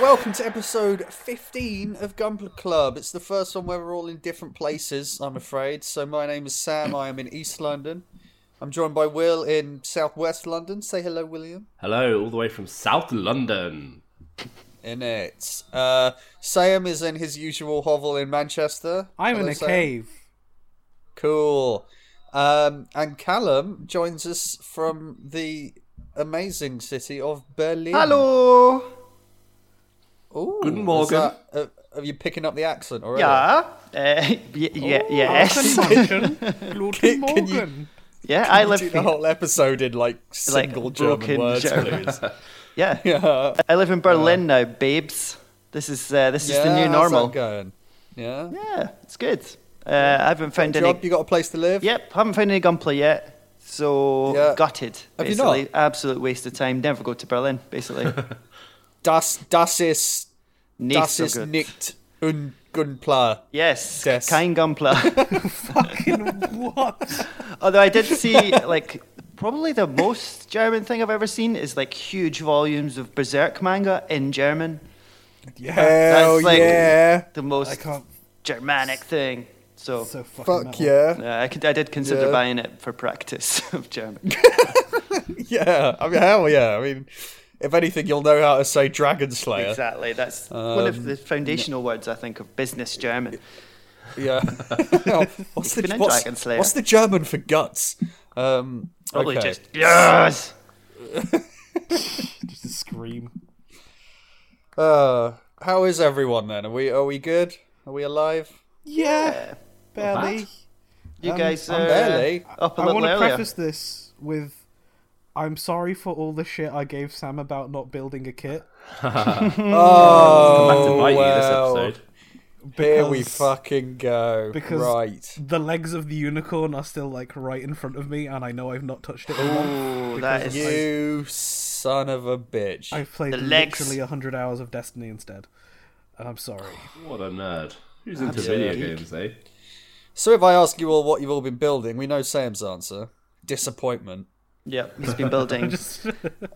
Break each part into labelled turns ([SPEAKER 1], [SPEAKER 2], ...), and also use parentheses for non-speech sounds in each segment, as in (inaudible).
[SPEAKER 1] welcome to episode 15 of Gunpla Club. It's the first one where we're all in different places, I'm afraid. So, my name is Sam. I am in East London. I'm joined by Will in Southwest London. Say hello, William.
[SPEAKER 2] Hello, all the way from South London.
[SPEAKER 1] In it. Uh, Sam is in his usual hovel in Manchester.
[SPEAKER 3] I'm in
[SPEAKER 1] Hello,
[SPEAKER 3] a
[SPEAKER 1] Sam.
[SPEAKER 3] cave.
[SPEAKER 1] Cool. Um, and Callum joins us from the amazing city of Berlin.
[SPEAKER 4] Hallo!
[SPEAKER 1] Ooh,
[SPEAKER 2] Guten
[SPEAKER 1] is
[SPEAKER 2] Morgen.
[SPEAKER 1] that- uh, are you picking up the accent already?
[SPEAKER 4] Yeah. Uh, y-
[SPEAKER 1] Oh,
[SPEAKER 4] yeah, yes.
[SPEAKER 3] Guten Morgen. Guten
[SPEAKER 1] Can- can you-
[SPEAKER 3] Morgen.
[SPEAKER 4] (laughs) Yeah, I
[SPEAKER 1] We
[SPEAKER 4] live.
[SPEAKER 1] do the whole episode in like single German
[SPEAKER 4] broken
[SPEAKER 1] words,
[SPEAKER 4] German.
[SPEAKER 1] please.
[SPEAKER 4] Yeah,
[SPEAKER 1] (laughs) yeah,
[SPEAKER 4] I live in Berlin now, babes. This is uh, this is the
[SPEAKER 1] how's
[SPEAKER 4] new
[SPEAKER 1] that
[SPEAKER 4] normal.
[SPEAKER 1] going? Yeah,
[SPEAKER 4] Yeah, e- it's good. Uh, I haven't found any.
[SPEAKER 1] job. You got a place to live?
[SPEAKER 4] Yep, haven't found any gunplay yet. So
[SPEAKER 1] Yeah.
[SPEAKER 4] gutted.
[SPEAKER 1] Have you
[SPEAKER 4] Basically,
[SPEAKER 1] not?
[SPEAKER 4] absolute waste of time. Never go to Berlin.
[SPEAKER 1] (laughs)
[SPEAKER 4] Basically,
[SPEAKER 1] Das das ist
[SPEAKER 4] Nicht
[SPEAKER 1] das
[SPEAKER 4] so
[SPEAKER 1] ist
[SPEAKER 4] good.
[SPEAKER 1] nicht un Gunpla.
[SPEAKER 4] Yes,
[SPEAKER 1] Yes.
[SPEAKER 4] kein gunplay.
[SPEAKER 1] (laughs)
[SPEAKER 3] Fucking what?
[SPEAKER 4] Although I did see, like, probably the most German thing I've ever seen is like huge volumes of Berserk manga in German.
[SPEAKER 3] Yeah.
[SPEAKER 1] Hell
[SPEAKER 4] That's like-
[SPEAKER 1] yeah!
[SPEAKER 4] The most
[SPEAKER 3] I can't.
[SPEAKER 4] Germanic thing. So,
[SPEAKER 3] So fucking
[SPEAKER 1] Fuck
[SPEAKER 3] metal.
[SPEAKER 1] yeah!
[SPEAKER 4] yeah, I, could, I did consider
[SPEAKER 1] Yeah.
[SPEAKER 4] buying it for practice (laughs) of German.
[SPEAKER 1] (laughs) Yeah, I mean hell yeah! I mean, if anything, you'll know how to say Dragon Slayer.
[SPEAKER 4] Exactly. That's one of the foundational words I think of business German. (laughs)
[SPEAKER 1] Yeah. (laughs) what's, the,
[SPEAKER 4] been in
[SPEAKER 1] what's,
[SPEAKER 4] Dragon Slayer.
[SPEAKER 1] what's the German for guts? Um,
[SPEAKER 4] Probably
[SPEAKER 1] okay.
[SPEAKER 4] just yes.
[SPEAKER 3] Just a scream.
[SPEAKER 1] Uh, how is everyone then? Are we are we good? Are we alive?
[SPEAKER 3] Yeah. Barely.
[SPEAKER 4] You
[SPEAKER 3] Um,
[SPEAKER 4] guys
[SPEAKER 1] I'm
[SPEAKER 4] are
[SPEAKER 1] barely.
[SPEAKER 4] uh, up a
[SPEAKER 3] I
[SPEAKER 4] little
[SPEAKER 3] want to
[SPEAKER 4] earlier.
[SPEAKER 3] preface this with I'm sorry for all the shit I gave Sam about not building a kit.
[SPEAKER 2] Back to
[SPEAKER 1] Oh,
[SPEAKER 2] bite you this
[SPEAKER 1] well.
[SPEAKER 2] episode.
[SPEAKER 1] Here we
[SPEAKER 3] because-
[SPEAKER 1] fucking go.
[SPEAKER 3] because-
[SPEAKER 1] right.
[SPEAKER 3] The legs of the unicorn are still like right in front of me, and I know I've not touched it. in a month
[SPEAKER 4] Ooh,
[SPEAKER 3] because
[SPEAKER 4] that is
[SPEAKER 1] You son of a bitch.
[SPEAKER 3] I've played
[SPEAKER 4] The legs.
[SPEAKER 3] literally 100 hours of Destiny instead. And I'm sorry. (laughs)
[SPEAKER 2] What a nerd. Who's into video games, eh?
[SPEAKER 1] So if I ask you all what you've all been building, we know Sam's answer. Disappointment.
[SPEAKER 4] Yep, he's
[SPEAKER 3] (laughs)
[SPEAKER 4] been building.
[SPEAKER 3] Just,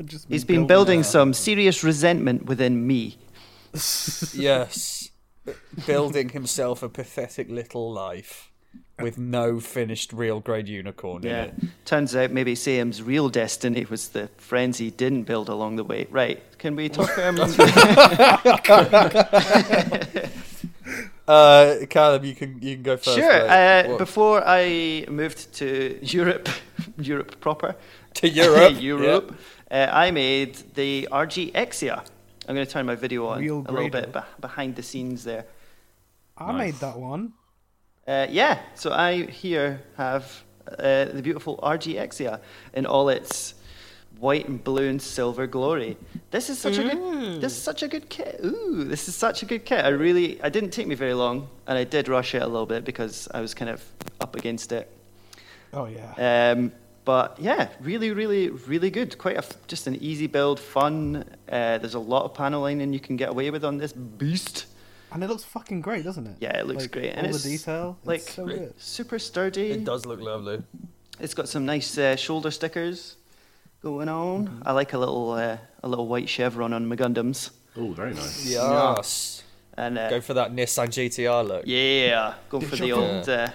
[SPEAKER 3] just
[SPEAKER 4] he's been building some serious resentment within me.
[SPEAKER 1] Yes. B- building himself a pathetic little life with no finished real grade unicorn in
[SPEAKER 4] Yeah.
[SPEAKER 1] it.
[SPEAKER 4] Turns out maybe Sam's real destiny was the friends he didn't build along the way. Right. Can we talk um,
[SPEAKER 1] Uh Caleb, you can you can go first.
[SPEAKER 4] Sure.
[SPEAKER 1] mate.
[SPEAKER 4] Uh,
[SPEAKER 1] What-
[SPEAKER 4] before I moved to Europe, (laughs) Europe proper,
[SPEAKER 1] to
[SPEAKER 4] (laughs)
[SPEAKER 1] Europe.
[SPEAKER 4] Europe, uh, I made the RG Exia. I'm going to turn my video on
[SPEAKER 3] Real
[SPEAKER 4] a little
[SPEAKER 3] Grado.
[SPEAKER 4] bit beh- behind the scenes there.
[SPEAKER 3] (laughs) I made that one.
[SPEAKER 4] Uh, yeah, so I here have uh, the beautiful RG Exia in all its white and blue and silver glory. This is such a
[SPEAKER 1] Mm.
[SPEAKER 4] good. This is such a good kit. Ooh, this is such a good kit. I really, I didn't take me very long, and I did rush it a little bit because I was kind of up against it.
[SPEAKER 3] Oh yeah.
[SPEAKER 4] Um, but yeah, really, really, really good. Quite a f just an easy build, fun. Uh, there's a lot of panel lining you can get away with on this beast.
[SPEAKER 3] And it looks fucking great, doesn't it?
[SPEAKER 4] Yeah, it looks
[SPEAKER 3] Like,
[SPEAKER 4] great.
[SPEAKER 3] All
[SPEAKER 4] And
[SPEAKER 3] the
[SPEAKER 4] it's
[SPEAKER 3] detail,
[SPEAKER 4] like
[SPEAKER 3] it's so good.
[SPEAKER 4] super sturdy.
[SPEAKER 1] It does look lovely.
[SPEAKER 4] It's got some nice uh, shoulder stickers going on.
[SPEAKER 1] Mm-hmm.
[SPEAKER 4] I like a little uh, a little white chevron on my Gundams.
[SPEAKER 2] Oh, very nice.
[SPEAKER 1] Yes.
[SPEAKER 4] And uh,
[SPEAKER 1] Go for that Nissan GTR look.
[SPEAKER 4] yeah, going for the
[SPEAKER 3] Did you-
[SPEAKER 4] old uh,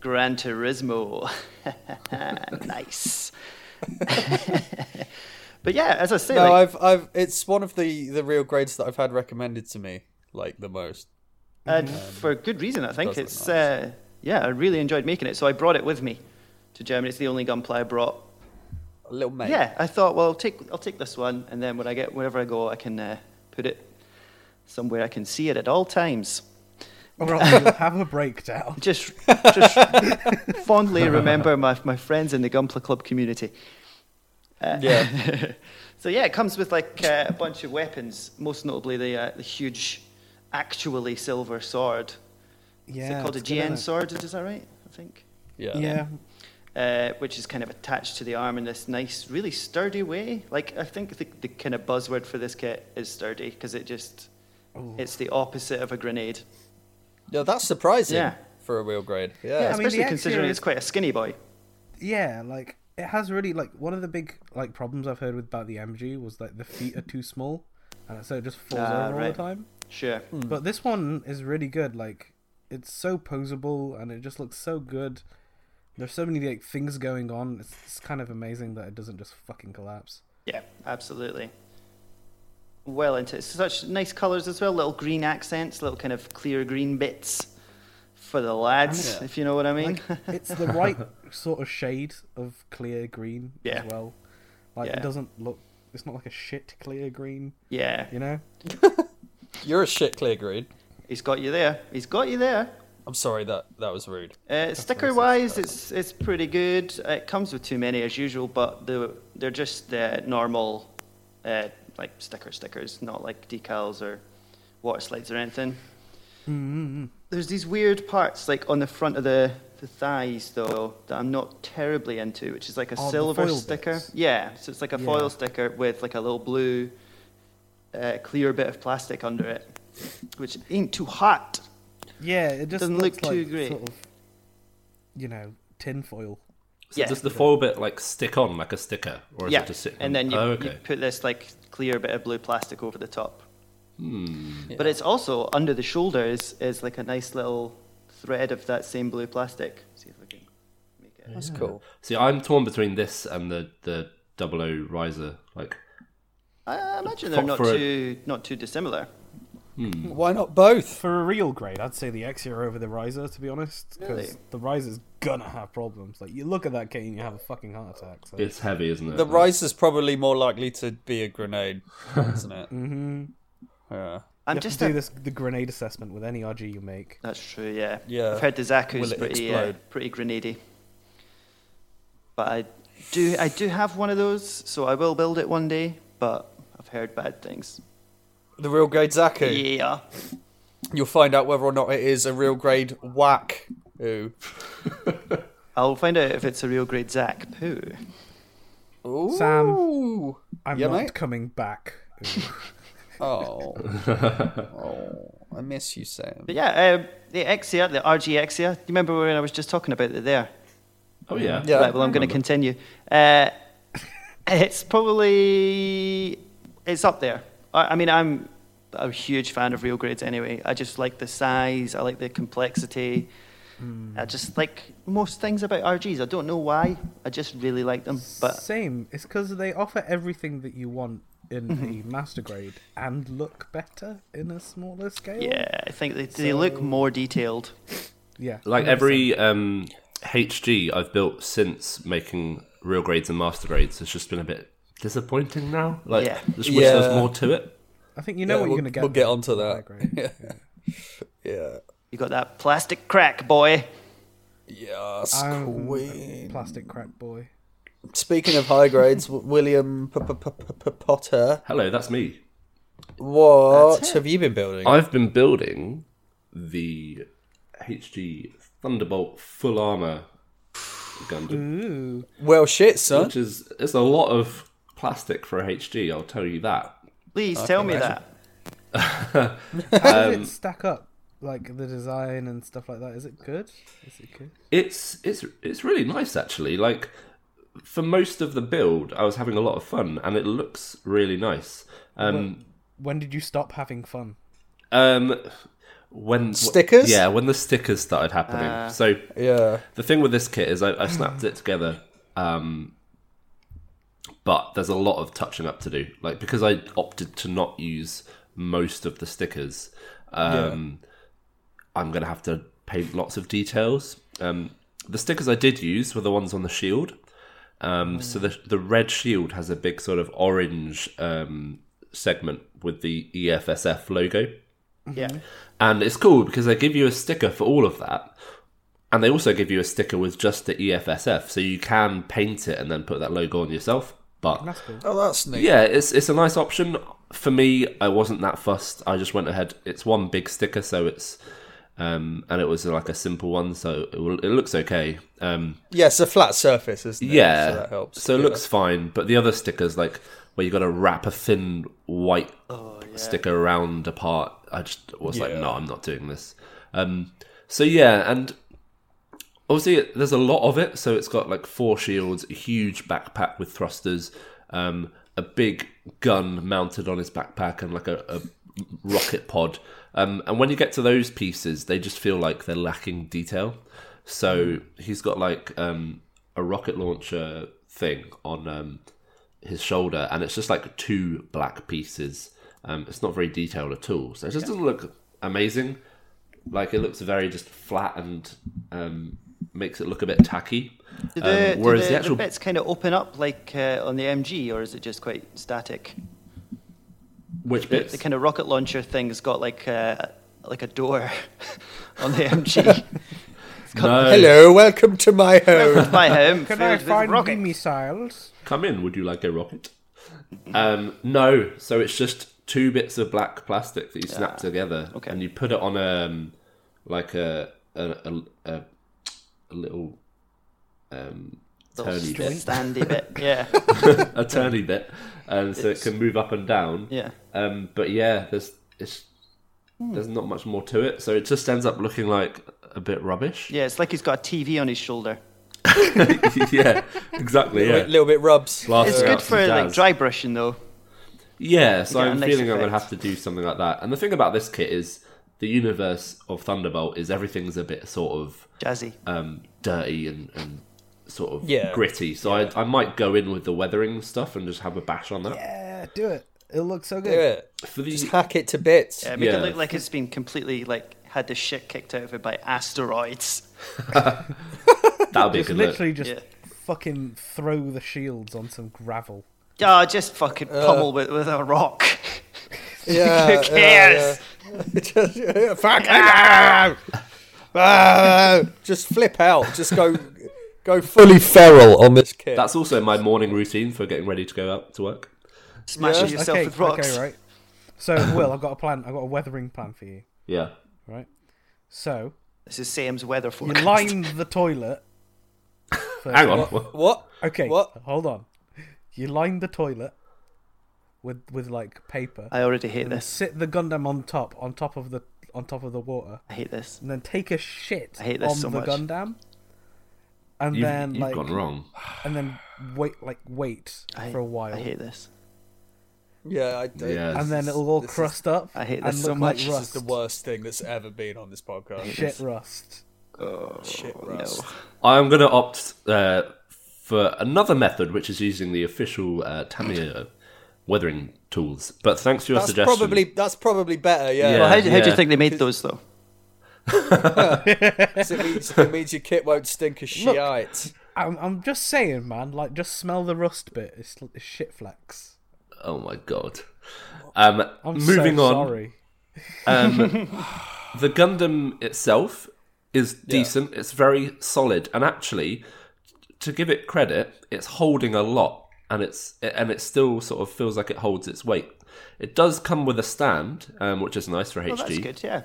[SPEAKER 4] Gran Turismo. (laughs) nice.
[SPEAKER 1] (laughs)
[SPEAKER 4] (laughs) but yeah, as I say,
[SPEAKER 1] No,
[SPEAKER 4] like,
[SPEAKER 1] I've, I've, it's one of the the real grades that I've had recommended to me, like the most.
[SPEAKER 4] and Uh,
[SPEAKER 3] Mm-hmm.
[SPEAKER 4] for good reason, I think
[SPEAKER 1] does look
[SPEAKER 4] it's
[SPEAKER 1] nice.
[SPEAKER 4] uh, yeah. I really enjoyed making it, so I brought it with me to Germany. It's the only gunplay I brought.
[SPEAKER 1] A little mate.
[SPEAKER 4] Yeah, I thought, well, I'll take I'll take this one, and then when I get wherever I go, I can uh, put it somewhere I can see it at all times.
[SPEAKER 3] Or else (laughs) you'll have a breakdown.
[SPEAKER 4] Just
[SPEAKER 3] (laughs)
[SPEAKER 4] just fondly remember my my friends in the Gunpla Club community. Uh,
[SPEAKER 1] Yeah.
[SPEAKER 4] (laughs) So yeah, it comes with like uh, a bunch of weapons, most notably the uh, the huge, actually silver sword.
[SPEAKER 3] Yeah.
[SPEAKER 4] Is it called a
[SPEAKER 3] it's good, isn't
[SPEAKER 4] GN
[SPEAKER 3] it?
[SPEAKER 4] sword? Is that right? I think.
[SPEAKER 1] Yeah.
[SPEAKER 3] Yeah.
[SPEAKER 4] uh, which is kind of attached to the arm in this nice, really sturdy way. Like I think the, the kind of buzzword for this kit is sturdy because it just
[SPEAKER 3] Ooh.
[SPEAKER 4] it's the opposite of a grenade.
[SPEAKER 1] Yeah, that's surprising
[SPEAKER 4] Yeah.
[SPEAKER 1] for a real grade.
[SPEAKER 4] Yeah,
[SPEAKER 1] Yeah.
[SPEAKER 3] mean, the
[SPEAKER 4] especially
[SPEAKER 3] Axia
[SPEAKER 4] considering
[SPEAKER 3] is-
[SPEAKER 4] it's quite a skinny boy.
[SPEAKER 3] Yeah, like it has really like one of the big like problems I've heard with about the MG was like the feet are too small and so it just falls
[SPEAKER 4] Ah,
[SPEAKER 3] over all
[SPEAKER 4] right. Hmm.
[SPEAKER 3] the time.
[SPEAKER 4] Sure.
[SPEAKER 3] But this one is really good. Like it's so posable and it just looks so good. There's so many like things going on. It's, it's kind of amazing that it doesn't just fucking collapse.
[SPEAKER 4] Yeah, absolutely. Well into it. Such nice colours as well, little green accents, little kind of clear green bits for the lads,
[SPEAKER 1] Yeah.
[SPEAKER 4] if you know what I mean.
[SPEAKER 3] Like it's the right sort of shade of clear green
[SPEAKER 4] Yeah.
[SPEAKER 3] as well. Like
[SPEAKER 4] Yeah.
[SPEAKER 3] it doesn't look. It's not like a shit clear green.
[SPEAKER 4] (laughs) yeah,
[SPEAKER 3] You know.
[SPEAKER 1] You're a shit clear green.
[SPEAKER 4] he's got you there. He's got you there.
[SPEAKER 1] I'm sorry that that was rude.
[SPEAKER 4] Uh, sticker wise, it's it's pretty good. Uh, It comes with too many as usual, but the they're just the normal, uh, like sticker stickers, not like decals or water slides or anything.
[SPEAKER 3] mm
[SPEAKER 4] There's these weird parts like on the front of the, the thighs though that I'm not terribly into, which is like a
[SPEAKER 3] Oh, the
[SPEAKER 4] silver
[SPEAKER 3] foil
[SPEAKER 4] sticker.
[SPEAKER 3] bits.
[SPEAKER 4] Yeah, so it's like a
[SPEAKER 3] Yeah.
[SPEAKER 4] foil sticker with like a little blue, uh, clear bit of plastic under it, which ain't too hot.
[SPEAKER 3] Yeah, it just
[SPEAKER 4] Doesn't
[SPEAKER 3] looks
[SPEAKER 4] look too
[SPEAKER 3] like
[SPEAKER 4] great.
[SPEAKER 3] Sort of, you know, tinfoil.
[SPEAKER 2] So
[SPEAKER 4] Yeah.
[SPEAKER 2] does the foil bit like stick on like a sticker, or is
[SPEAKER 4] yeah,
[SPEAKER 2] it just sit?
[SPEAKER 4] and then you,
[SPEAKER 2] oh,
[SPEAKER 4] you
[SPEAKER 2] okay.
[SPEAKER 4] put this like clear bit of blue plastic over the top.
[SPEAKER 2] Hmm.
[SPEAKER 4] But it's also under the shoulders is like a nice little thread of that same blue plastic. See if I can make it.
[SPEAKER 1] That's cool.
[SPEAKER 2] See, I'm torn between this and the the double O riser. Like,
[SPEAKER 4] I imagine they're
[SPEAKER 2] For-
[SPEAKER 4] not
[SPEAKER 2] for a-
[SPEAKER 4] too not too dissimilar.
[SPEAKER 1] Why not both?
[SPEAKER 3] For a real grade, I'd say the Exia over the Riser, to be honest, because
[SPEAKER 4] Really?
[SPEAKER 3] the Riser's gonna have problems. Like, you look at that cane, you have a fucking heart attack. So.
[SPEAKER 2] it's heavy, isn't it?
[SPEAKER 1] The rice is probably more likely to be a grenade, isn't
[SPEAKER 3] (laughs)
[SPEAKER 1] it? mm-hmm. Yeah.
[SPEAKER 4] I'm
[SPEAKER 3] you
[SPEAKER 4] just
[SPEAKER 3] have to
[SPEAKER 4] a-
[SPEAKER 3] do this the grenade assessment with any RG you make.
[SPEAKER 4] That's true. Yeah.
[SPEAKER 1] Yeah.
[SPEAKER 4] I've heard the Zaku's
[SPEAKER 1] Will it
[SPEAKER 4] pretty uh,
[SPEAKER 1] explode?
[SPEAKER 4] pretty grenady. But I do I do have one of those, so I will build it one day. But I've heard bad things.
[SPEAKER 1] The real grade Zaku.
[SPEAKER 4] Yeah.
[SPEAKER 1] You'll find out whether or not it is a real grade whack. Ooh.
[SPEAKER 4] I'll find out if it's a real great Zach poo.
[SPEAKER 1] Ooh.
[SPEAKER 3] Sam. I'm
[SPEAKER 1] Yeah,
[SPEAKER 3] not
[SPEAKER 1] mate?
[SPEAKER 3] coming back. Ooh. (laughs)
[SPEAKER 1] Oh. oh. I miss you, Sam.
[SPEAKER 4] But yeah, um, the Exia, the RG Exia. Do you remember when I was just talking about it there?
[SPEAKER 2] oh yeah.
[SPEAKER 1] Yeah.
[SPEAKER 4] right, well, I'm going to continue. Uh, (laughs) it's probably it's up there. I, I mean, I'm a huge fan of real grids anyway. I just like the size. I like the complexity. I just like most things about RGs. I don't know why. I just really like them. But
[SPEAKER 3] Same. It's because they offer everything that you want in a
[SPEAKER 4] Mm-hmm.
[SPEAKER 3] master grade and look better in a smaller scale.
[SPEAKER 4] yeah, I think they, they look more detailed.
[SPEAKER 3] Yeah.
[SPEAKER 2] Like
[SPEAKER 3] 100%.
[SPEAKER 2] every um, HG I've built since making real grades and master grades has just been a bit disappointing now. Like,
[SPEAKER 4] Yeah.
[SPEAKER 2] just wish there was
[SPEAKER 1] Yeah.
[SPEAKER 2] more to it.
[SPEAKER 3] I think you know
[SPEAKER 1] Yeah,
[SPEAKER 3] what
[SPEAKER 1] we'll,
[SPEAKER 3] you're gonna get.
[SPEAKER 1] We'll get onto
[SPEAKER 3] with
[SPEAKER 1] that.
[SPEAKER 3] grade.
[SPEAKER 1] (laughs) Yeah.
[SPEAKER 4] You got that plastic crack, boy.
[SPEAKER 1] Yes,
[SPEAKER 3] I'm a
[SPEAKER 1] Queen.
[SPEAKER 3] plastic crack boy.
[SPEAKER 1] Speaking of high grades, W- William P- P- P- P- P- Potter,
[SPEAKER 2] Hello, that's me.
[SPEAKER 1] what have you been building?
[SPEAKER 2] I've been building the HG Thunderbolt full armor Gundam,
[SPEAKER 3] Ooh.
[SPEAKER 1] Well, shit, son.
[SPEAKER 2] which is it's a lot of plastic for a HG. I'll tell you that.
[SPEAKER 4] Please tell me that. Um,
[SPEAKER 3] How does it stack up? Like the design and stuff like that. Is it good? Is it good?
[SPEAKER 2] It's it's it's really nice actually. Like for most of the build, I was having a lot of fun, and it looks really nice. Um,
[SPEAKER 3] When did you stop having fun?
[SPEAKER 2] um, when
[SPEAKER 1] Stickers?
[SPEAKER 2] yeah, when the stickers started happening. so
[SPEAKER 1] Yeah.
[SPEAKER 2] the thing with this kit is I, I snapped it together, um, but there's a lot of touching up to do. Like because I opted to not use most of the stickers, um, I'm gonna have to paint lots of details. Um, the stickers I did use were the ones on the shield. Um, So the the red shield has a big sort of orange um, segment with the E EFSF logo.
[SPEAKER 4] Yeah.
[SPEAKER 2] And it's cool because they give you a sticker for all of that. And they also give you a sticker with just the E EFSF. So you can paint it and then put that logo on yourself. But
[SPEAKER 3] That's cool.
[SPEAKER 1] Oh, that's neat.
[SPEAKER 2] yeah, it's it's a nice option. For me, I wasn't that fussed. I just went ahead. It's one big sticker, so it's um and it was like a simple one, so it, will, it looks okay. Um
[SPEAKER 1] Yeah, it's a flat surface, isn't it?
[SPEAKER 2] yeah,
[SPEAKER 1] So that helps.
[SPEAKER 2] So it
[SPEAKER 1] Yeah.
[SPEAKER 2] looks fine, but the other stickers, like where you got to wrap a thin white sticker around a part, I just was like,
[SPEAKER 1] Oh, Yeah.
[SPEAKER 2] no, I'm not doing this. Um, so yeah, and obviously it- there's a lot of it. So it's got like four shields, a huge backpack with thrusters, um, a big gun mounted on his backpack and like a, a rocket pod. Um, and when you get to those pieces, they just feel like they're lacking detail. So
[SPEAKER 4] Hmm.
[SPEAKER 2] he's got like um, a rocket launcher thing on um, his shoulder, and it's just like two black pieces. Um, it's not very detailed at all, so it just doesn't look amazing. Like it looks very just flat and um, makes it look a bit tacky.
[SPEAKER 4] Do
[SPEAKER 2] Um,
[SPEAKER 4] the, do
[SPEAKER 2] whereas
[SPEAKER 4] the,
[SPEAKER 2] the,
[SPEAKER 4] the
[SPEAKER 2] actual
[SPEAKER 4] bits kind of open up like uh, on the MG, or is it just quite static?
[SPEAKER 2] which
[SPEAKER 4] The,
[SPEAKER 2] bits?
[SPEAKER 4] the kind of rocket launcher thing's got like a, like a door (laughs) on
[SPEAKER 3] (laughs)
[SPEAKER 4] the MG. it's got
[SPEAKER 2] No.
[SPEAKER 1] Hello, welcome to my home.
[SPEAKER 4] my home
[SPEAKER 3] Can
[SPEAKER 4] filled
[SPEAKER 3] I
[SPEAKER 4] with
[SPEAKER 3] find
[SPEAKER 4] rockets.
[SPEAKER 3] missiles?
[SPEAKER 2] come in would you like a rocket um no so it's just two bits of black plastic that you snap together
[SPEAKER 4] okay.
[SPEAKER 2] and you put it on a um, like a a, a, a, a little
[SPEAKER 4] (laughs)
[SPEAKER 2] um
[SPEAKER 4] Little
[SPEAKER 2] turny
[SPEAKER 4] st-
[SPEAKER 2] bit (laughs)
[SPEAKER 4] standy bit. Yeah,
[SPEAKER 2] a turny bit and so it can move up and down
[SPEAKER 4] yeah. Hmm.
[SPEAKER 2] um but yeah there's it's there's not much more to it so it just ends up looking like a bit rubbish
[SPEAKER 4] Yeah, it's like he's got a TV on his shoulder.
[SPEAKER 2] (laughs) yeah
[SPEAKER 4] (laughs)
[SPEAKER 2] exactly
[SPEAKER 1] A
[SPEAKER 2] (laughs) yeah
[SPEAKER 1] little bit rubs.
[SPEAKER 2] Plaster
[SPEAKER 4] It's
[SPEAKER 2] it
[SPEAKER 4] good
[SPEAKER 2] up
[SPEAKER 4] for like
[SPEAKER 2] jazz.
[SPEAKER 4] dry brushing though.
[SPEAKER 2] Yeah, so
[SPEAKER 4] get a
[SPEAKER 2] I'm
[SPEAKER 4] nice
[SPEAKER 2] feeling I'm gonna
[SPEAKER 4] effect.
[SPEAKER 2] have to do something like that. And the thing about this kit is the universe of Thunderbolt is everything's a bit sort of
[SPEAKER 4] Jazzy.
[SPEAKER 2] um, dirty and, and sort of
[SPEAKER 1] Yeah.
[SPEAKER 2] gritty. So I, I might go in with the weathering stuff and just have a bash on that.
[SPEAKER 3] Yeah, do it. It'll look so
[SPEAKER 1] Do
[SPEAKER 3] good.
[SPEAKER 1] it.
[SPEAKER 2] For the
[SPEAKER 1] Just hack it to bits.
[SPEAKER 4] Yeah, make
[SPEAKER 2] yeah.
[SPEAKER 4] it look like it's been completely like had the shit kicked out of it by asteroids.
[SPEAKER 2] that'll be a
[SPEAKER 3] Just
[SPEAKER 2] good look.
[SPEAKER 3] literally just
[SPEAKER 4] Yeah.
[SPEAKER 3] fucking throw the shields on some gravel.
[SPEAKER 4] Oh, just fucking
[SPEAKER 3] Uh.
[SPEAKER 4] pummel with, with a rock.
[SPEAKER 2] (laughs)
[SPEAKER 1] Yeah,
[SPEAKER 4] Who
[SPEAKER 3] Oh,
[SPEAKER 4] cares?
[SPEAKER 1] Just, (laughs) yeah, fuck it. (laughs) Ah, just flip out. Just go, go fully feral on this kid.
[SPEAKER 2] That's also my morning routine for getting ready to go out to work.
[SPEAKER 4] Smashing
[SPEAKER 1] Yeah.
[SPEAKER 4] yourself
[SPEAKER 3] okay,
[SPEAKER 4] with rocks.
[SPEAKER 3] okay, right.
[SPEAKER 4] (coughs)
[SPEAKER 3] So, Will, I've got a plan. I've got a weathering plan for you,
[SPEAKER 2] Yeah.
[SPEAKER 3] right? So,
[SPEAKER 4] This is Sam's weather
[SPEAKER 3] you
[SPEAKER 4] forecast.
[SPEAKER 3] line the toilet. first.
[SPEAKER 2] Hang on.
[SPEAKER 1] (laughs) what?
[SPEAKER 3] Okay,
[SPEAKER 1] What?
[SPEAKER 3] hold on. You line the toilet with with like paper.
[SPEAKER 4] (laughs) I already hate
[SPEAKER 3] and
[SPEAKER 4] this.
[SPEAKER 3] sit the Gundam on top, on top of the on top of the water,
[SPEAKER 4] I hate this.
[SPEAKER 3] and then take a shit
[SPEAKER 4] I hate this
[SPEAKER 3] on
[SPEAKER 4] so
[SPEAKER 3] the
[SPEAKER 4] much.
[SPEAKER 3] Gundam, and
[SPEAKER 2] You've,
[SPEAKER 3] then
[SPEAKER 2] you've
[SPEAKER 3] like
[SPEAKER 2] gone wrong.
[SPEAKER 3] and then wait like wait
[SPEAKER 4] I,
[SPEAKER 3] for a while,
[SPEAKER 4] I hate this.
[SPEAKER 1] Yeah, I do.
[SPEAKER 2] Yeah.
[SPEAKER 3] and then
[SPEAKER 1] is-
[SPEAKER 3] it'll all
[SPEAKER 1] this is-
[SPEAKER 3] crust up.
[SPEAKER 4] I hate
[SPEAKER 3] and
[SPEAKER 4] this
[SPEAKER 3] look
[SPEAKER 4] so
[SPEAKER 3] Like
[SPEAKER 4] much. This
[SPEAKER 1] This
[SPEAKER 3] rust.
[SPEAKER 1] is the worst thing that's ever been on this podcast.
[SPEAKER 3] Shit rust.
[SPEAKER 4] Oh,
[SPEAKER 1] Shit
[SPEAKER 4] no.
[SPEAKER 1] rust.
[SPEAKER 2] I'm going to opt uh, for another method, which is using the official uh, Tamiya weathering tools. But thanks for your
[SPEAKER 1] That's
[SPEAKER 2] suggestion.
[SPEAKER 1] probably that's probably better. Yeah,
[SPEAKER 4] Well,
[SPEAKER 2] Yeah.
[SPEAKER 4] how, do- how do you
[SPEAKER 2] yeah.
[SPEAKER 4] think they made those though?
[SPEAKER 1] 'Cause it, means, it means your kit won't stink of shit.
[SPEAKER 3] I'm I'm just saying, man. Like just smell the rust bit. It's, it's shit flex.
[SPEAKER 2] Oh my god. Um,
[SPEAKER 3] I'm
[SPEAKER 2] moving
[SPEAKER 3] so
[SPEAKER 2] on,
[SPEAKER 3] Sorry.
[SPEAKER 2] the Gundam itself is decent. It's very solid, and actually, to give it credit, it's holding a lot, and it's and it still sort of feels like it holds its weight. It does come with a stand, um, which is nice for
[SPEAKER 4] Oh,
[SPEAKER 2] HD
[SPEAKER 4] that's good. Yeah.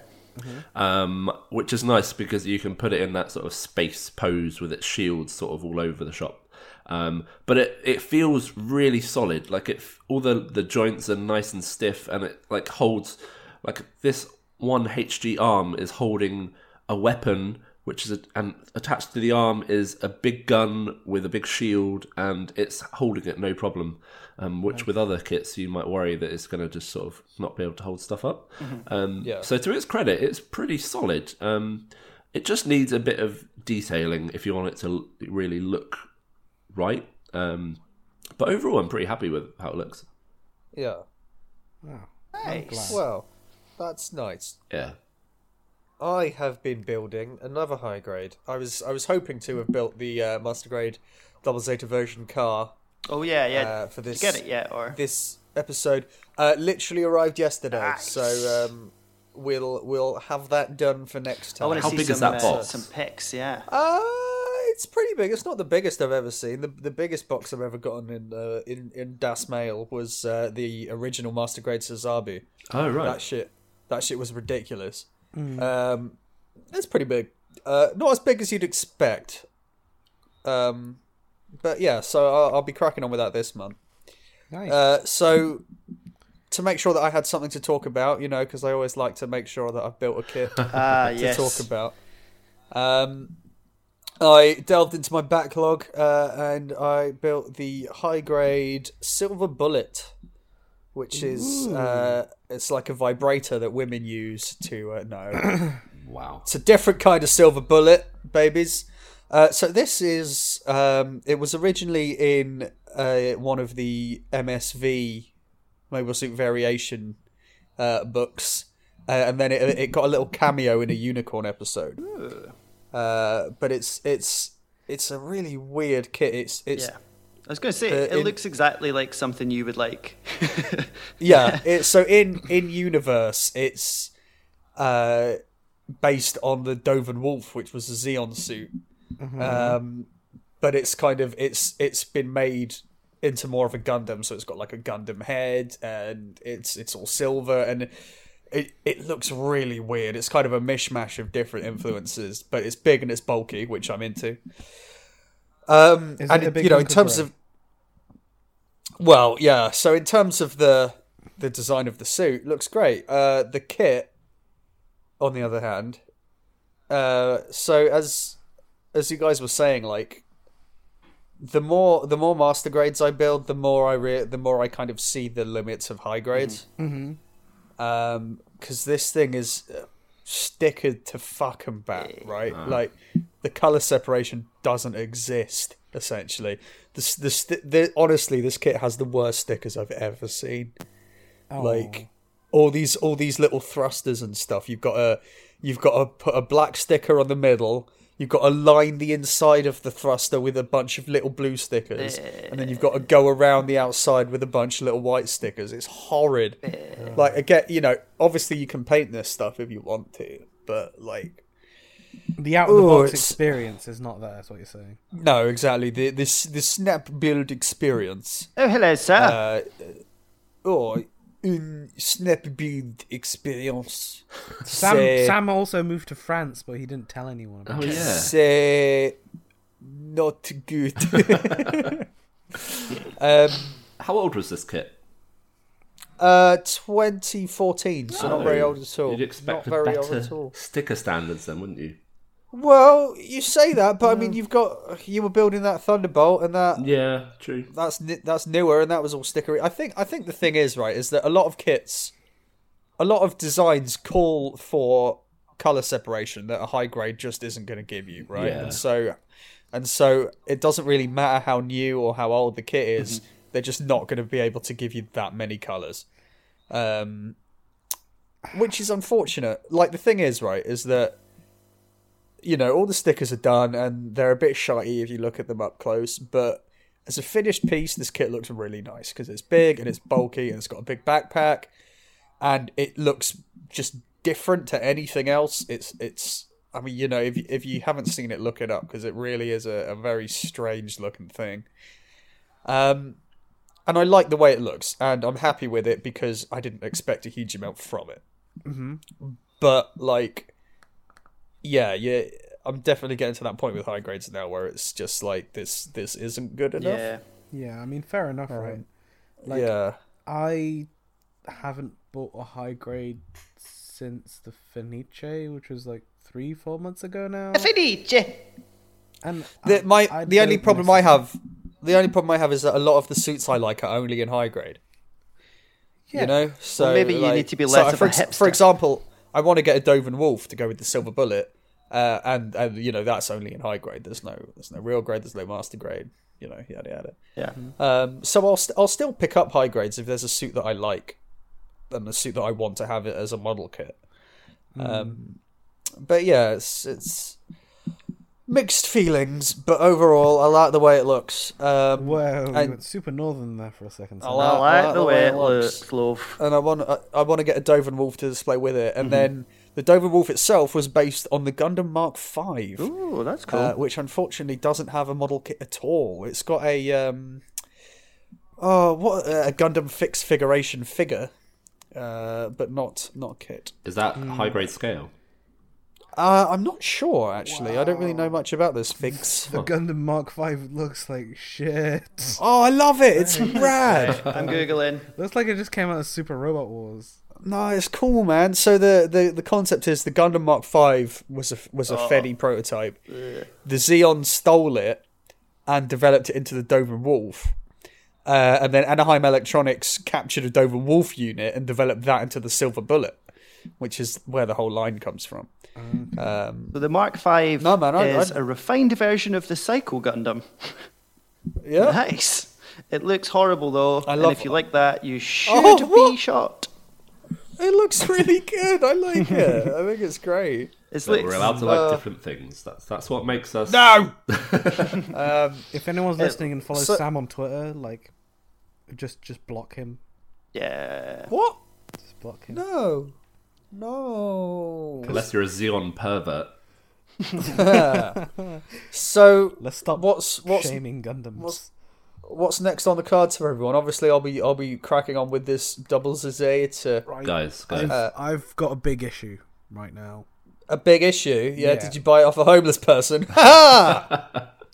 [SPEAKER 2] um, which is nice because you can put it in that sort of space pose with its shield sort of all over the shop. Um, but it, it feels really solid. Like it, f- all the the joints are nice and stiff, and it like holds. Like this one HG arm is holding a weapon, which is a, and attached to the arm is a big gun with a big shield, and it's holding it no problem. Um, which with other kits you might worry that it's going to just sort of not be able to hold stuff up. Um,
[SPEAKER 1] Yeah.
[SPEAKER 2] So to its credit, it's pretty solid. Um, it just needs a bit of detailing if you want it to l- really look right. Um, but overall, I'm pretty happy with how it looks.
[SPEAKER 1] Yeah.
[SPEAKER 4] Nice.
[SPEAKER 1] Well, that's nice.
[SPEAKER 2] Yeah.
[SPEAKER 1] I have been building another high grade. I was I was hoping to have built the uh, master grade double zeta version car
[SPEAKER 4] Oh yeah, yeah.
[SPEAKER 1] uh, for
[SPEAKER 4] Did
[SPEAKER 1] this
[SPEAKER 4] you get it yet? Or
[SPEAKER 1] this episode. Uh, literally arrived yesterday, so
[SPEAKER 4] Nice.
[SPEAKER 1] um, we'll we'll have that done for next
[SPEAKER 4] I
[SPEAKER 1] time.
[SPEAKER 4] want to
[SPEAKER 2] How
[SPEAKER 4] see
[SPEAKER 2] big
[SPEAKER 4] some,
[SPEAKER 2] is that
[SPEAKER 4] uh,
[SPEAKER 2] box?
[SPEAKER 4] some pics. Yeah.
[SPEAKER 1] Uh, it's pretty big. It's not the biggest I've ever seen. The the biggest box I've ever gotten in uh, in in Das Mail was uh, the original master grade Suzabu.
[SPEAKER 2] Oh
[SPEAKER 1] That
[SPEAKER 2] right.
[SPEAKER 1] shit, that shit was ridiculous.
[SPEAKER 4] Hmm.
[SPEAKER 1] Um, it's pretty big. Uh, not as big as you'd expect. Um, but yeah, so I'll, I'll be cracking on with that this month.
[SPEAKER 3] Nice.
[SPEAKER 1] Uh, so to make sure that I had something to talk about, you know, because I always like to make sure that I've built a kit
[SPEAKER 4] Ah
[SPEAKER 1] to
[SPEAKER 4] yes.
[SPEAKER 1] talk about. Um, I delved into my backlog uh, and I built the high grade Silver Bullet, which is uh, it's like a vibrator that women use to uh, no,
[SPEAKER 2] Wow.
[SPEAKER 1] it's a different kind of Silver Bullet, babies. Uh, so this is um, it was originally in uh, one of the MSV Mobile Suit Variation uh, books, uh, and then it, it got a little cameo in a unicorn episode. Uh, but it's it's it's a really weird kit. It's it's
[SPEAKER 4] Yeah. I was going to say,
[SPEAKER 1] Uh,
[SPEAKER 4] it
[SPEAKER 1] in-
[SPEAKER 4] looks exactly like something you would like.
[SPEAKER 1] yeah. it's so in in universe, it's uh, based on the Doven Wolf, which was a Xeon suit. Um, but it's kind of it's it's been made into more of a Gundam, so it's got like a Gundam head, and it's it's all silver, and it it looks really weird. It's kind of a mishmash of different influences, but it's big and it's bulky, which I'm into. Um,
[SPEAKER 3] Is
[SPEAKER 1] and
[SPEAKER 3] it a
[SPEAKER 1] it-
[SPEAKER 3] big
[SPEAKER 1] you know, in
[SPEAKER 3] Uncle
[SPEAKER 1] terms
[SPEAKER 3] Greg?
[SPEAKER 1] of well, yeah. So in terms of the the design of the suit, looks great. Uh, the kit, on the other hand, uh, so as as you guys were saying, like the more the more master grades I build, the more I re- the more I kind of see the limits of high grades. Um, because this thing is uh, stickered to fuck and back, right? Like the color separation doesn't exist. Essentially, this this the, honestly, this kit has the worst stickers I've ever seen
[SPEAKER 3] Oh.
[SPEAKER 1] like all these all these little thrusters and stuff you've got to you've got to put a black sticker on the middle you've got to line the inside of the thruster with a bunch of little blue stickers and then you've got to go around the outside with a bunch of little white stickers it's horrid like again you know obviously you can paint this stuff if you want to but like
[SPEAKER 3] the out of the box
[SPEAKER 1] Ooh, oh, it's-
[SPEAKER 3] experience is not there. That's what you're saying.
[SPEAKER 1] no exactly the this the snap build experience
[SPEAKER 4] oh, hello, sir.
[SPEAKER 1] uh, or un snap build experience
[SPEAKER 3] Sam
[SPEAKER 1] C'est-
[SPEAKER 3] Sam also moved to France, but he didn't tell anyone.
[SPEAKER 2] Oh yeah.
[SPEAKER 1] C'est not good. um,
[SPEAKER 2] How old was this kit?
[SPEAKER 1] (laughs) uh, 2014, so not very
[SPEAKER 2] Oh,
[SPEAKER 1] old at all.
[SPEAKER 2] You'd
[SPEAKER 1] not
[SPEAKER 2] expect
[SPEAKER 1] very
[SPEAKER 2] better
[SPEAKER 1] old at all.
[SPEAKER 2] sticker standards, then, wouldn't you?
[SPEAKER 1] Well, you say that, but I
[SPEAKER 2] Mm.
[SPEAKER 1] mean, you've got you were building that Thunderbolt, and that
[SPEAKER 2] Yeah, true.
[SPEAKER 1] that's ni- that's newer, and that was all stickery. I think I think the thing is right is that a lot of kits, a lot of designs call for color separation that a high grade just isn't going to give you, right?
[SPEAKER 2] Yeah.
[SPEAKER 1] And so, and so it doesn't really matter how new or how old the kit is; they're just not going to be able to give you that many colors, um, which is unfortunate. Like the thing is right is that. You know, all the stickers are done and they're a bit shitey if you look at them up close, but as a finished piece, this kit looks really nice because it's big and it's bulky and it's got a big backpack, and it looks just different to anything else. It's it's. I mean, you know, if if you haven't seen it, look it up because it really is a, a very strange looking thing. Um, and I like the way it looks, and I'm happy with it because I didn't expect a huge amount from it. But like, yeah, yeah. I'm definitely getting to that point with high grades now where it's just like this this isn't good enough.
[SPEAKER 4] yeah.
[SPEAKER 3] Yeah, I mean, fair enough, right? Like,
[SPEAKER 1] yeah.
[SPEAKER 3] I haven't bought a high grade since the Fenice, which was like three, four months ago now. And
[SPEAKER 1] The,
[SPEAKER 3] I-
[SPEAKER 1] my
[SPEAKER 3] I
[SPEAKER 1] the only
[SPEAKER 3] don't
[SPEAKER 1] problem I
[SPEAKER 3] necessarily-
[SPEAKER 1] have, the only problem I have is that a lot of the suits I like are only in high grade.
[SPEAKER 3] Yeah.
[SPEAKER 1] You know, so
[SPEAKER 4] maybe you
[SPEAKER 1] like-
[SPEAKER 4] need to be
[SPEAKER 1] so
[SPEAKER 4] less
[SPEAKER 1] I-
[SPEAKER 4] of
[SPEAKER 1] for
[SPEAKER 4] a
[SPEAKER 1] ex- For
[SPEAKER 4] hipster.
[SPEAKER 1] example, I want to get a Doven Wolf to go with the Silver Bullet, uh, and and you know that's only in high grade. There's no there's no real grade. There's no master grade. You know, yada yada.
[SPEAKER 4] Yeah.
[SPEAKER 1] Um, so I'll st- I'll still pick up high grades if there's a suit that I like, and a suit that I want to have it as a model kit.
[SPEAKER 4] Hmm.
[SPEAKER 1] Um, but yeah, it's it's mixed feelings. But overall, I like the way it looks. Um,
[SPEAKER 3] Whoa, you
[SPEAKER 1] and-
[SPEAKER 3] went super northern there for a second.
[SPEAKER 1] I
[SPEAKER 3] Sam.
[SPEAKER 1] like-
[SPEAKER 4] I like the way it
[SPEAKER 1] looks.
[SPEAKER 4] looks, love.
[SPEAKER 1] and I want I, I want to get a Doven Wolf to display with it,
[SPEAKER 4] Mm-hmm.
[SPEAKER 1] and then the Doven Wolf itself was based on the Gundam Mark Five.
[SPEAKER 4] Ooh, that's cool.
[SPEAKER 1] uh, which unfortunately doesn't have a model kit at all. It's got a um, oh, what a Gundam Fix Figuration figure, uh, but not not kit.
[SPEAKER 2] Is that
[SPEAKER 1] Hmm.
[SPEAKER 2] high grade scale?
[SPEAKER 1] Uh, I'm not sure actually. I don't really know much about this fix.
[SPEAKER 3] the Gundam Mark Five looks like shit.
[SPEAKER 1] Oh, I love it! It's rad.
[SPEAKER 4] I'm googling.
[SPEAKER 3] looks like it just came out of Super Robot Wars.
[SPEAKER 1] No, it's cool, man. So the, the, the concept is the Gundam Mark V was a was a Fedi prototype. The Xeon stole it and developed it into the Dover Wolf. Uh, and then Anaheim Electronics captured a Dover Wolf unit and developed that into the Silver Bullet, which is where the whole line comes from. Um,
[SPEAKER 4] So the Mark V
[SPEAKER 1] No, man, I-
[SPEAKER 4] is
[SPEAKER 1] I-
[SPEAKER 4] a refined version of the Psycho Gundam.
[SPEAKER 3] (laughs)
[SPEAKER 1] yeah,
[SPEAKER 4] Nice. It looks horrible though.
[SPEAKER 1] I love
[SPEAKER 4] and if you like that, you should
[SPEAKER 1] Oh, what?
[SPEAKER 4] be shot.
[SPEAKER 1] it looks really good. I like
[SPEAKER 3] (laughs)
[SPEAKER 1] it. I think it's great.
[SPEAKER 4] It's
[SPEAKER 2] That
[SPEAKER 4] like
[SPEAKER 2] we're allowed to like different things. That's that's what makes us.
[SPEAKER 1] No,
[SPEAKER 3] If anyone's listening and follows
[SPEAKER 1] so-
[SPEAKER 3] Sam on Twitter, like, just just block him.
[SPEAKER 4] yeah.
[SPEAKER 1] what?
[SPEAKER 3] Just block him.
[SPEAKER 1] No, no.
[SPEAKER 2] Unless you're a Xeon pervert.
[SPEAKER 1] So
[SPEAKER 3] Let's stop
[SPEAKER 1] What's what's
[SPEAKER 3] shaming Gundams.
[SPEAKER 1] what's- what's next on the cards for everyone? Obviously, I'll be I'll be cracking on with this double Zazay to
[SPEAKER 3] Right.
[SPEAKER 2] Guys, guys.
[SPEAKER 3] I've,
[SPEAKER 1] Uh,
[SPEAKER 3] I've got a big issue right now.
[SPEAKER 1] a big issue. Yeah,
[SPEAKER 3] Yeah.
[SPEAKER 1] did you buy it off a homeless person? Ha!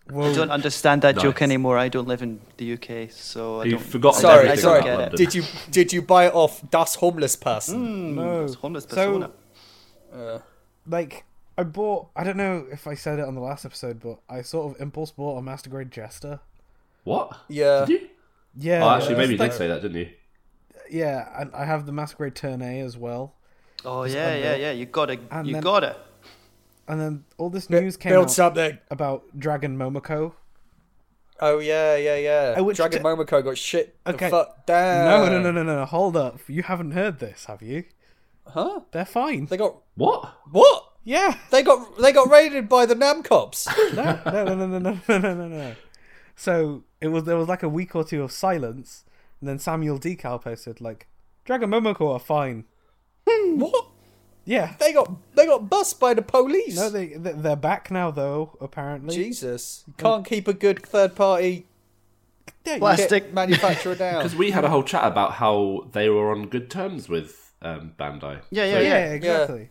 [SPEAKER 3] Whoa,
[SPEAKER 4] I don't understand that joke
[SPEAKER 2] Nice.
[SPEAKER 4] anymore. I don't live in the UK, so I
[SPEAKER 2] You've
[SPEAKER 4] don't.
[SPEAKER 2] forgotten
[SPEAKER 4] I
[SPEAKER 1] (laughs)
[SPEAKER 4] don't-
[SPEAKER 1] sorry,
[SPEAKER 4] I don't
[SPEAKER 1] sorry.
[SPEAKER 4] get it.
[SPEAKER 1] Did you did you buy it off das homeless person?
[SPEAKER 3] no.
[SPEAKER 4] It's homeless persona.
[SPEAKER 3] So, like, I bought. I don't know if I said it on the last episode, but I sort of impulse bought a Master Grade Jester.
[SPEAKER 2] What?
[SPEAKER 1] Yeah.
[SPEAKER 2] Did you?
[SPEAKER 3] Yeah.
[SPEAKER 2] Oh, actually,
[SPEAKER 3] it's
[SPEAKER 2] maybe you
[SPEAKER 3] like-
[SPEAKER 2] did say that, didn't you?
[SPEAKER 3] Yeah, and I have the Master Grade Turn A as well.
[SPEAKER 4] oh yeah, yeah,
[SPEAKER 3] unreal.
[SPEAKER 4] yeah. You got it.
[SPEAKER 3] And
[SPEAKER 4] You
[SPEAKER 3] then-
[SPEAKER 4] got it.
[SPEAKER 3] And then all this news came
[SPEAKER 1] Build
[SPEAKER 3] out
[SPEAKER 1] something.
[SPEAKER 3] about Dragon Momoko.
[SPEAKER 1] Oh yeah, yeah, yeah.
[SPEAKER 3] I would-
[SPEAKER 1] Dragon Momoko got shit the
[SPEAKER 3] Okay.
[SPEAKER 1] fuck down.
[SPEAKER 3] No, no, no, no, no, no. Hold up. You haven't heard this, have you?
[SPEAKER 1] Huh?
[SPEAKER 3] They're fine.
[SPEAKER 1] They got
[SPEAKER 2] What?
[SPEAKER 1] what?
[SPEAKER 3] Yeah.
[SPEAKER 1] They got they got raided by the
[SPEAKER 3] (laughs)
[SPEAKER 1] Namcops.
[SPEAKER 3] No, no, no, no, no, no, no, no, no, no. So it was there was like a week or two of silence, and then Samuel Decal posted like, "Dragon Momoko are fine."
[SPEAKER 1] what?
[SPEAKER 3] Yeah.
[SPEAKER 1] They got they got bust by the police.
[SPEAKER 3] No, they they- they're back now though. Apparently.
[SPEAKER 1] Jesus,
[SPEAKER 3] Mm.
[SPEAKER 1] you can't keep a good third party
[SPEAKER 3] Yeah, you-
[SPEAKER 4] Blast.
[SPEAKER 1] stick
[SPEAKER 4] Stick.
[SPEAKER 1] manufacturer down.
[SPEAKER 2] Because we had a whole chat about how they were on good terms with um, Bandai.
[SPEAKER 4] Yeah, yeah,
[SPEAKER 2] So-
[SPEAKER 4] yeah.
[SPEAKER 3] yeah, exactly.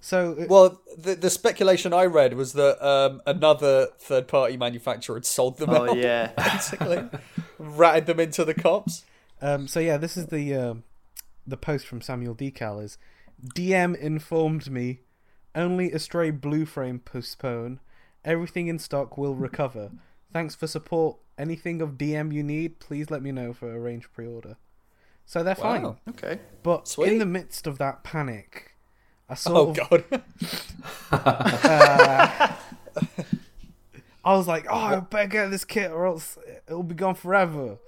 [SPEAKER 3] So it,
[SPEAKER 1] Well, the, the speculation I read was that um, another third party manufacturer had sold them (laughs)
[SPEAKER 4] Oh
[SPEAKER 1] out,
[SPEAKER 4] yeah.
[SPEAKER 1] basically, ratted them into the cops.
[SPEAKER 3] Um, so yeah, this is the um the post from Samuel Decal is DM informed me only a stray blue frame postpone. Everything in stock will recover. Thanks for support. Anything of DM you need, please let me know for arrange pre-order. So they're fine,
[SPEAKER 1] Wow.
[SPEAKER 4] Okay.
[SPEAKER 3] but
[SPEAKER 1] Sweet.
[SPEAKER 3] in the midst of that panic, I sort
[SPEAKER 1] Oh
[SPEAKER 3] of (laughs)
[SPEAKER 1] god,
[SPEAKER 3] I was like, oh, I better get this kit or else it'll be gone forever.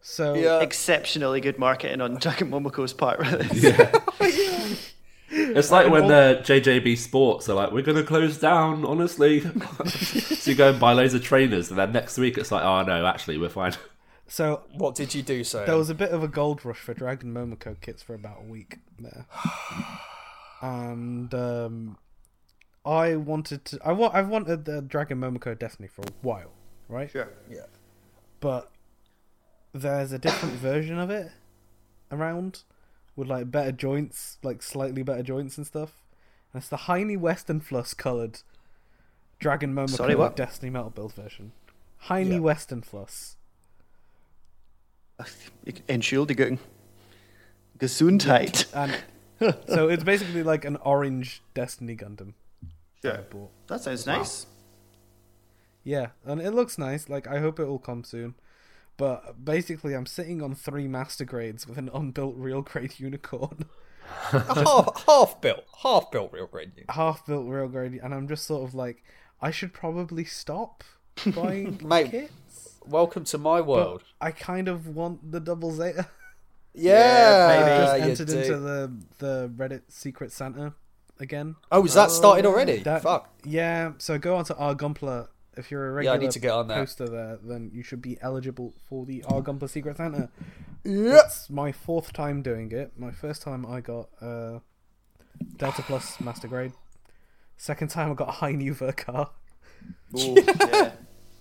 [SPEAKER 3] So
[SPEAKER 1] yeah.
[SPEAKER 4] (laughs) Exceptionally good marketing on Dragon Momoko's part. Really.
[SPEAKER 2] (laughs) It's like when uh, JJB Sports are like, we're going to close down, honestly. (laughs) so you go and buy loads of trainers, and then next week it's like, oh no, actually, we're fine.
[SPEAKER 3] so
[SPEAKER 1] What did you do, so?
[SPEAKER 3] There was a bit of a gold rush for Dragon Momoko kits for about a week there, and um, I wanted to. I wa- I've wanted the Dragon Momoko Destiny for a while, right?
[SPEAKER 4] Sure.
[SPEAKER 1] yeah.
[SPEAKER 3] But there's a different version of it around with like better joints, like slightly better joints and stuff. And it's the Heine Western Fluss coloured Dragon Momoko
[SPEAKER 4] Sorry, what?
[SPEAKER 3] Destiny Metal Build version. Heine
[SPEAKER 1] Yeah.
[SPEAKER 3] Western Fluss.
[SPEAKER 4] Entschuldigung. Gesundheit.
[SPEAKER 3] And so it's basically like an orange Destiny Gundam. that I
[SPEAKER 4] Sure.
[SPEAKER 3] bought.
[SPEAKER 4] That sounds nice.
[SPEAKER 3] Yeah, and it looks nice. Like I hope it will come soon. But basically, I'm sitting on three master grades with an unbuilt real grade (laughs) unicorn,
[SPEAKER 1] half half built, half built real green.
[SPEAKER 3] half built real grade, and I'm just sort of like, I should
[SPEAKER 1] (laughs)
[SPEAKER 3] probably stop buying
[SPEAKER 1] Mate.
[SPEAKER 3] kits.
[SPEAKER 1] Welcome to my world.
[SPEAKER 3] But I kind of want the double Zeta. I
[SPEAKER 1] yeah,
[SPEAKER 3] just
[SPEAKER 1] you
[SPEAKER 3] entered
[SPEAKER 1] do.
[SPEAKER 3] into the the Reddit Secret Santa again.
[SPEAKER 1] Oh, is that started already?
[SPEAKER 3] That-
[SPEAKER 1] Fuck.
[SPEAKER 3] Yeah, so go on to Argumpler. If you're a
[SPEAKER 1] Yeah,
[SPEAKER 3] regular
[SPEAKER 1] I need to get on that.
[SPEAKER 3] poster there, then you should be eligible for the Argumpler Secret Santa.
[SPEAKER 1] Yeah.
[SPEAKER 3] It's my fourth time doing it. My first time I got uh, Delta Plus Master Grade. Second time I got a high new Verkar.
[SPEAKER 4] Ooh,
[SPEAKER 1] (laughs)
[SPEAKER 4] yeah.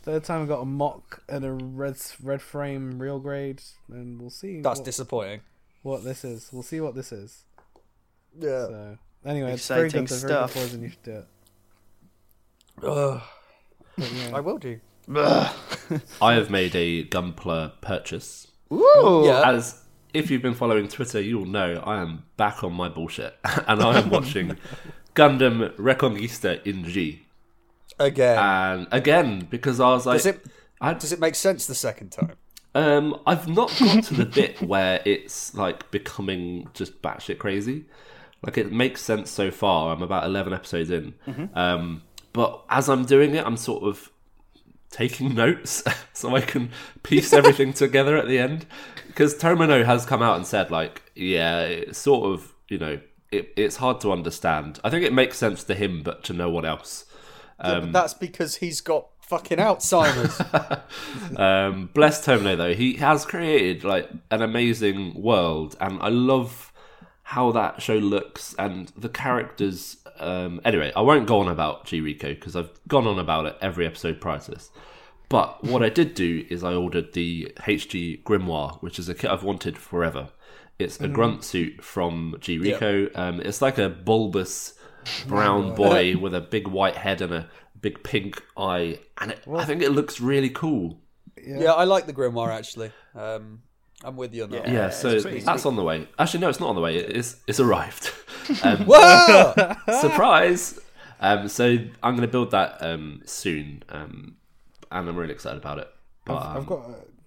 [SPEAKER 3] Third time I got a mock and a red red frame real grade, and we'll see
[SPEAKER 1] That's
[SPEAKER 3] what,
[SPEAKER 1] disappointing.
[SPEAKER 3] what this is. We'll see what this is.
[SPEAKER 1] Yeah.
[SPEAKER 3] So anyway, it's very
[SPEAKER 4] Exciting
[SPEAKER 3] good. They're very good
[SPEAKER 4] stuff.
[SPEAKER 3] toys and you should do it. But yeah.
[SPEAKER 1] I will do.
[SPEAKER 2] I have made a Gunpla purchase.
[SPEAKER 4] Ooh.
[SPEAKER 1] Yeah.
[SPEAKER 2] As if you've been following Twitter, you'll know I am back on my bullshit, (laughs) and I
[SPEAKER 1] (laughs)
[SPEAKER 2] am watching Gundam Reconquista in G,
[SPEAKER 1] Again,
[SPEAKER 2] and again because I was like,
[SPEAKER 1] does it
[SPEAKER 2] uh, I,
[SPEAKER 1] does it make sense the second time?
[SPEAKER 2] um, I've not got to the bit where it's like becoming just batshit crazy. Like it makes sense so far. I'm about eleven episodes in, um, but as I'm doing it, I'm sort of taking (laughs) notes so I can piece everything together at the end. Because Tomino has come out and said, like, yeah, it's sort of, you know, it, it's hard to understand. I think it makes sense to him, but to no one else.
[SPEAKER 1] Yeah, but that's because he's got fucking Alzheimer's.
[SPEAKER 2] Um, bless Tomino though, he has created like an amazing world, and I love how that show looks and the characters. Um, anyway, I won't go on about G Rico because I've gone on about it every episode prior to this. But what I did do is I ordered the HG Grimoire, which is a kit I've wanted forever. It's a grunt suit from G Rico. Um, it's like a bulbous brown boy with a big white head and a big pink eye, and it, I think it looks really cool.
[SPEAKER 1] yeah, I like the Grimoire actually. Um, I'm with you on that.
[SPEAKER 4] Yeah.
[SPEAKER 1] one.
[SPEAKER 2] Yeah, so
[SPEAKER 4] pretty
[SPEAKER 2] that's on the way. Actually, no, it's not on the way. It- It's
[SPEAKER 1] (laughs)
[SPEAKER 2] it's arrived. Um,
[SPEAKER 1] Whoa!
[SPEAKER 2] (laughs) surprise! Um, so I'm going to build that um, soon, um, and I'm really excited about it. But um,
[SPEAKER 3] I've got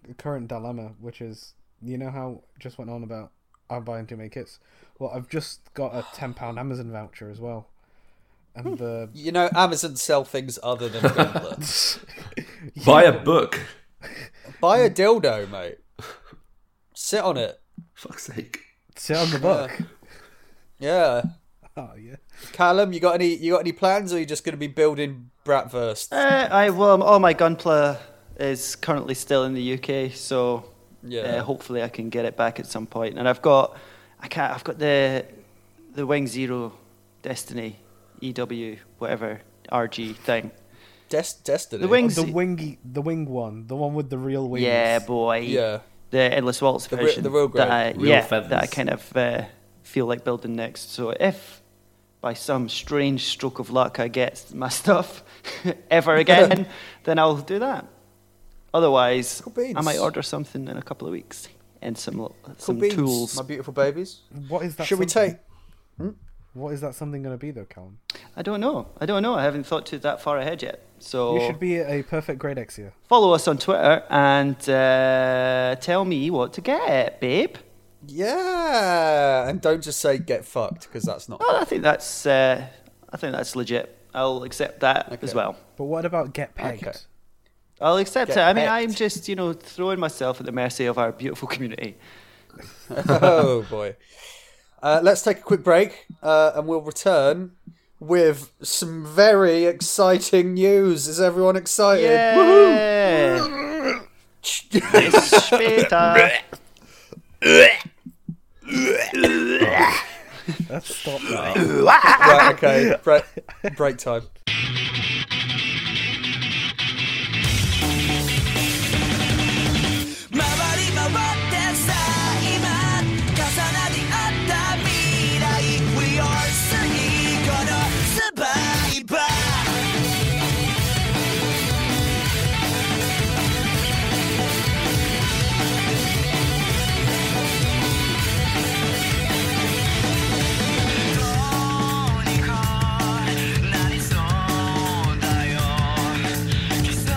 [SPEAKER 3] a, a current dilemma, which is you know how I just went on about I'm buying too many kits. Well, I've just got a ten pound Amazon voucher as well,
[SPEAKER 1] Hmm.
[SPEAKER 3] and the
[SPEAKER 1] (laughs) you know, Amazon sell things other than Gundam.
[SPEAKER 2] buy a book.
[SPEAKER 1] Buy a dildo, mate. Sit on it.
[SPEAKER 2] Fuck's sake!
[SPEAKER 3] sit on the book. (laughs)
[SPEAKER 1] Yeah,
[SPEAKER 3] Oh yeah,
[SPEAKER 1] Callum, you got any? You got any plans, or are you just going to be building Bratwurst?
[SPEAKER 4] Uh, I well, all my Gunpla is currently still in the UK, so
[SPEAKER 1] Yeah.
[SPEAKER 4] uh, hopefully I can get it back at some point. And I've got, I can't, I've got the, the Wing Zero, Destiny, EW, whatever RG thing.
[SPEAKER 1] Des- Destiny.
[SPEAKER 4] The wings-
[SPEAKER 3] Oh, the
[SPEAKER 4] See-
[SPEAKER 3] wingy, the wing one, the one with the real wings.
[SPEAKER 4] Yeah, boy.
[SPEAKER 1] Yeah.
[SPEAKER 4] The Endless Waltz
[SPEAKER 1] re-
[SPEAKER 4] version.
[SPEAKER 1] the real
[SPEAKER 4] that
[SPEAKER 1] grade.
[SPEAKER 4] I,
[SPEAKER 2] Real
[SPEAKER 4] yeah,
[SPEAKER 2] feathers.
[SPEAKER 4] that I kind of uh, feel like building next. So if by some strange stroke of luck I get my (laughs) stuff ever
[SPEAKER 1] (laughs)
[SPEAKER 4] again, then I'll do that. Otherwise,
[SPEAKER 1] Cool
[SPEAKER 4] I might
[SPEAKER 1] beans.
[SPEAKER 4] order something in a couple of weeks and some l-
[SPEAKER 1] Cool
[SPEAKER 4] some
[SPEAKER 1] beans,
[SPEAKER 4] tools.
[SPEAKER 1] my beautiful babies.
[SPEAKER 3] What is that?
[SPEAKER 1] Should we
[SPEAKER 3] something-
[SPEAKER 1] take?
[SPEAKER 3] What is that something going to be though, Callum?
[SPEAKER 4] I don't know. I don't know. I haven't thought to that far ahead yet. So
[SPEAKER 3] You should be a perfect grade Exia.
[SPEAKER 4] follow us on Twitter and uh, tell me what to get, babe.
[SPEAKER 1] Yeah, and don't just say get fucked because that's not.
[SPEAKER 4] Oh, I think that's uh, I think that's legit. I'll accept that as
[SPEAKER 1] Okay.
[SPEAKER 4] well.
[SPEAKER 3] But what about get pegged?
[SPEAKER 1] Okay.
[SPEAKER 4] I'll accept
[SPEAKER 1] Get
[SPEAKER 4] it. I mean,
[SPEAKER 1] pecked.
[SPEAKER 4] I'm just you know throwing myself at the mercy of our beautiful community.
[SPEAKER 1] oh boy. Uh, let's take a quick break, uh, and we'll return with some very exciting news. Is everyone excited?
[SPEAKER 4] Yeah. Bis später.
[SPEAKER 3] Let's stop
[SPEAKER 1] (laughs) (laughs)
[SPEAKER 3] that.
[SPEAKER 1] Right, okay. Break, break time.
[SPEAKER 5] 「回り回ってさ今重なり合った未来」「We are 最後のサバイバー」「どうにかなりそうだよ」「偽装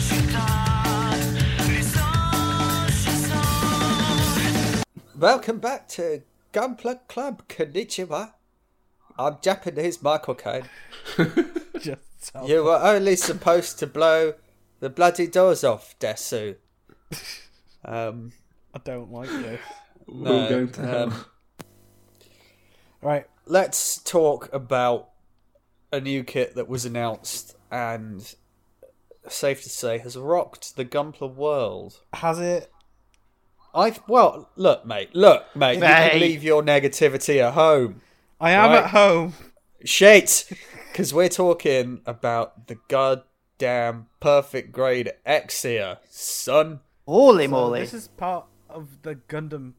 [SPEAKER 5] した偽装しそう」
[SPEAKER 1] Welcome back to Gunpla Club. Konnichiwa. I'm Japanese Michael Caine.
[SPEAKER 3] Just stop.
[SPEAKER 1] You were only supposed to blow the bloody doors off, Desu. Um,
[SPEAKER 3] I don't like this.
[SPEAKER 2] We're
[SPEAKER 1] Uh,
[SPEAKER 2] all going to hell.
[SPEAKER 3] Right.
[SPEAKER 1] let's talk about a new kit that was announced and safe to say has rocked the Gunpla world.
[SPEAKER 3] Has it?
[SPEAKER 1] I th- well, look, mate, look, mate, you
[SPEAKER 4] Mate.
[SPEAKER 1] can leave your negativity at home.
[SPEAKER 3] I am
[SPEAKER 1] Right.
[SPEAKER 3] at home.
[SPEAKER 1] Shit, because we're talking about the goddamn perfect grade Exia, son.
[SPEAKER 4] Holy moly!
[SPEAKER 3] This is part of the Gundam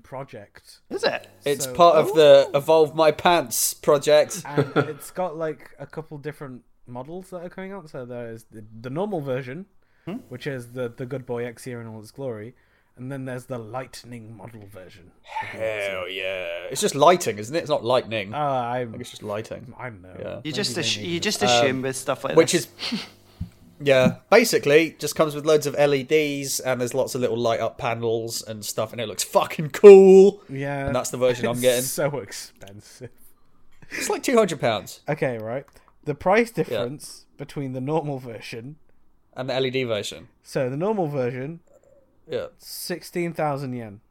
[SPEAKER 1] (laughs)
[SPEAKER 3] project,
[SPEAKER 4] is it?
[SPEAKER 1] It's
[SPEAKER 3] So-
[SPEAKER 1] part of the Evolve My Pants project.
[SPEAKER 3] and it's got like a couple different models that are coming
[SPEAKER 1] Hmm?
[SPEAKER 3] out. So there is the, the normal version, which is the the good boy Exia in all its glory, and then there's the lightning model version.
[SPEAKER 1] Hell yeah! It's just lighting, isn't it? It's not lightning. I
[SPEAKER 3] Ah, I'm,
[SPEAKER 1] think it's just lighting.
[SPEAKER 3] I don't know.
[SPEAKER 1] Yeah.
[SPEAKER 4] You
[SPEAKER 3] Maybe
[SPEAKER 4] just
[SPEAKER 3] they
[SPEAKER 4] ass-
[SPEAKER 3] made
[SPEAKER 4] you
[SPEAKER 3] it.
[SPEAKER 4] just assume with stuff like
[SPEAKER 1] Which
[SPEAKER 4] this.
[SPEAKER 1] is, yeah, basically just comes with loads of LEDs and there's lots of little light up panels and stuff, and it looks fucking cool.
[SPEAKER 3] Yeah,
[SPEAKER 1] And that's the version I'm
[SPEAKER 3] it's
[SPEAKER 1] getting.
[SPEAKER 3] So expensive.
[SPEAKER 1] It's like two hundred pounds
[SPEAKER 3] Okay, right. The price difference between the normal version.
[SPEAKER 1] and the LED version.
[SPEAKER 3] So the normal version,
[SPEAKER 1] Yeah,
[SPEAKER 3] sixteen thousand yen.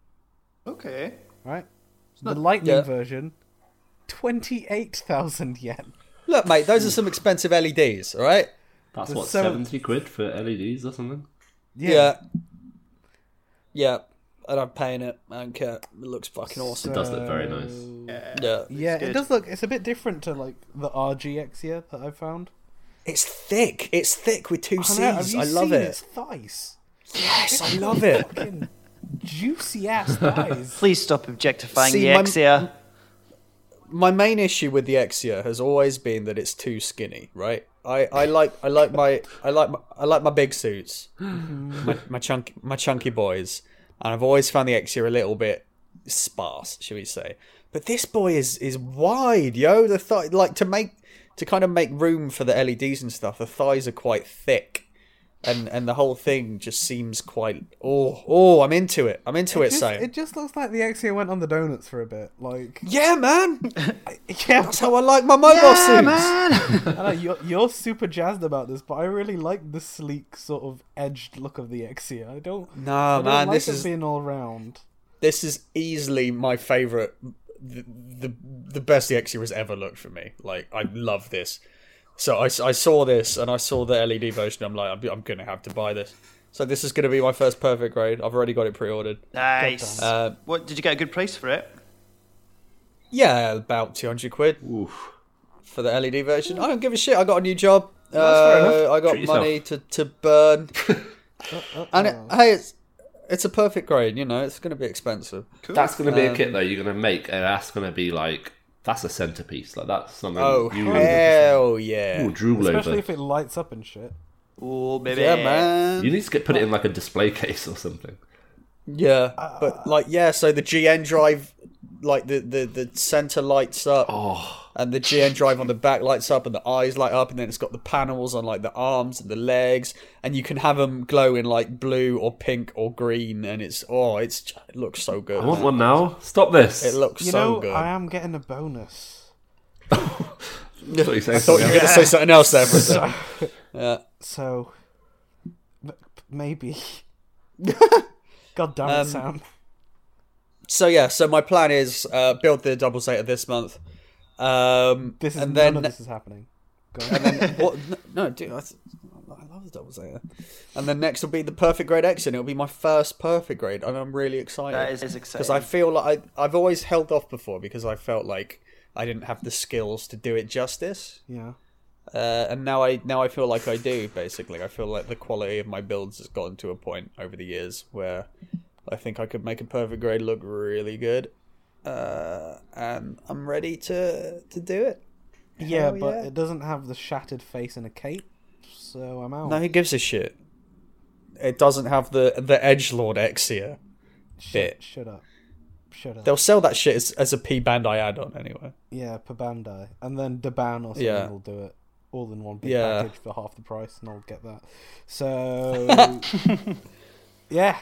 [SPEAKER 4] okay.
[SPEAKER 3] Right. The lightning
[SPEAKER 1] Yeah.
[SPEAKER 3] version, twenty-eight thousand yen.
[SPEAKER 1] look, mate, those are some expensive LEDs, all right?
[SPEAKER 2] That's what
[SPEAKER 3] so-
[SPEAKER 2] seventy quid for LEDs or something.
[SPEAKER 1] Yeah. Yeah. And I'm paying it. I don't care. It looks fucking awesome.
[SPEAKER 2] It does look very nice.
[SPEAKER 1] Yeah.
[SPEAKER 3] Yeah, it
[SPEAKER 4] good.
[SPEAKER 3] does look. It's a bit different to like the RGX here that I found.
[SPEAKER 1] It's thick. It's thick with two
[SPEAKER 3] I
[SPEAKER 1] C's.
[SPEAKER 3] know, have you
[SPEAKER 1] I love
[SPEAKER 3] seen
[SPEAKER 1] it.
[SPEAKER 3] Its thighs,
[SPEAKER 1] Yes, I love it.
[SPEAKER 3] fucking
[SPEAKER 1] (laughs)
[SPEAKER 3] juicy ass thighs.
[SPEAKER 4] Please stop objectifying
[SPEAKER 1] See,
[SPEAKER 4] the
[SPEAKER 1] my-
[SPEAKER 4] Exia.
[SPEAKER 1] My main issue with the Exia has always been that it's too skinny, right? I, I like I like my I like my, I like my big suits.
[SPEAKER 3] (laughs)
[SPEAKER 1] My, my chunky my chunky boys. And I've always found the Exia a little bit sparse, should we say. But this boy is is wide, yo. The thigh like to make to kind of make room for the LEDs and stuff, the thighs are quite thick. And and the whole thing just seems quite oh oh I'm into it. I'm into it,
[SPEAKER 3] Just-
[SPEAKER 1] Sam.
[SPEAKER 3] it just looks like the Exia went on the donuts for a bit.
[SPEAKER 1] (laughs)
[SPEAKER 3] Like,
[SPEAKER 1] Yeah, man.
[SPEAKER 3] yeah,
[SPEAKER 1] That's how I like my mobile suits.
[SPEAKER 3] I know, you're, you're super jazzed about this, but I really like the sleek, sort of edged look of the Exia. I don't.
[SPEAKER 1] No,
[SPEAKER 3] I don't
[SPEAKER 1] man,
[SPEAKER 3] like
[SPEAKER 1] this
[SPEAKER 3] it
[SPEAKER 1] is
[SPEAKER 3] being all round.
[SPEAKER 1] this is easily my favorite. The, the the best the Exia has ever looked for me. Like I love this. So I, s- I saw this and I saw the LED version. I'm like I'm, I'm gonna have to buy this. So this is gonna be my first perfect grade. I've already got it pre-ordered.
[SPEAKER 4] Nice.
[SPEAKER 1] Uh,
[SPEAKER 4] what did you get a good price for it?
[SPEAKER 1] yeah, about 200 quid
[SPEAKER 2] Oof.
[SPEAKER 1] for the LED version.
[SPEAKER 2] Hmm.
[SPEAKER 1] I don't give a shit. I got a new job.
[SPEAKER 3] fair
[SPEAKER 1] Uh, I got
[SPEAKER 2] Treat yourself. Oh.
[SPEAKER 1] money to, to
[SPEAKER 2] (laughs)
[SPEAKER 1] burn. Uh, and it, hey, it's it's a perfect grade. You know, it's gonna be expensive.
[SPEAKER 2] That's going to be a
[SPEAKER 1] Um,
[SPEAKER 2] kit though. You're going to make, and that's going to be like that's a centerpiece. Like that's something
[SPEAKER 1] Oh
[SPEAKER 2] you
[SPEAKER 1] hell yeah!
[SPEAKER 2] will drool
[SPEAKER 3] Especially
[SPEAKER 2] over.
[SPEAKER 3] if it lights up and shit.
[SPEAKER 4] Oh, baby.
[SPEAKER 1] Yeah, man.
[SPEAKER 2] You need to get put it in like a display (laughs) case or something.
[SPEAKER 1] Yeah,
[SPEAKER 3] Uh,
[SPEAKER 1] but like, yeah. So the GN drive, like the the the center lights up,
[SPEAKER 3] Oh.
[SPEAKER 1] and the GN drive on the back lights up, and the eyes light up, and then it's got the panels on like the arms and the legs, and you can have them glow in like blue or pink or green, and it's oh, it's j- it looks so good.
[SPEAKER 2] I want one now. Stop this.
[SPEAKER 1] It looks
[SPEAKER 3] You
[SPEAKER 1] so
[SPEAKER 3] know,
[SPEAKER 1] good.
[SPEAKER 3] I am getting a bonus.
[SPEAKER 2] That's what
[SPEAKER 1] (laughs)
[SPEAKER 2] you're saying.
[SPEAKER 1] Thought you were going to Oh, say something else there for
[SPEAKER 3] (laughs)
[SPEAKER 1] a second.
[SPEAKER 3] So, m-
[SPEAKER 1] (laughs)
[SPEAKER 3] maybe. God damn it,
[SPEAKER 1] Um,
[SPEAKER 3] Sam.
[SPEAKER 1] So yeah, so my plan is uh, build the double Zeta this month. Um,
[SPEAKER 3] This is
[SPEAKER 1] and
[SPEAKER 3] none
[SPEAKER 1] then
[SPEAKER 3] of this is happening. Go on.
[SPEAKER 1] what? n- No, dude, I, th- I love the double Zeta. And then next will be the perfect grade X, and it'll be my first perfect grade, and I'm really excited.
[SPEAKER 4] That is- is exciting.
[SPEAKER 1] because I feel like I, I've always held off before because I felt like I didn't have the skills to do it justice,
[SPEAKER 3] yeah.
[SPEAKER 1] uh, and now I now I feel like I do. Basically, I feel like the quality of my builds has gotten to a point over the years where I think I could make a perfect grade look really good, uh, and I'm ready to to do it.
[SPEAKER 3] Yeah, but
[SPEAKER 1] yeah.
[SPEAKER 3] it doesn't have the shattered face and a cape, so I'm out.
[SPEAKER 1] No, who gives a shit? It doesn't have the the Edge Lord Exia
[SPEAKER 3] shut,
[SPEAKER 1] bit.
[SPEAKER 3] shut up. Shut up.
[SPEAKER 1] They'll sell that shit as, as a P Bandai add-on anyway.
[SPEAKER 3] Yeah, per Bandai. And then Daban or something
[SPEAKER 1] Yeah.
[SPEAKER 3] will do it all in one big
[SPEAKER 1] Yeah.
[SPEAKER 3] package for half the price, and I'll get that.
[SPEAKER 1] (laughs)
[SPEAKER 3] So, yeah.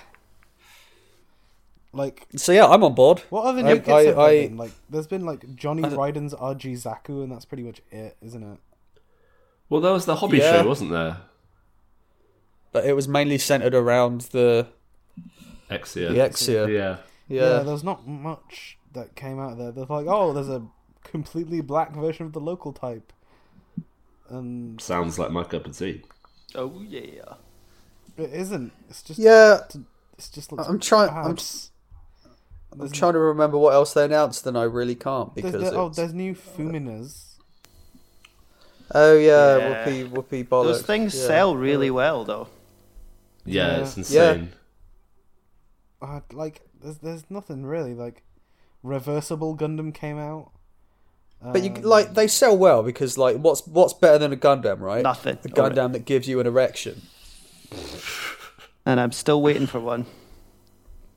[SPEAKER 3] Like,
[SPEAKER 1] So yeah, I'm on board.
[SPEAKER 3] what other
[SPEAKER 1] I-
[SPEAKER 3] new kits
[SPEAKER 1] I-
[SPEAKER 3] have
[SPEAKER 1] I-
[SPEAKER 3] there been? Like, there's been, like, Johnny Ryden's RG Zaku, and that's pretty much it, isn't it?
[SPEAKER 2] Well, there was the hobby
[SPEAKER 1] Yeah.
[SPEAKER 2] show, wasn't there?
[SPEAKER 1] But it was mainly centered around the
[SPEAKER 2] Exia.
[SPEAKER 1] the Exia. Yeah.
[SPEAKER 2] Yeah.
[SPEAKER 3] Yeah, there's not much that came out of there. There's like, oh, there's a completely black version of the local type. And
[SPEAKER 2] Sounds like my cup of tea.
[SPEAKER 4] Oh yeah.
[SPEAKER 3] it isn't. It's just,
[SPEAKER 1] Yeah,
[SPEAKER 3] it's just looks
[SPEAKER 1] I'm trying- I'm
[SPEAKER 3] bad.
[SPEAKER 1] s- I'm trying to remember what else they announced, and I really can't because
[SPEAKER 3] There's the- oh,
[SPEAKER 1] it's-
[SPEAKER 3] there's new Fuminas.
[SPEAKER 1] oh yeah,
[SPEAKER 4] Yeah.
[SPEAKER 1] whoopee whoopee bollocks.
[SPEAKER 4] Those things
[SPEAKER 1] Yeah.
[SPEAKER 4] sell really well though.
[SPEAKER 2] Yeah,
[SPEAKER 3] Yeah.
[SPEAKER 2] it's insane.
[SPEAKER 3] Uh, like, there's there's nothing really. Like, reversible Gundam came out.
[SPEAKER 1] But you like they sell well because like what's what's better than a Gundam, right?
[SPEAKER 4] Nothing.
[SPEAKER 1] A Gundam that gives you an erection.
[SPEAKER 4] And I'm still waiting for one.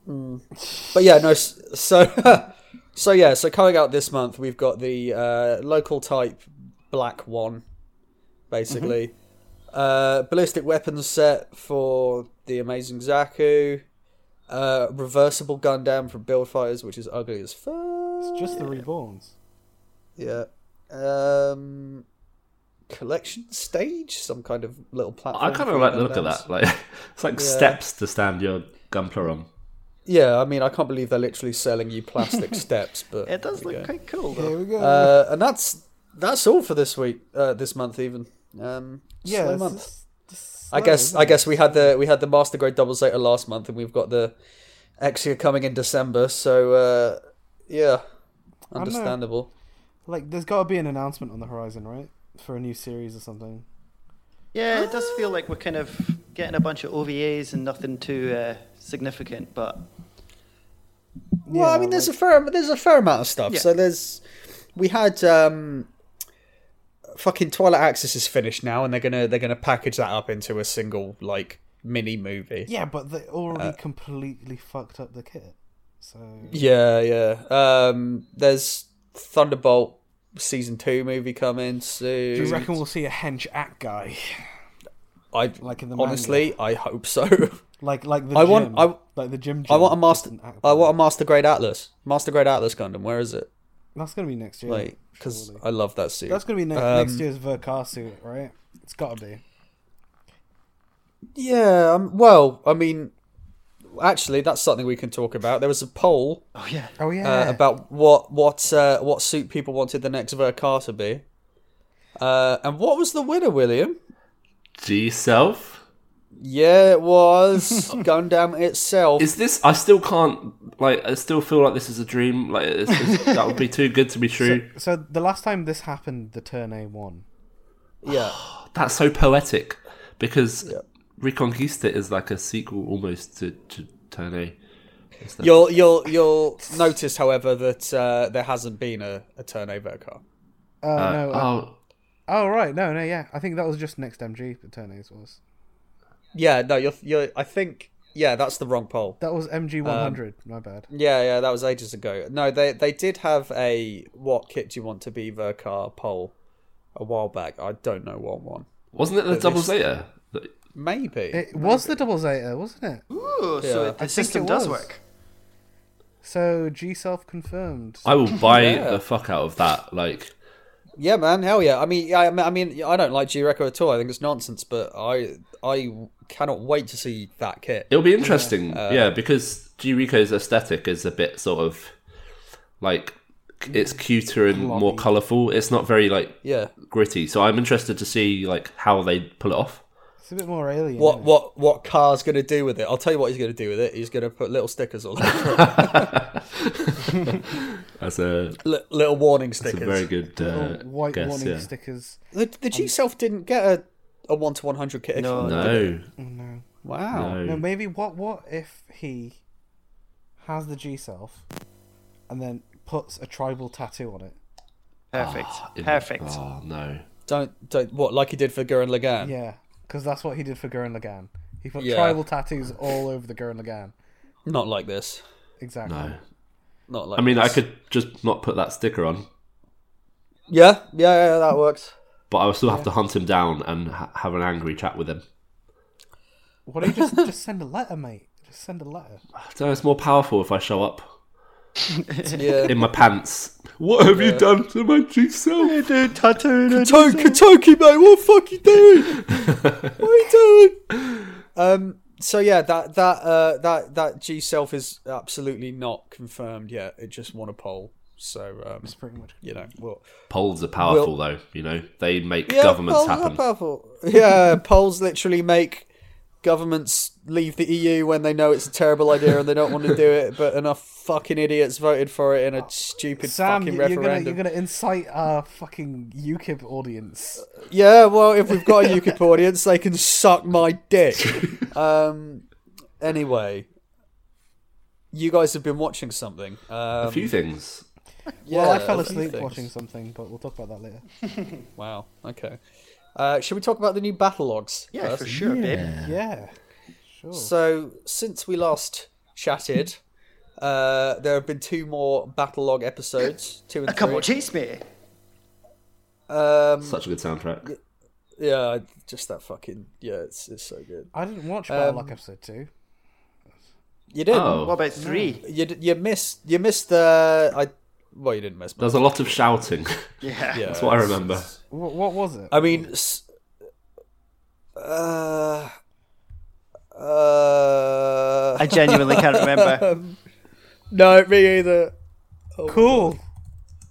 [SPEAKER 1] But yeah, no. s- So, (laughs) so yeah. So coming out this month, we've got the uh, local type black one, basically.
[SPEAKER 4] Mm-hmm.
[SPEAKER 1] Uh, ballistic weapons set for the amazing Zaku. Uh, reversible gun down from Build Fighters, which is ugly as fuck.
[SPEAKER 3] It's just the reborns.
[SPEAKER 1] Yeah. Um, collection stage, some kind of little platform.
[SPEAKER 2] I kind
[SPEAKER 1] for
[SPEAKER 2] of like the
[SPEAKER 1] gun
[SPEAKER 2] look of
[SPEAKER 1] downs.
[SPEAKER 2] that. Like (laughs) it's like steps to stand your gunpla on.
[SPEAKER 1] Yeah, I mean, I can't believe they're literally selling you
[SPEAKER 4] (laughs)
[SPEAKER 1] plastic steps, but
[SPEAKER 4] It does
[SPEAKER 1] there we
[SPEAKER 4] look
[SPEAKER 1] go.
[SPEAKER 4] quite cool
[SPEAKER 3] There
[SPEAKER 4] though.
[SPEAKER 3] we go.
[SPEAKER 1] Uh, and that's that's all for this week, uh, this month even. Um,
[SPEAKER 3] yeah,
[SPEAKER 1] slow
[SPEAKER 3] it's
[SPEAKER 1] month.
[SPEAKER 3] just- it's
[SPEAKER 1] I
[SPEAKER 3] slow,
[SPEAKER 1] guess
[SPEAKER 3] isn't
[SPEAKER 1] I
[SPEAKER 3] it?
[SPEAKER 1] guess we had the we had the Master Grade Double Zeta last month, and we've got the Exia coming in December. So uh, yeah,
[SPEAKER 3] know.
[SPEAKER 1] understandable.
[SPEAKER 3] like there's got to be an announcement on the horizon, right? For a new series or something.
[SPEAKER 4] Yeah, it does feel like we're kind of getting a bunch of OVAs and nothing too uh, significant, but
[SPEAKER 1] Well, I mean, there's a fair there's a fair amount of stuff.
[SPEAKER 4] Yeah.
[SPEAKER 1] So there's we had um, fucking Twilight Axis is finished now, and they're gonna they're gonna package that up into a single like mini movie.
[SPEAKER 3] yeah, but they already
[SPEAKER 1] Uh,
[SPEAKER 3] completely fucked up the kit. So
[SPEAKER 1] Yeah, yeah. Um, there's Thunderbolt season two movie coming soon.
[SPEAKER 3] do you reckon we'll see a hench act guy? (laughs)
[SPEAKER 1] I
[SPEAKER 3] like in the
[SPEAKER 1] honestly, I hope
[SPEAKER 3] (laughs)
[SPEAKER 1] so. (laughs)
[SPEAKER 3] Like like the
[SPEAKER 1] I
[SPEAKER 3] gym,
[SPEAKER 1] want- I-
[SPEAKER 3] like the gym.
[SPEAKER 1] I want a
[SPEAKER 3] gym,
[SPEAKER 1] master.
[SPEAKER 3] just an act
[SPEAKER 1] I
[SPEAKER 3] guy.
[SPEAKER 1] want a master grade Atlas. Master grade Atlas Gundam. Where is it?
[SPEAKER 3] That's gonna be next year.
[SPEAKER 1] Like, because
[SPEAKER 3] surely.
[SPEAKER 1] I love that suit.
[SPEAKER 3] that's gonna be ne-
[SPEAKER 1] Um,
[SPEAKER 3] next year's Verkar suit, right? It's gotta be.
[SPEAKER 1] Yeah. Um, well, I mean, actually, that's something we can talk about. There was a poll
[SPEAKER 4] oh yeah,
[SPEAKER 3] Oh yeah.
[SPEAKER 1] uh, about what what uh, what suit people wanted the next Verkar to be. Uh, and what was the winner, William?
[SPEAKER 2] G self.
[SPEAKER 1] Yeah, it was
[SPEAKER 3] (laughs)
[SPEAKER 1] Gundam itself.
[SPEAKER 2] Is this? I still can't. Like I still feel like this is a dream. Like it's,
[SPEAKER 1] (laughs)
[SPEAKER 2] it's, that would be too good to be true.
[SPEAKER 3] so the last time this happened, the turn A won.
[SPEAKER 1] yeah.
[SPEAKER 2] That's so poetic because Reconquista is like a sequel almost to, to Turn A.
[SPEAKER 1] You'll you'll you'll notice, however, that uh, there hasn't been a, a turnover car.
[SPEAKER 3] Uh,
[SPEAKER 2] Uh,
[SPEAKER 3] no. uh,
[SPEAKER 2] oh,
[SPEAKER 3] oh right, no, no, yeah. I think that was just next MG. The turn A's was
[SPEAKER 1] Yeah, no, you're you're. I think yeah, that's the wrong poll.
[SPEAKER 3] that was
[SPEAKER 1] Um,
[SPEAKER 3] MG one hundred. My bad.
[SPEAKER 1] Yeah, yeah, that was ages ago. No, they they did have a what kit do you want to be Verkar poll a while back. I don't know what one.
[SPEAKER 2] wasn't it the double
[SPEAKER 1] this-
[SPEAKER 2] Zeta?
[SPEAKER 1] Maybe.
[SPEAKER 3] It was the double Zeta, wasn't it?
[SPEAKER 4] Ooh, so
[SPEAKER 1] Yeah.
[SPEAKER 4] it, the
[SPEAKER 3] I think
[SPEAKER 4] system
[SPEAKER 3] it
[SPEAKER 4] does
[SPEAKER 3] was.
[SPEAKER 4] work.
[SPEAKER 3] So G self confirmed.
[SPEAKER 2] I will buy
[SPEAKER 1] Yeah.
[SPEAKER 2] the fuck out of that. Like
[SPEAKER 1] yeah, man, hell yeah. I mean, yeah, I mean, I mean, I don't like G Reco at all. I think it's nonsense, but I I cannot wait to see that kit.
[SPEAKER 2] It'll be interesting, yeah, because G Rico's aesthetic is a bit sort of like c- it's cuter and more colourful. It's not very like
[SPEAKER 1] Yeah.
[SPEAKER 2] gritty, so I'm interested to see like how they pull it off.
[SPEAKER 3] It's a bit more alien.
[SPEAKER 1] What
[SPEAKER 3] isn't it?
[SPEAKER 1] what what car's gonna do with it? I'll tell you what he's gonna do with it. He's gonna put little stickers all over it. (laughs)
[SPEAKER 2] As a,
[SPEAKER 1] Li- little warning
[SPEAKER 2] it's a
[SPEAKER 1] stickers.
[SPEAKER 2] very good uh,
[SPEAKER 3] Little white
[SPEAKER 2] guess,
[SPEAKER 3] warning
[SPEAKER 2] yeah.
[SPEAKER 3] stickers.
[SPEAKER 1] The, the G Self didn't get a, a 1 to 100 kit.
[SPEAKER 4] No,
[SPEAKER 2] No,
[SPEAKER 3] No.
[SPEAKER 1] Wow.
[SPEAKER 2] no.
[SPEAKER 3] No, maybe what what if he has the G self and then puts a tribal tattoo on it?
[SPEAKER 4] perfect,
[SPEAKER 2] It-
[SPEAKER 4] perfect.
[SPEAKER 2] Oh no,
[SPEAKER 1] Don't, don't, what, like he did for Gurren Lagann?
[SPEAKER 3] Yeah, because that's what he did for Gurren Lagann. He put
[SPEAKER 1] Yeah.
[SPEAKER 3] tribal tattoos all over the Gurren Lagann.
[SPEAKER 1] Not like this.
[SPEAKER 3] Exactly.
[SPEAKER 2] no.
[SPEAKER 1] Not like
[SPEAKER 2] I mean, I
[SPEAKER 1] this.
[SPEAKER 2] could just not put that sticker on,
[SPEAKER 1] Yeah, yeah, yeah, that
[SPEAKER 3] (laughs)
[SPEAKER 1] works.
[SPEAKER 2] but I would still have to hunt him down and ha- have an angry chat with him.
[SPEAKER 3] What do you just just send a letter, mate? Just send a letter.
[SPEAKER 2] So it's more powerful if I show up
[SPEAKER 1] Yeah.
[SPEAKER 2] in my pants. What have you done to my G self?
[SPEAKER 4] Dude, tattooed it.
[SPEAKER 1] Katoki, Katoki, mate, what the fuck you
[SPEAKER 2] (laughs)
[SPEAKER 1] doing? what are you doing? Um, so yeah, that that uh, that that G self is absolutely not confirmed yet. It just won a poll, so um,
[SPEAKER 3] It's pretty much.
[SPEAKER 1] you know, we'll,
[SPEAKER 2] Polls are powerful, though. You know, they make governments
[SPEAKER 1] polls are
[SPEAKER 2] happen.
[SPEAKER 1] powerful. Yeah, (laughs) polls literally make governments leave the EU when they know it's a terrible idea and they don't want to do it, but enough fucking idiots voted for it in a stupid
[SPEAKER 3] Sam,
[SPEAKER 1] fucking
[SPEAKER 3] you- you're gonna
[SPEAKER 1] referendum.
[SPEAKER 3] you're gonna incite our fucking UKIP audience.
[SPEAKER 1] Yeah, well, if we've got a UKIP audience, they can suck my
[SPEAKER 3] (laughs)
[SPEAKER 1] dick. Um, anyway, you guys have been watching something. Um,
[SPEAKER 2] a few things.
[SPEAKER 1] yeah,
[SPEAKER 3] well, I fell
[SPEAKER 1] a few
[SPEAKER 3] asleep
[SPEAKER 1] things.
[SPEAKER 3] watching something, but we'll talk about that later.
[SPEAKER 1] Wow. Okay. Uh, should we talk about the new battle logs?
[SPEAKER 4] Yeah, for
[SPEAKER 1] first?
[SPEAKER 4] sure, babe.
[SPEAKER 3] Yeah. Sure.
[SPEAKER 1] So, since we last shattered. (laughs) Uh, there have been two more battle log episodes, two and
[SPEAKER 4] A couple
[SPEAKER 1] three.
[SPEAKER 4] chase me.
[SPEAKER 1] Um,
[SPEAKER 2] Such a good soundtrack.
[SPEAKER 1] yeah, just that fucking yeah, it's it's so good.
[SPEAKER 3] I didn't watch Battle Battlelog episode two.
[SPEAKER 1] You did.
[SPEAKER 2] Oh,
[SPEAKER 4] What about three?
[SPEAKER 1] You d- you missed you missed the I well you didn't miss. but-
[SPEAKER 2] there's a lot of shouting. (laughs)
[SPEAKER 4] Yeah.
[SPEAKER 1] yeah,
[SPEAKER 2] That's what I remember.
[SPEAKER 3] What, what was it?
[SPEAKER 1] I mean, s- uh, uh,
[SPEAKER 4] I genuinely can't remember.
[SPEAKER 1] no, me either.
[SPEAKER 3] cool.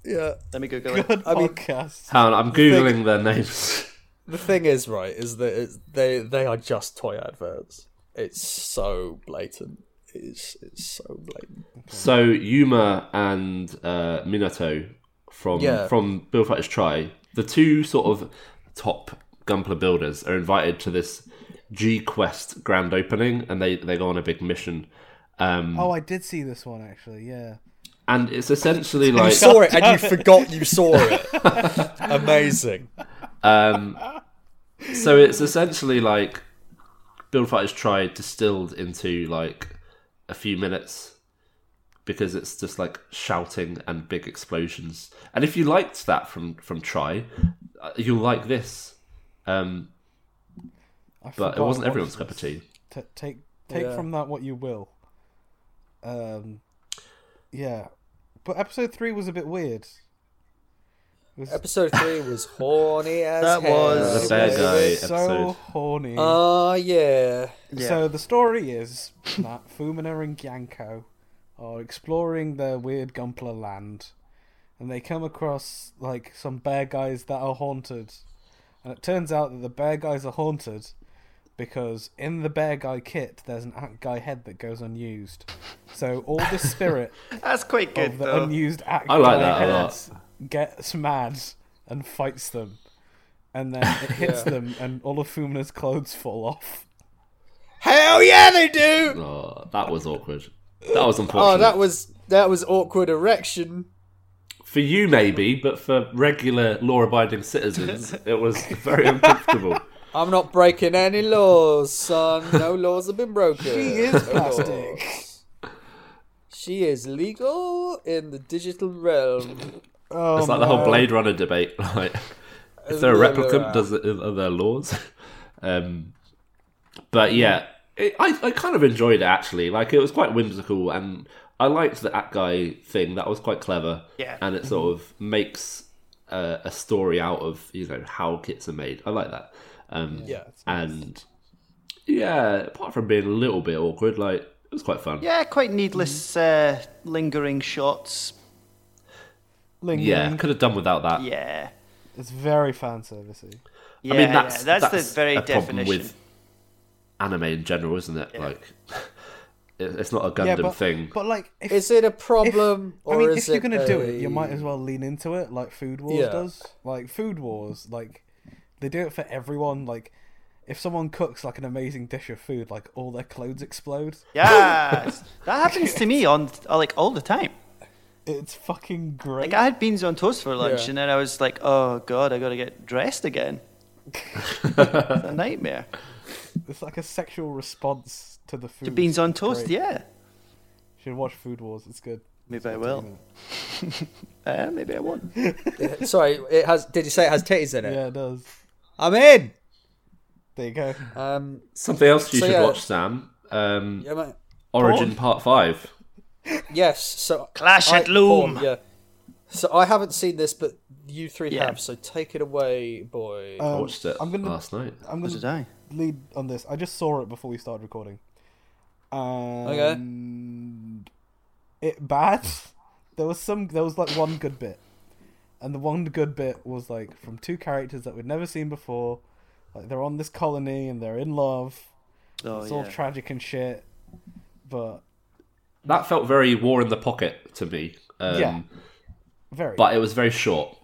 [SPEAKER 1] Yeah.
[SPEAKER 4] Let me Google it.
[SPEAKER 3] Good
[SPEAKER 1] I mean-
[SPEAKER 3] podcast.
[SPEAKER 2] Hang on, I'm googling their names. (laughs)
[SPEAKER 1] The thing is, right, is that it's, they they are just toy adverts. It's so blatant. It's it's so blatant.
[SPEAKER 2] So Yuma and uh, Minato from
[SPEAKER 1] Yeah.
[SPEAKER 2] from Bill Fighters Try, the two sort of top Gunpla builders, are invited to this G Quest grand opening, and they they go on a big mission. Um,
[SPEAKER 3] Oh, I did see this one actually. Yeah.
[SPEAKER 2] And it's essentially
[SPEAKER 1] You
[SPEAKER 2] like
[SPEAKER 1] saw it and you forgot you saw it. Amazing.
[SPEAKER 2] Um, so it's essentially like Build Fighters Try distilled into like a few minutes because it's just like shouting and big explosions. And if you liked that from from Try, uh, you'll like this. Um,
[SPEAKER 3] I
[SPEAKER 2] but it
[SPEAKER 3] forgot
[SPEAKER 2] wasn't
[SPEAKER 3] I
[SPEAKER 2] everyone's
[SPEAKER 3] watched
[SPEAKER 2] cup of
[SPEAKER 3] this.
[SPEAKER 2] tea.
[SPEAKER 3] T- take take
[SPEAKER 1] Yeah.
[SPEAKER 3] from that what you will. Um, yeah, but episode three was a bit weird. It was,
[SPEAKER 1] Episode three was horny as
[SPEAKER 4] That
[SPEAKER 1] hell.
[SPEAKER 4] was-
[SPEAKER 2] The bear
[SPEAKER 3] it
[SPEAKER 2] guy
[SPEAKER 3] was so
[SPEAKER 2] episode.
[SPEAKER 3] horny.
[SPEAKER 1] Ah, yeah.
[SPEAKER 4] Yeah.
[SPEAKER 3] So the story is that Fumina and Yanko are exploring their weird Gumpler land, and they come across like some bear guys that are haunted, and it turns out that the bear guys are haunted because in the bear guy kit there's an ant guy head that goes unused, so all the spirit
[SPEAKER 4] That's quite
[SPEAKER 3] of
[SPEAKER 4] good
[SPEAKER 3] the
[SPEAKER 4] though.
[SPEAKER 3] unused act
[SPEAKER 2] I like
[SPEAKER 3] guy
[SPEAKER 2] that a lot.
[SPEAKER 3] heads gets mad and fights them, and then it hits them, and all of Fumina's clothes fall off.
[SPEAKER 1] Hell yeah, they do.
[SPEAKER 2] Oh, that was awkward. That was unfortunate.
[SPEAKER 1] Oh, that was that was awkward erection.
[SPEAKER 2] For you, maybe, but for regular law-abiding citizens, it was very uncomfortable.
[SPEAKER 1] I'm not breaking any laws, son. No laws have been broken.
[SPEAKER 3] She is
[SPEAKER 1] No
[SPEAKER 3] plastic.
[SPEAKER 1] laws. She is legal in the digital realm.
[SPEAKER 3] Oh,
[SPEAKER 2] It's like the whole
[SPEAKER 3] no.
[SPEAKER 2] Blade Runner debate. (laughs) Like, is there a
[SPEAKER 1] Yeah,
[SPEAKER 2] replicant?
[SPEAKER 1] yeah.
[SPEAKER 2] Does it, are there laws? (laughs) Um, but yeah, it, I I kind of enjoyed it actually. Like it was quite whimsical, and I liked the at guy thing. That was quite clever.
[SPEAKER 4] Yeah.
[SPEAKER 2] and it sort of makes uh, a story out of you know how kits are made. I like that. Um,
[SPEAKER 1] Yeah, it's
[SPEAKER 2] and yeah, apart from being a little bit awkward, like it was quite fun.
[SPEAKER 4] Yeah, quite needless uh, lingering shots.
[SPEAKER 3] Lingering.
[SPEAKER 2] yeah, could have done without that.
[SPEAKER 4] Yeah.
[SPEAKER 3] It's very fan servicey.
[SPEAKER 4] Yeah,
[SPEAKER 2] I mean, that's,
[SPEAKER 4] yeah. that's,
[SPEAKER 2] that's
[SPEAKER 4] the very
[SPEAKER 2] a
[SPEAKER 4] definition.
[SPEAKER 2] problem with anime in general, isn't it? Like, (laughs) it- it's not a Gundam
[SPEAKER 3] Yeah, but,
[SPEAKER 2] thing.
[SPEAKER 3] but like, if,
[SPEAKER 1] Is it a
[SPEAKER 3] if-
[SPEAKER 1] problem? or
[SPEAKER 3] I mean,
[SPEAKER 1] is
[SPEAKER 3] if you're
[SPEAKER 1] it
[SPEAKER 3] gonna do it,
[SPEAKER 1] a-
[SPEAKER 3] you might as well lean into it, like Food Wars
[SPEAKER 1] Yeah.
[SPEAKER 3] does. Like Food Wars, like they do it for everyone. Like, if someone cooks like an amazing dish of food, like all their clothes explode.
[SPEAKER 4] Yes, that happens to me on like all the time.
[SPEAKER 3] It's fucking great.
[SPEAKER 4] Like I had beans on toast for lunch,
[SPEAKER 1] Yeah.
[SPEAKER 4] and then I was like, "Oh God, I gotta get
[SPEAKER 3] (laughs)
[SPEAKER 4] dressed again." it's a nightmare.
[SPEAKER 3] It's like a sexual response to the food.
[SPEAKER 4] The beans on toast,
[SPEAKER 3] Great.
[SPEAKER 4] yeah.
[SPEAKER 3] You should watch Food Wars. It's good.
[SPEAKER 4] Maybe I will. (laughs) Uh, maybe I won't.
[SPEAKER 1] Sorry, it has. Did you say it has titties in it?
[SPEAKER 3] Yeah, it does.
[SPEAKER 1] I'm in.
[SPEAKER 3] There you go.
[SPEAKER 1] Um,
[SPEAKER 2] Something else you
[SPEAKER 1] So,
[SPEAKER 2] should
[SPEAKER 1] yeah.
[SPEAKER 2] watch, Sam. Um,
[SPEAKER 1] yeah, mate.
[SPEAKER 2] Origin
[SPEAKER 3] porn.
[SPEAKER 2] Part Five.
[SPEAKER 1] Yes. So
[SPEAKER 4] Clash at
[SPEAKER 1] I-
[SPEAKER 4] Loom.
[SPEAKER 1] Paul, yeah. So I haven't seen this, but you three
[SPEAKER 4] Yeah.
[SPEAKER 1] have. So take it away, boy.
[SPEAKER 2] I
[SPEAKER 3] Um,
[SPEAKER 2] watched it
[SPEAKER 3] I'm gonna-
[SPEAKER 2] last night.
[SPEAKER 3] I'm
[SPEAKER 4] What
[SPEAKER 3] gonna
[SPEAKER 4] did I?
[SPEAKER 3] lead on this. I just saw it before we started recording. And It bad. (laughs) There was some. There was like one good bit, and the one good bit was like from two characters that we'd never seen before. Like they're on this colony and they're in love.
[SPEAKER 4] Oh
[SPEAKER 3] it's all
[SPEAKER 4] yeah.
[SPEAKER 3] tragic and shit, but
[SPEAKER 2] That felt very War in the Pocket to me. Um,
[SPEAKER 3] Yeah. very.
[SPEAKER 2] But it was very short.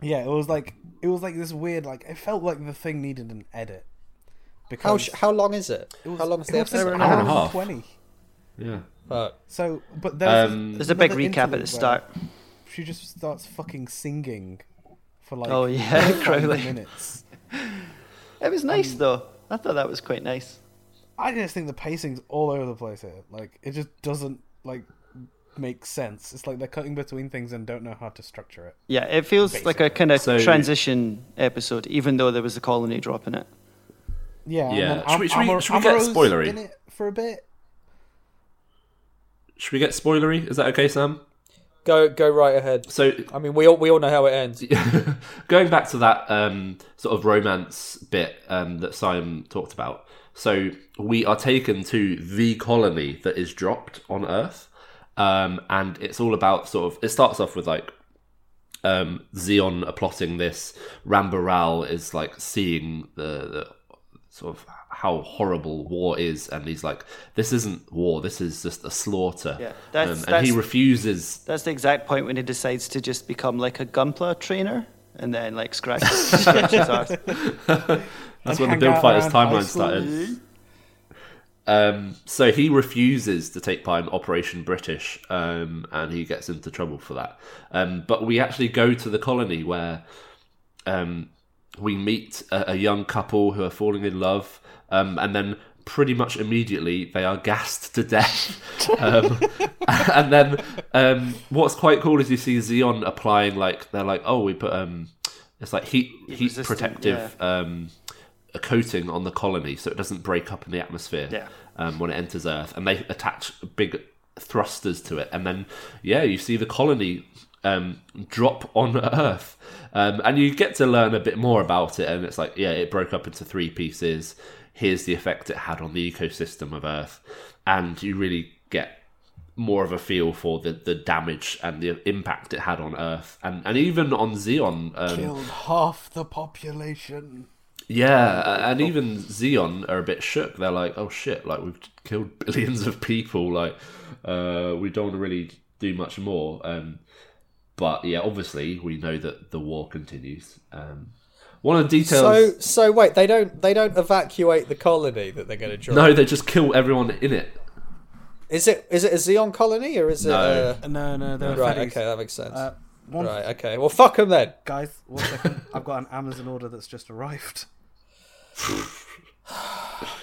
[SPEAKER 3] yeah, it was like it was like this weird. Like it felt like the thing needed an edit. Because
[SPEAKER 1] how sh- how long is it? how long is the
[SPEAKER 3] it was an
[SPEAKER 1] episode?
[SPEAKER 2] hour
[SPEAKER 3] hour
[SPEAKER 2] and a half.
[SPEAKER 3] twenty.
[SPEAKER 2] Yeah.
[SPEAKER 1] Fuck.
[SPEAKER 3] So, but there's
[SPEAKER 2] Um,
[SPEAKER 4] There's a big
[SPEAKER 3] another
[SPEAKER 4] recap at
[SPEAKER 3] interlude
[SPEAKER 4] the
[SPEAKER 3] where-
[SPEAKER 4] start.
[SPEAKER 3] she just starts fucking singing for like
[SPEAKER 4] Oh yeah,
[SPEAKER 3] 20
[SPEAKER 4] (laughs) Crowley.
[SPEAKER 3] minutes. Um,
[SPEAKER 4] It was nice though. I thought that was quite nice.
[SPEAKER 3] I just think the pacing's all over the place here. Like it just doesn't like make sense. It's like they're cutting between things and don't know how to structure it.
[SPEAKER 4] Yeah, it feels like a kind of
[SPEAKER 2] So-
[SPEAKER 4] transition episode, even though there was a colony drop in it.
[SPEAKER 3] Yeah. and
[SPEAKER 2] Yeah.
[SPEAKER 3] then
[SPEAKER 2] Should we- should we-
[SPEAKER 3] Amar-
[SPEAKER 2] should we get
[SPEAKER 3] Amaro's
[SPEAKER 2] spoilery?
[SPEAKER 3] in it for a bit?
[SPEAKER 2] Should we get spoilery? Is that okay, Sam?
[SPEAKER 1] Go go right ahead.
[SPEAKER 2] So
[SPEAKER 1] I mean, we all we all know how it ends.
[SPEAKER 2] going back to that um, sort of romance bit um, that Simon talked about. So we are taken to the colony that is dropped on Earth, um, and it's all about sort of. It starts off with like um, Xeon are plotting this. Rambaral is like seeing the, the sort of how horrible war is, and he's like, "This isn't war. This is just a slaughter."
[SPEAKER 4] Yeah, that's-
[SPEAKER 2] um, and
[SPEAKER 4] that's-
[SPEAKER 2] he refuses
[SPEAKER 4] That's the exact point when he decides to just become like a Gunpla trainer and then like
[SPEAKER 3] (laughs)
[SPEAKER 4] scratch, scratch his arse.
[SPEAKER 2] That's when
[SPEAKER 3] and
[SPEAKER 2] the
[SPEAKER 3] hang
[SPEAKER 2] Build
[SPEAKER 3] out
[SPEAKER 2] Fighters
[SPEAKER 3] around high
[SPEAKER 2] timeline
[SPEAKER 3] school.
[SPEAKER 2] started. Um, so he refuses to take part in Operation British, um, and he gets into trouble for that. Um, but we actually go to the colony where um, we meet a, a young couple who are falling in love, um, and then pretty much immediately they are gassed to
[SPEAKER 3] (laughs)
[SPEAKER 2] death. Um, (laughs) and then um, what's quite cool is you see Xeon applying like they're like, oh, we put um, it's like heat heat
[SPEAKER 4] resistant,
[SPEAKER 2] protective um, a coating on the colony so it doesn't break up in the atmosphere
[SPEAKER 4] Yeah.
[SPEAKER 2] um, when it enters Earth, and they attach big thrusters to it, and then yeah, you see the colony um, drop on (laughs) Earth, um, and you get to learn a bit more about it, and it's like yeah, it broke up into three pieces. Here's the effect it had on the ecosystem of Earth, and you really get more of a feel for the, the damage and the impact it had on Earth, and and even on Xeon. Um,
[SPEAKER 3] Killed half the population.
[SPEAKER 2] yeah, a- and even Xeon are a bit shook. They're like, "Oh shit! Like we've killed (laughs) billions of people. Like uh, we don't want to really do much more." Um, but yeah, obviously we know that the war continues. Um, one of the details.
[SPEAKER 1] So so wait, they don't they don't evacuate the colony that they're going to drop.
[SPEAKER 2] no, they just kill everyone in it.
[SPEAKER 1] Is it is it a Xeon colony or is it?
[SPEAKER 2] No.
[SPEAKER 1] Uh,
[SPEAKER 3] No, no, they're
[SPEAKER 1] right. Okay, that makes sense.
[SPEAKER 3] Uh, one
[SPEAKER 1] right. Okay. Well, fuck them then.
[SPEAKER 3] guys, one second. I've got an Amazon order that's just arrived.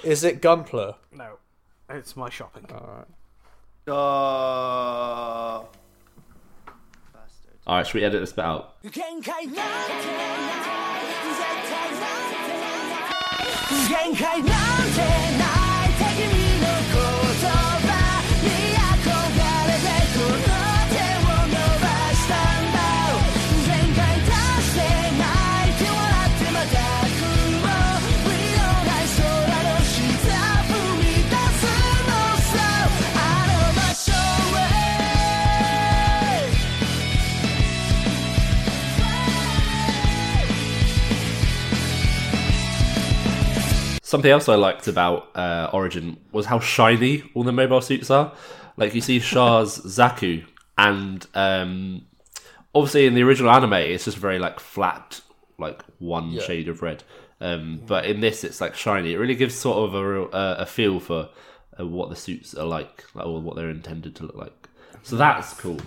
[SPEAKER 1] Is it Gunpla?
[SPEAKER 3] No, it's my shopping.
[SPEAKER 4] Oh.
[SPEAKER 2] All right, should we edit this bit out?
[SPEAKER 5] 限界なんてない絶対なんてない限界なんてない敵にの言葉に憧れてこの手を伸ばしたんだ限界達してないって笑ってまた雲降りのない空の下踏み出すのさあの場所へ
[SPEAKER 2] Something else I liked about uh, Origin was how shiny all the mobile suits are. Like you see Shah's Zaku, and um, obviously in the original anime, it's just very like flat, like one shade of red. Um, But in this, it's like shiny. It really gives sort of a real, uh, a feel for uh, what the suits are like, like, or what they're intended to look like. So that's cool.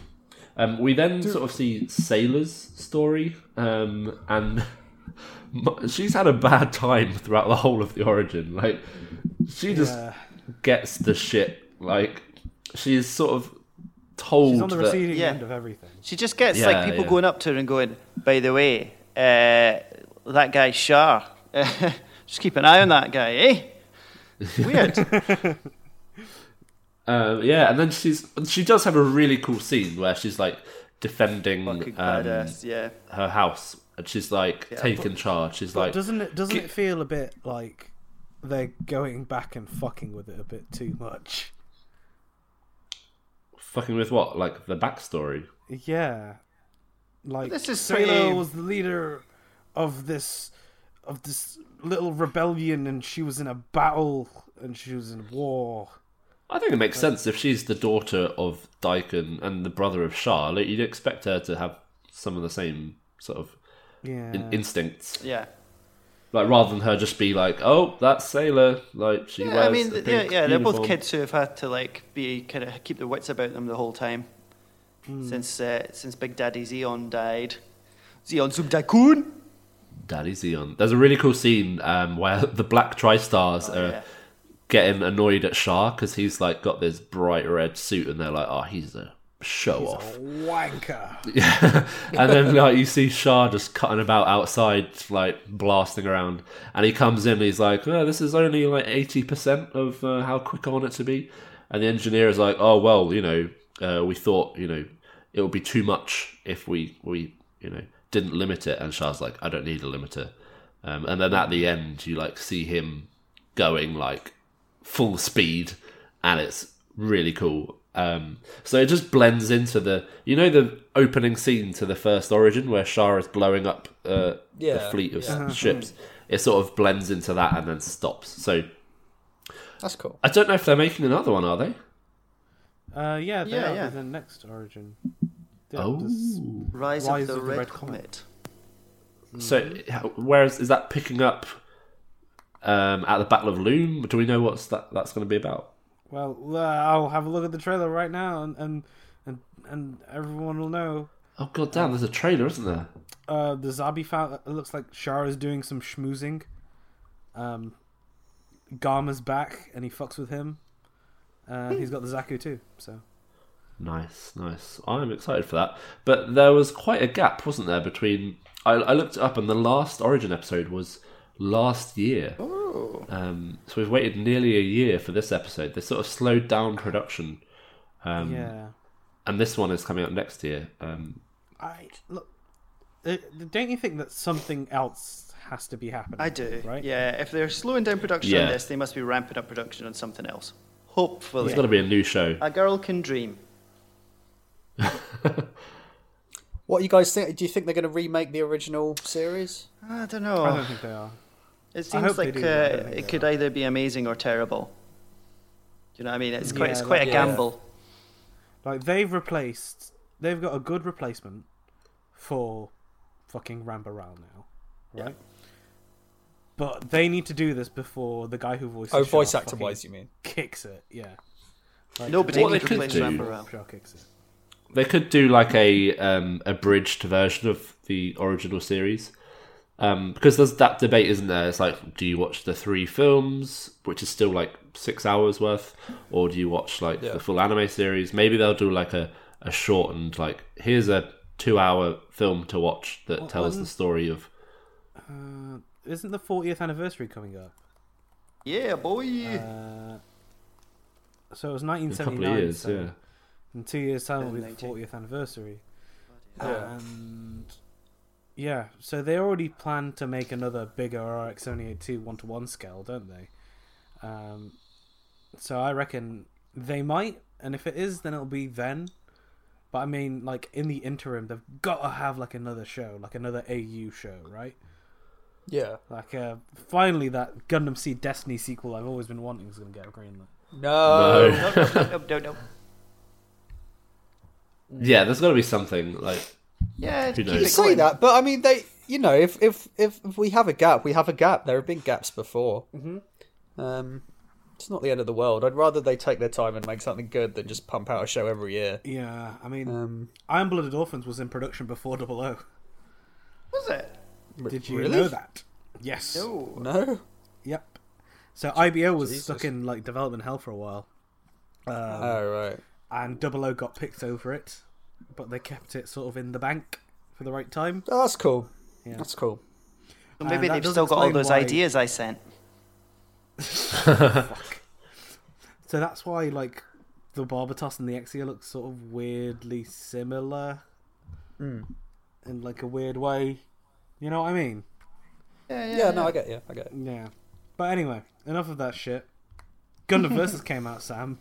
[SPEAKER 2] Um, we then sort of see Sailor's story, um, and (laughs) mu- she's had a bad time throughout the whole of the origin. Like, she just
[SPEAKER 3] Yeah.
[SPEAKER 2] gets the shit. Like, she is sort of told
[SPEAKER 3] He's on the
[SPEAKER 2] that-
[SPEAKER 3] receiving
[SPEAKER 4] Yeah.
[SPEAKER 3] end of everything.
[SPEAKER 4] She just gets
[SPEAKER 2] Yeah,
[SPEAKER 4] like people
[SPEAKER 2] yeah.
[SPEAKER 4] going up to her and going, by the way, uh, that guy Shar, (laughs) just keep an eye on that
[SPEAKER 2] (laughs)
[SPEAKER 4] guy, eh? Weird.
[SPEAKER 2] Uh, yeah, and then she's she does have a really cool scene where she's like defending um,
[SPEAKER 4] Fucking badass, yeah.
[SPEAKER 2] her house, and she's like taking charge. She's like,
[SPEAKER 3] Doesn't it? Doesn't
[SPEAKER 2] Get-
[SPEAKER 3] it feel a bit like they're going back and fucking with it a bit too much?
[SPEAKER 2] fucking with what? Like the backstory.
[SPEAKER 3] Yeah, like
[SPEAKER 4] This is
[SPEAKER 3] Sailor
[SPEAKER 4] pretty-
[SPEAKER 3] was the leader of this of this little rebellion, and she was in a battle, and she was in war.
[SPEAKER 2] I think it makes sense if she's the daughter of Daikon and the brother of Shah. Like you'd expect her to have some of the same sort of
[SPEAKER 3] Yeah,
[SPEAKER 2] in- instincts,
[SPEAKER 4] Yeah.
[SPEAKER 2] like rather than her just be like, "Oh, that's Sailor." Like she
[SPEAKER 4] Yeah,
[SPEAKER 2] wears.
[SPEAKER 4] I mean,
[SPEAKER 2] the
[SPEAKER 4] th- yeah,
[SPEAKER 2] pink
[SPEAKER 4] yeah, they're both
[SPEAKER 2] uniform.
[SPEAKER 4] kids who have had to like be kind of keep their wits about them the whole time since uh, since Big Daddy Zeon died. Zeon Subdaikun.
[SPEAKER 2] (laughs) Daddy Zeon. There's a really cool scene um, where the Black Tri Stars are
[SPEAKER 4] yeah.
[SPEAKER 2] getting annoyed at Shah because he's like got this bright red suit, and they're like, "Oh, he's a show off."
[SPEAKER 3] Wanker.
[SPEAKER 2] (laughs) and then like you see Shah just cutting about outside, like blasting around, and he comes in. and He's like, oh, "This is only like eighty percent of uh, how quick I want it to be." And the engineer is like, "Oh well, you know, uh, we thought you know it would be too much if we we you know didn't limit it." And Shah's like, "I don't need a limiter." Um, and then at the end, you like see him going like full speed and it's really cool um so it just blends into the you know the opening scene to the first origin where Shara is blowing up uh, the
[SPEAKER 1] Yeah, Uh-huh.
[SPEAKER 2] fleet of ships it sort of blends into that and then stops so
[SPEAKER 1] That's cool.
[SPEAKER 2] i don't know if they're making another one are they
[SPEAKER 3] Uh, yeah, they
[SPEAKER 4] Yeah,
[SPEAKER 3] are
[SPEAKER 4] yeah.
[SPEAKER 3] the next origin. They are just-
[SPEAKER 2] oh
[SPEAKER 4] Rise,
[SPEAKER 3] Rise
[SPEAKER 4] of the, Red, Comet.
[SPEAKER 2] so
[SPEAKER 1] Mm-hmm.
[SPEAKER 2] how- whereas is that picking up um at the battle of loom do we know what's that that's going to be about
[SPEAKER 3] Well, uh, I'll have a look at the trailer right now, and and and, and everyone will know.
[SPEAKER 2] oh god damn there's a trailer isn't there
[SPEAKER 3] Uh, the Zabi found it looks like Shara's doing some schmoozing. Um, Garma's back, and he fucks with him. Uh, he's got the Zaku too, so
[SPEAKER 2] Nice, nice. I'm excited for that. But there was quite a gap, wasn't there, between I, I looked it up and the last Origin episode was last year. Um, so we've waited nearly a year for this episode. They sort of slowed down production,
[SPEAKER 1] Um,
[SPEAKER 3] yeah.
[SPEAKER 2] and this one is coming up next year. Um,
[SPEAKER 3] I look. uh, Don't you think that something else has to be happening?
[SPEAKER 4] I do.
[SPEAKER 3] right?
[SPEAKER 4] Yeah, if they're slowing down production
[SPEAKER 2] Yeah.
[SPEAKER 4] on this, they must be ramping up production on something else. Hopefully.
[SPEAKER 2] There's got to be a new show.
[SPEAKER 4] A girl can dream.
[SPEAKER 1] What you guys think? Do you think they're going to remake the original series?
[SPEAKER 4] I don't know.
[SPEAKER 3] I don't think they are.
[SPEAKER 4] it
[SPEAKER 3] I hope
[SPEAKER 4] seems
[SPEAKER 3] they
[SPEAKER 4] like
[SPEAKER 3] do,
[SPEAKER 4] uh,
[SPEAKER 3] but I don't think
[SPEAKER 4] it
[SPEAKER 3] they
[SPEAKER 4] could either be amazing or terrible. Do you know what I mean? It's quite, it's
[SPEAKER 3] Yeah,
[SPEAKER 4] quite a
[SPEAKER 3] that-
[SPEAKER 1] yeah.
[SPEAKER 4] gamble.
[SPEAKER 3] Like they've replaced, they've got a good replacement for fucking Rambaral now, right? But they need to do this before the guy who voices
[SPEAKER 1] Oh,
[SPEAKER 3] Shah
[SPEAKER 1] voice actor
[SPEAKER 3] fucking
[SPEAKER 1] wise, you mean?
[SPEAKER 3] kicks it. Yeah,
[SPEAKER 4] Nobody
[SPEAKER 2] What they
[SPEAKER 4] can
[SPEAKER 2] could
[SPEAKER 4] replace
[SPEAKER 2] do-
[SPEAKER 4] Rambo
[SPEAKER 3] Shah kicks it.
[SPEAKER 2] They could do like a um, abridged version of the original series. Um, because there's that debate, isn't there? It's like, do you watch the three films, which is still like six hours worth, or do you watch like the full anime series? Maybe they'll do like a, a shortened, like, here's a two hour film to watch that tells the story of.
[SPEAKER 3] Uh, isn't the 40th anniversary coming up?
[SPEAKER 4] Yeah, boy.
[SPEAKER 3] Uh, so it was
[SPEAKER 2] A couple
[SPEAKER 3] 1979.
[SPEAKER 2] of years,
[SPEAKER 3] so
[SPEAKER 2] yeah.
[SPEAKER 3] In two years' time, will be the
[SPEAKER 4] 19.
[SPEAKER 3] 40th anniversary.
[SPEAKER 1] Yeah.
[SPEAKER 3] And yeah, so they already plan to make another bigger RX only 82 one to one scale, don't they? Um, so I reckon they might, and if it is, then it'll be then. But I mean, like in the interim, they've got to have like another show, like another AU show, right?
[SPEAKER 1] Yeah.
[SPEAKER 3] Like uh, finally, that Gundam Seed Destiny sequel I've always been wanting is going to get a greenlit.
[SPEAKER 1] No.
[SPEAKER 2] No.
[SPEAKER 4] no, no, no, no, no.
[SPEAKER 2] yeah, there's got to be something like.
[SPEAKER 4] Yeah, keep
[SPEAKER 2] knows?
[SPEAKER 1] You
[SPEAKER 4] it
[SPEAKER 1] say
[SPEAKER 4] going.
[SPEAKER 1] that, but I mean, they. You know, if if if, if we have a gap, we have a gap. There have been gaps before. Mm-hmm. Um, it's not the end of the world. I'd rather they take their time and make something good than just pump out a show every year.
[SPEAKER 3] Yeah, I mean,
[SPEAKER 1] Um,
[SPEAKER 3] Iron Blooded Orphans was in production before Double O.
[SPEAKER 4] Was it?
[SPEAKER 3] Did you
[SPEAKER 1] really?
[SPEAKER 3] know that? Yes.
[SPEAKER 4] No.
[SPEAKER 1] No.
[SPEAKER 3] Yep. So IBO was stuck in like development hell for a while,
[SPEAKER 1] Oh right.
[SPEAKER 3] and Double O got picked over it, but they kept it sort of in the bank for the right time.
[SPEAKER 1] Oh, that's cool. That's cool.
[SPEAKER 4] Well, maybe
[SPEAKER 3] And that
[SPEAKER 4] they've
[SPEAKER 3] does
[SPEAKER 4] still got all
[SPEAKER 3] explain
[SPEAKER 4] those
[SPEAKER 3] why-
[SPEAKER 4] ideas I sent.
[SPEAKER 3] Fuck. So that's why like the Barbatos and the Exia look sort of weirdly similar,
[SPEAKER 1] Hmm.
[SPEAKER 3] in like a weird way. You know what I mean?
[SPEAKER 1] Yeah. No, I get you. I get you.
[SPEAKER 3] Yeah. But anyway, enough of that shit.
[SPEAKER 1] (laughs)
[SPEAKER 3] Gundam versus came out, Sam.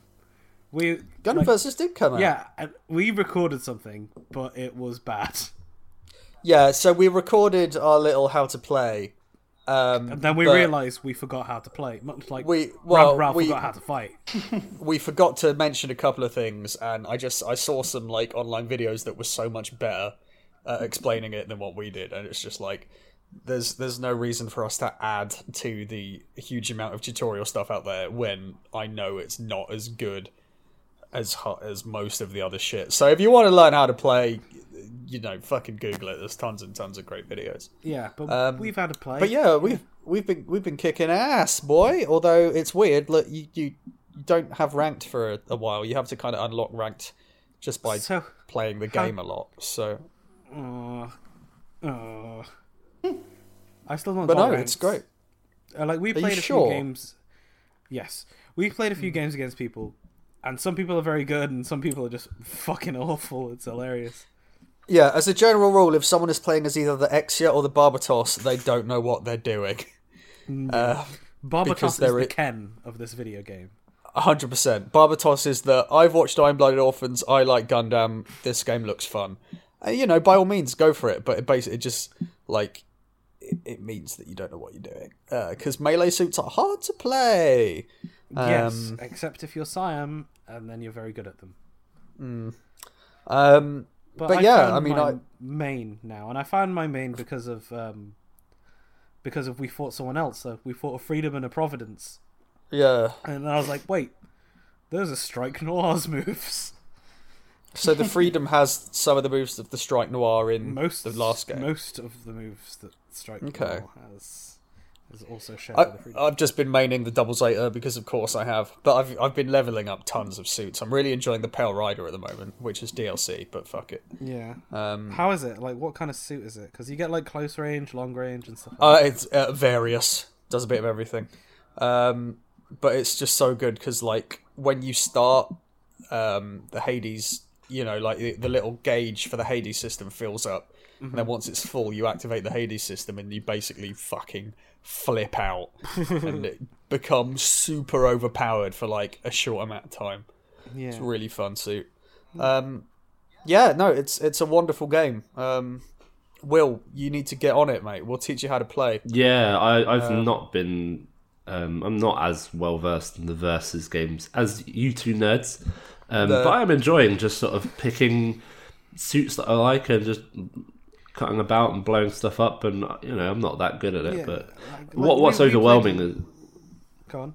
[SPEAKER 3] We
[SPEAKER 1] Gun
[SPEAKER 3] like-
[SPEAKER 1] versus did come out.
[SPEAKER 3] Yeah, uh, we recorded something, but it was bad.
[SPEAKER 1] Yeah, so we recorded our little how to play. Um,
[SPEAKER 3] And then we
[SPEAKER 1] but
[SPEAKER 3] realised we forgot how to play, much like
[SPEAKER 1] We-
[SPEAKER 3] we
[SPEAKER 1] well,
[SPEAKER 3] Ralph
[SPEAKER 1] we-
[SPEAKER 3] forgot how to fight.
[SPEAKER 1] we forgot to mention a couple of things, and I just I saw some like online videos that were so much better at explaining it than what we did, and it's just like there's there's no reason for us to add to the huge amount of tutorial stuff out there when I know it's not as good as ho- as most of the other shit. So if you want to learn how to play, you know, fucking Google it. There's tons and tons of great videos.
[SPEAKER 3] Yeah, but
[SPEAKER 1] Um,
[SPEAKER 3] we've had a play.
[SPEAKER 1] But yeah, we've we've been we've been kicking ass, boy. Although it's weird, look, you you don't have ranked for a, a while. You have to kind of unlock ranked just by
[SPEAKER 3] So-
[SPEAKER 1] playing the game a lot. So,
[SPEAKER 3] Aw. Aw. I still not.
[SPEAKER 1] but
[SPEAKER 3] got
[SPEAKER 1] no,
[SPEAKER 3] ranked.
[SPEAKER 1] it's great.
[SPEAKER 3] Uh, like we
[SPEAKER 1] you
[SPEAKER 3] played a
[SPEAKER 1] sure? Hmm.
[SPEAKER 3] few games. Yes, we played a few games against people, and some people are very good, and some people are just (laughs) fucking awful. It's hilarious.
[SPEAKER 1] Yeah, as a general rule, if someone is playing as either the Exia or the Barbatos, they don't know what they're doing. (laughs)
[SPEAKER 3] Barbatos
[SPEAKER 1] Because
[SPEAKER 3] is
[SPEAKER 1] there
[SPEAKER 3] the
[SPEAKER 1] i-
[SPEAKER 3] Ken of this video game.
[SPEAKER 1] hundred percent. Barbatos is the I've watched Iron Blooded Orphans. I like Gundam. This game looks fun. Uh, you know, by all means, go for it. But it basically just like it, it means that you don't know what you're doing because melee suits are hard to play.
[SPEAKER 3] yes, except if you're Siam, and then you're very good at them.
[SPEAKER 1] Um,
[SPEAKER 3] But,
[SPEAKER 1] But
[SPEAKER 3] I
[SPEAKER 1] yeah,
[SPEAKER 3] found
[SPEAKER 1] I mean,
[SPEAKER 3] my
[SPEAKER 1] I-
[SPEAKER 3] main now, and I found my main because of um, because of we fought someone else. So we fought a freedom and a providence,
[SPEAKER 1] yeah.
[SPEAKER 3] and I was like, wait, those are strike noirs (laughs) moves.
[SPEAKER 1] So the
[SPEAKER 3] (laughs)
[SPEAKER 1] freedom has some of the moves of the Strike Noir in
[SPEAKER 3] most
[SPEAKER 1] the last game.
[SPEAKER 3] Most of the moves that Strike
[SPEAKER 1] Okay.
[SPEAKER 3] Noir has is also shared.
[SPEAKER 1] I,
[SPEAKER 3] by the Freedom.
[SPEAKER 1] I've just been maining the double Zeta because, of course, I have. But I've I've been leveling up tons of suits. I'm really enjoying the Pale Rider at the moment, which is DLC. But fuck it.
[SPEAKER 3] yeah.
[SPEAKER 1] Um,
[SPEAKER 3] How is it? Like, what kind of suit is it? Because you get like close range, long range, and stuff. Like
[SPEAKER 1] Uh, it's uh, various. Does a bit of everything. Um, but it's just so good because, like, when you start um, the Hades, you know, like the, the little gauge for the Hades system fills up. And then once it's full, you activate the Hades system and you basically fucking flip out and it becomes super overpowered for like a short amount of time.
[SPEAKER 3] that. Yeah.
[SPEAKER 1] It's a really fun suit. Um, yeah, no, it's it's a wonderful game. Um, Will, you need to get on it, mate. We'll teach you how to play.
[SPEAKER 2] Yeah, I, I've not been. Um, I'm not as well versed in the versus games as you two nerds, um, but I'm enjoying just sort of picking suits that I like and just cutting about and blowing stuff up. And you know, I'm not that good at it,
[SPEAKER 3] Yeah,
[SPEAKER 2] but
[SPEAKER 3] like-
[SPEAKER 2] what,
[SPEAKER 3] like
[SPEAKER 2] what's
[SPEAKER 3] we- we played-
[SPEAKER 2] overwhelming is
[SPEAKER 3] Go on.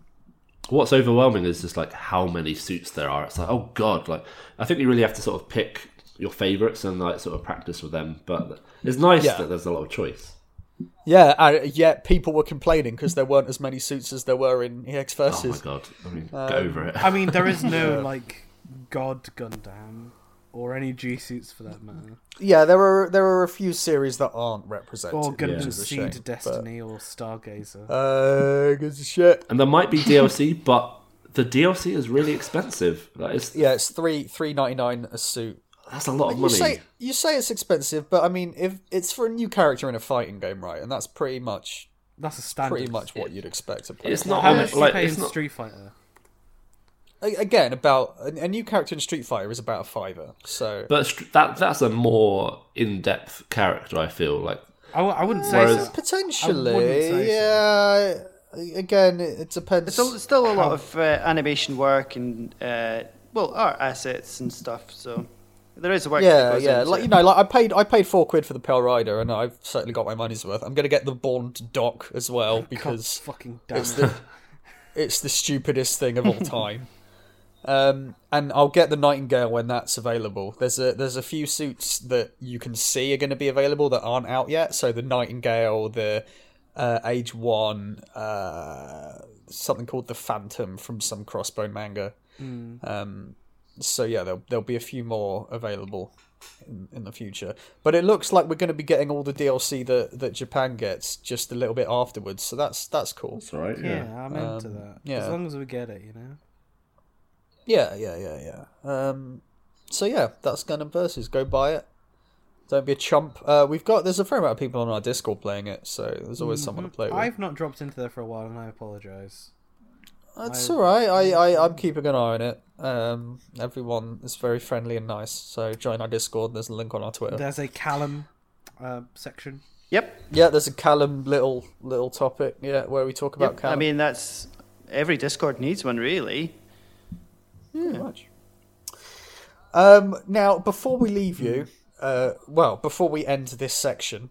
[SPEAKER 2] what's overwhelming is just like how many suits there are. It's like, oh god, like I think you really have to sort of pick your favorites and like sort of practice with them. But it's nice
[SPEAKER 1] Yeah.
[SPEAKER 2] that there's a lot of choice.
[SPEAKER 1] Yeah, uh, yet people were complaining because there weren't as many suits as there were in EX
[SPEAKER 2] Oh my
[SPEAKER 1] versus.
[SPEAKER 2] god, I mean, get over it.
[SPEAKER 3] um, I mean, there is no like God Gundam or any G suits for that matter,
[SPEAKER 1] yeah, there are there are a few series that aren't represented.
[SPEAKER 3] or Gundam
[SPEAKER 1] which is a shame,
[SPEAKER 3] Seed
[SPEAKER 1] but-
[SPEAKER 3] Destiny or Stargazer.
[SPEAKER 1] Uh, good shit.
[SPEAKER 2] and there might be DLC, but the DLC is really expensive. That is,
[SPEAKER 1] Yeah, it's three three ninety nine a suit.
[SPEAKER 2] that's a lot of
[SPEAKER 1] You
[SPEAKER 2] money.
[SPEAKER 1] say you say it's expensive, but I mean, if it's for a new character in a fighting game, right? And that's pretty much
[SPEAKER 3] That's a standard.
[SPEAKER 1] pretty much what you'd expect. A player
[SPEAKER 2] it's not
[SPEAKER 3] How
[SPEAKER 2] on
[SPEAKER 3] much
[SPEAKER 2] it,
[SPEAKER 3] do you
[SPEAKER 2] like
[SPEAKER 3] pay in
[SPEAKER 2] it's not.
[SPEAKER 3] Street Fighter?
[SPEAKER 1] A- again about a, a new character in Street Fighter is about a fiver. So
[SPEAKER 2] But str- that that's a more in-depth character. I feel like
[SPEAKER 3] I, w- I wouldn't say
[SPEAKER 2] Whereas-
[SPEAKER 3] so. say so.
[SPEAKER 1] potentially, yeah. Again, it, it depends.
[SPEAKER 4] It's al- still a lot of uh, animation work and uh, well art assets and stuff. So there is work. that
[SPEAKER 1] yeah,
[SPEAKER 4] goes
[SPEAKER 1] yeah.
[SPEAKER 4] into
[SPEAKER 1] Like you
[SPEAKER 4] it.
[SPEAKER 1] know, like I paid I paid four quid for the Pale Rider, and I've certainly got my money's worth. I'm gonna get the Bond dock as
[SPEAKER 4] (laughs)
[SPEAKER 1] well because
[SPEAKER 3] God fucking damn
[SPEAKER 1] it's
[SPEAKER 3] it.
[SPEAKER 1] the it's the stupidest thing of all time. Um, and I'll get the Nightingale when that's available. There's a there's a few suits that you can see are going to be available that aren't out yet. So the Nightingale, the uh, Age One, uh, something called the Phantom from some Crossbone manga. Um, so yeah, there'll, there'll be a few more available in, in the future. But it looks like we're going to be getting all the DLC that, that Japan gets just a little bit afterwards. So that's that's cool.
[SPEAKER 2] that's right.
[SPEAKER 3] Yeah, I'm into
[SPEAKER 1] Um,
[SPEAKER 3] that.
[SPEAKER 1] yeah.
[SPEAKER 3] As long as we get it, you know.
[SPEAKER 1] Yeah, yeah, yeah, yeah. Um, so yeah, that's Gundam Versus. Go buy it. Don't be a chump. Uh, we've got there's a fair amount of people on our Discord playing it, so there's always someone
[SPEAKER 4] Mm-hmm.
[SPEAKER 1] to play with.
[SPEAKER 3] I've not dropped into there for a while, and I apologize.
[SPEAKER 1] That's all right. I, I I'm keeping an eye on it. Um, everyone is very friendly and nice. So join our Discord. There's a link on our Twitter.
[SPEAKER 3] There's a Callum uh, section.
[SPEAKER 4] Yep.
[SPEAKER 1] yeah, there's a Callum little little topic. Yeah, where we talk about
[SPEAKER 4] yep. I
[SPEAKER 1] Callum.
[SPEAKER 4] mean, that's every Discord needs one, really.
[SPEAKER 1] Pretty much. Hmm. Um, now, before we leave you, uh, well, before we end this section,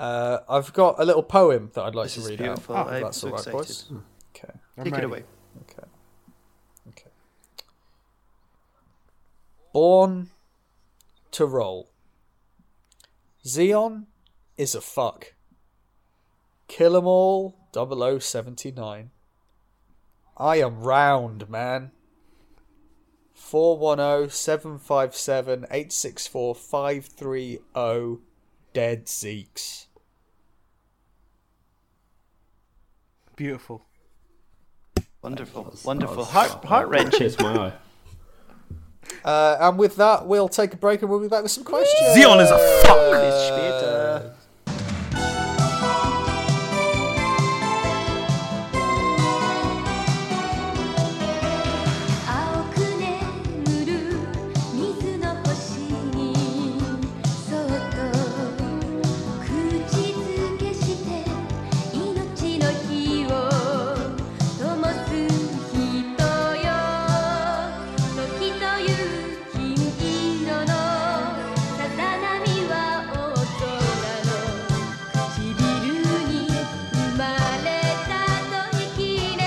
[SPEAKER 1] uh, I've got a little poem that I'd like
[SPEAKER 4] This
[SPEAKER 1] to
[SPEAKER 4] is
[SPEAKER 1] read
[SPEAKER 4] beautiful.
[SPEAKER 1] out. if
[SPEAKER 4] I'm
[SPEAKER 1] that's
[SPEAKER 4] so
[SPEAKER 1] all right,
[SPEAKER 4] excited.
[SPEAKER 1] boys. Okay,
[SPEAKER 3] I'm
[SPEAKER 4] Take
[SPEAKER 3] ready.
[SPEAKER 4] it away.
[SPEAKER 1] okay, okay. Born to roll. Xeon is a fuck. Kill 'em all, 0079. I am round, man. oh, 410 757 864 530 oh, Dead Zeeks.
[SPEAKER 3] Beautiful.
[SPEAKER 4] Wonderful, wonderful. Heart, heart wrenching.
[SPEAKER 2] It's my eye.
[SPEAKER 1] Uh, and with that, we'll take a break and we'll be back with some questions.
[SPEAKER 6] Xeon is a
[SPEAKER 1] Uh,
[SPEAKER 6] fuck.
[SPEAKER 4] Uh,
[SPEAKER 7] 「青く眠る水の星にそっと口づけして」「命の火を灯す人よ」「時という金色のさざ波は大空の」「唇に生まれたときね」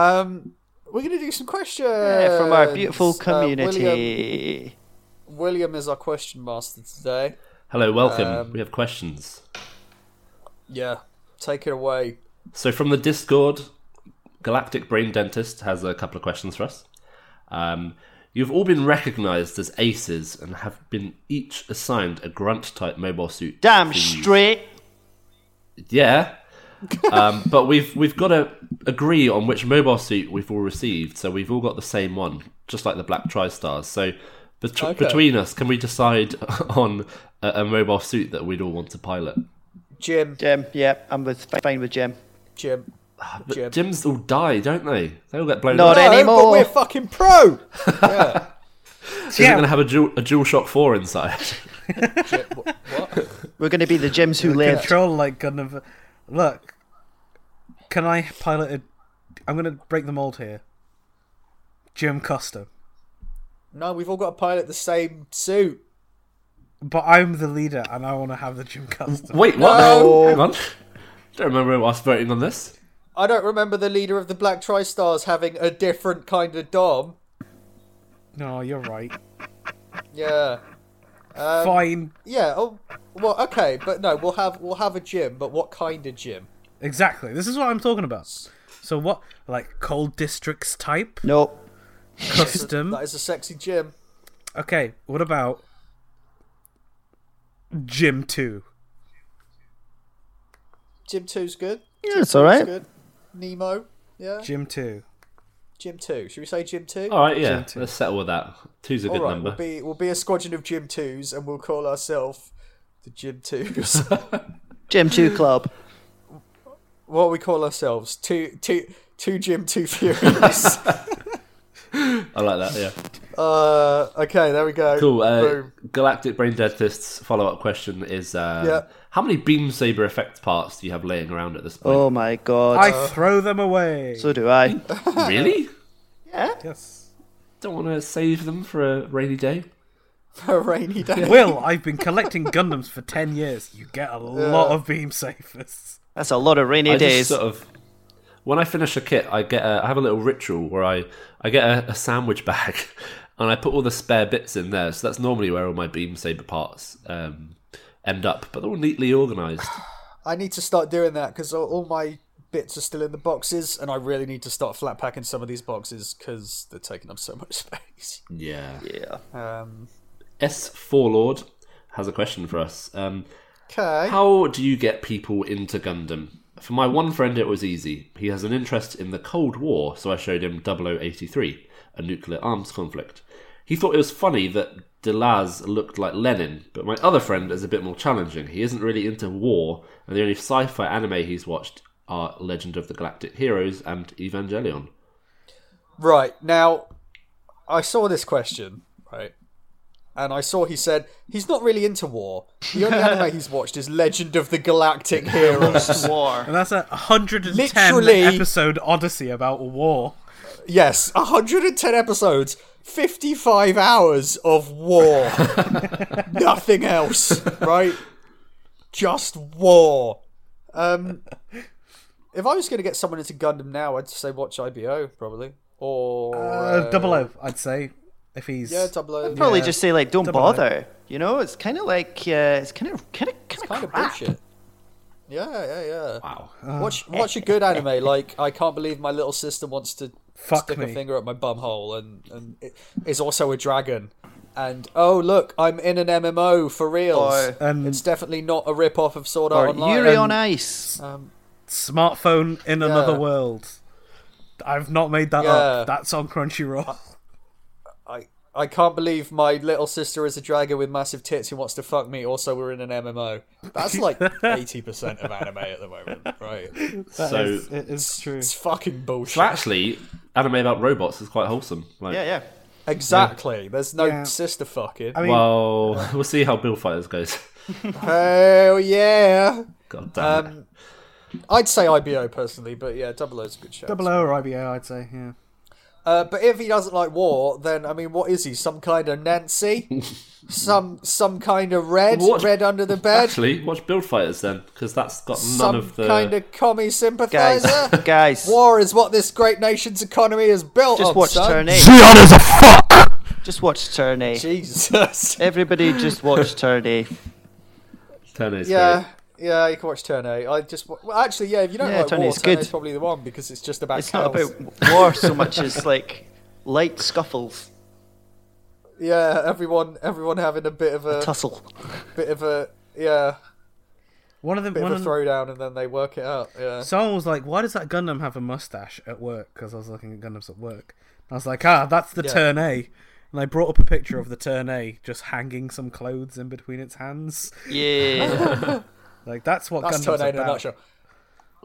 [SPEAKER 1] Um, we're going to do some questions.
[SPEAKER 4] Yeah, from our beautiful
[SPEAKER 1] Uh, William-
[SPEAKER 4] community.
[SPEAKER 1] William is our question master today.
[SPEAKER 2] Hello, welcome.
[SPEAKER 1] Um,
[SPEAKER 2] we have questions.
[SPEAKER 1] Yeah, take it away.
[SPEAKER 2] So from the Discord, Galactic Brain Dentist has a couple of questions for us. Um, you've all been recognised as aces and have been each assigned a grunt type mobile suit.
[SPEAKER 4] Damn
[SPEAKER 2] for you.
[SPEAKER 4] straight.
[SPEAKER 1] (laughs)
[SPEAKER 2] Yeah. um, but we've we've got to agree on which mobile suit we've all received, so we've all got the same one, just like the Black TriStars. So bet-
[SPEAKER 1] Okay.
[SPEAKER 2] between us, can we decide (laughs) on a, a mobile suit that we'd all want to pilot?
[SPEAKER 1] Jim,
[SPEAKER 4] Jim, yeah, I'm with, fine with Jim.
[SPEAKER 1] Jim.
[SPEAKER 2] But
[SPEAKER 1] Jim.
[SPEAKER 2] Jims all die, don't they? They all get blown up.
[SPEAKER 4] Not Not anymore.
[SPEAKER 1] but we're fucking pro. Yeah.
[SPEAKER 2] Is it going to have a dual, a dual shock
[SPEAKER 1] (laughs)
[SPEAKER 2] four inside?
[SPEAKER 1] Jim, wh- what?
[SPEAKER 4] We're going to be the Jims who lived.
[SPEAKER 3] Control like gun of. Look, can I pilot a? I'm gonna break the mold here. Jim Costa,
[SPEAKER 1] No, we've all got to pilot the same suit.
[SPEAKER 3] but I'm the leader, and I want to have the Jim Costa.
[SPEAKER 2] Wait, what?
[SPEAKER 1] No.
[SPEAKER 2] Hang on. Don't remember us voting on this.
[SPEAKER 1] I don't remember the leader of the Black TriStars having a different kind of dom.
[SPEAKER 3] (laughs) No, you're right.
[SPEAKER 1] Yeah.
[SPEAKER 3] Um, Fine,
[SPEAKER 1] Yeah. Oh, well, okay, but no, we'll have we'll have a gym, but what kind of gym?
[SPEAKER 3] exactly. This is what I'm talking about. So what, like cold districts (laughs) type
[SPEAKER 4] No,
[SPEAKER 3] custom?
[SPEAKER 1] That is a sexy gym.
[SPEAKER 3] Okay, what about Jim Two?
[SPEAKER 1] Gym two's good.
[SPEAKER 4] yeah, it's all right.
[SPEAKER 1] Good. Nemo. Yeah.
[SPEAKER 3] Jim Two.
[SPEAKER 1] Gym two. Should we say gym two?
[SPEAKER 2] All right, yeah,
[SPEAKER 3] Gentle.
[SPEAKER 2] let's settle with that. Two's a good
[SPEAKER 1] All right,
[SPEAKER 2] number.
[SPEAKER 1] we'll be we'll be a squadron of gym twos, and we'll call ourselves the gym twos. (laughs)
[SPEAKER 4] Jim Two Club.
[SPEAKER 1] what we call ourselves? Two two two gym two furies.
[SPEAKER 2] (laughs) I like that. Yeah.
[SPEAKER 1] uh, okay, there we go.
[SPEAKER 2] Cool. Uh,
[SPEAKER 1] Boom. (laughs)
[SPEAKER 2] Galactic Brain Dentist's follow up question is uh,
[SPEAKER 1] Yeah.
[SPEAKER 2] How many beam saber effect parts do you have laying around at this point?
[SPEAKER 4] Oh my God.
[SPEAKER 3] I throw them away.
[SPEAKER 4] so do I.
[SPEAKER 1] Oh.
[SPEAKER 2] Really?
[SPEAKER 3] yes.
[SPEAKER 2] Don't want to save them for a rainy day?
[SPEAKER 1] For a rainy day.
[SPEAKER 3] Will, I've been collecting Gundams for 10 years. You get a lot of beam sabers.
[SPEAKER 4] That's a lot of rainy
[SPEAKER 2] I
[SPEAKER 4] days.
[SPEAKER 2] just sort of. When I finish a kit, I get a, I have a little ritual where I, I get a, a sandwich (laughs) bag and I put all the spare bits in there. So that's normally where all my beam saber parts um, end up, but they're all neatly organized.
[SPEAKER 1] I need to start doing that because all, all my bits are still in the boxes, and I really need to start flat packing some of these boxes because they're taking up so much space.
[SPEAKER 2] yeah.
[SPEAKER 4] yeah.
[SPEAKER 1] Um,
[SPEAKER 2] S4 Lord has a question for us. Um,
[SPEAKER 1] okay.
[SPEAKER 2] How do you get people into Gundam? For my one friend, it was easy. He has an interest in the Cold War, so I showed him 0083, a nuclear arms conflict. He thought it was funny that Delaz looked like Lenin, but my other friend is a bit more challenging. He isn't really into war, and the only sci fi anime he's watched are Legend of the Galactic Heroes and Evangelion.
[SPEAKER 1] Right now, I saw this question right, and I saw he said he's not really into war. The only (laughs) anime he's watched is Legend of the Galactic Heroes.
[SPEAKER 4] War.
[SPEAKER 3] And that's a 110
[SPEAKER 1] Literally-
[SPEAKER 3] episode odyssey about war.
[SPEAKER 1] yes, 110 episodes, 55 hours of (laughs) war, nothing else. Right, just war. Um, if I was going to get someone into Gundam now, I'd say watch IBO probably or uh,
[SPEAKER 3] Uh, double O, I'd say. if he's
[SPEAKER 1] Yeah, double O.
[SPEAKER 4] I'd probably
[SPEAKER 3] Yeah.
[SPEAKER 4] just say like, don't
[SPEAKER 3] Double O.
[SPEAKER 4] bother. You know, it's kind of like uh, it's kind of kind of kind
[SPEAKER 1] It's
[SPEAKER 4] of
[SPEAKER 1] kind of
[SPEAKER 4] crap.
[SPEAKER 1] bullshit. Yeah, yeah, yeah.
[SPEAKER 2] Wow.
[SPEAKER 1] Watch, watch a good anime. Like I can't believe my little sister wants to
[SPEAKER 3] Fuck
[SPEAKER 1] stick
[SPEAKER 3] me.
[SPEAKER 1] a finger up my bum hole, and and it is also a dragon. And oh look, I'm in an MMO for reals.
[SPEAKER 4] Or-
[SPEAKER 3] And-
[SPEAKER 1] it's definitely not a rip off of Sword
[SPEAKER 4] Or
[SPEAKER 1] Art Online.
[SPEAKER 4] Yuri on Ice.
[SPEAKER 1] Um,
[SPEAKER 3] smartphone in another
[SPEAKER 1] Yeah.
[SPEAKER 3] world. I've not made that up.
[SPEAKER 1] Yeah.
[SPEAKER 3] That's on Crunchyroll.
[SPEAKER 1] I I can't believe my little sister is a dragon with massive tits who wants to fuck me. Also, we're in an MMO. That's like eighty percent of anime at the moment, right?
[SPEAKER 2] so
[SPEAKER 3] it is true.
[SPEAKER 1] It's fucking bullshit.
[SPEAKER 2] so actually, anime about robots is quite wholesome. Like,
[SPEAKER 4] Yeah, yeah.
[SPEAKER 1] Exactly. There's no
[SPEAKER 3] Yeah.
[SPEAKER 1] sister fucking.
[SPEAKER 3] I mean,
[SPEAKER 2] Well, (laughs) we'll see how Bill Fighters goes. (laughs)
[SPEAKER 1] Hell yeah.
[SPEAKER 2] God damn it.
[SPEAKER 1] Um, I'd say IBO personally, but yeah, Double O's a good show.
[SPEAKER 3] double O or IBO, I'd say. Yeah.
[SPEAKER 1] Uh, but if he doesn't like war, then I mean, what is he? Some kind of
[SPEAKER 4] (laughs)
[SPEAKER 1] Nancy? some some kind of red,
[SPEAKER 2] What?
[SPEAKER 1] red under the bed.
[SPEAKER 2] Actually, watch Build Fighters then, because that's got
[SPEAKER 1] Uh, some
[SPEAKER 2] none of the.
[SPEAKER 1] kind of commie
[SPEAKER 4] Guys, (laughs)
[SPEAKER 1] sympathizer.
[SPEAKER 4] guys,
[SPEAKER 1] war is what this great nation's economy is built
[SPEAKER 4] just
[SPEAKER 1] on.
[SPEAKER 4] watch
[SPEAKER 1] son.
[SPEAKER 4] Turn Eight. Just watch Turn Eight. (laughs)
[SPEAKER 1] Jesus.
[SPEAKER 4] Everybody, just watch
[SPEAKER 1] (laughs)
[SPEAKER 4] Turn Eight.
[SPEAKER 2] Turn is
[SPEAKER 1] Yeah.
[SPEAKER 2] great.
[SPEAKER 1] Yeah, you can watch Turn 8. I just wa- well, actually, yeah. If you don't
[SPEAKER 4] Yeah,
[SPEAKER 1] like
[SPEAKER 4] Turn
[SPEAKER 1] War,
[SPEAKER 4] Eight's
[SPEAKER 1] Turn
[SPEAKER 4] good.
[SPEAKER 1] Eight's probably the one because it's just about
[SPEAKER 4] It's not
[SPEAKER 1] cows.
[SPEAKER 4] about war so much as like light scuffles,
[SPEAKER 1] yeah, everyone, everyone having a bit of a
[SPEAKER 4] tussle.
[SPEAKER 1] bit of a yeah
[SPEAKER 3] One of the
[SPEAKER 1] bit
[SPEAKER 3] one
[SPEAKER 1] of
[SPEAKER 3] of
[SPEAKER 1] a throwdown and then they work it out yeah
[SPEAKER 3] someone was like, "Why does that Gundam have a mustache at work?" Because I was looking at Gundams at work. And I was like, "Ah, that's the
[SPEAKER 1] Yeah.
[SPEAKER 3] Turn A." And I brought up a picture of the Turn A just hanging some clothes in between its hands.
[SPEAKER 4] Yeah.
[SPEAKER 3] Like that's what
[SPEAKER 1] that's
[SPEAKER 3] Gundam's
[SPEAKER 1] turn a
[SPEAKER 3] about.
[SPEAKER 1] in a nutshell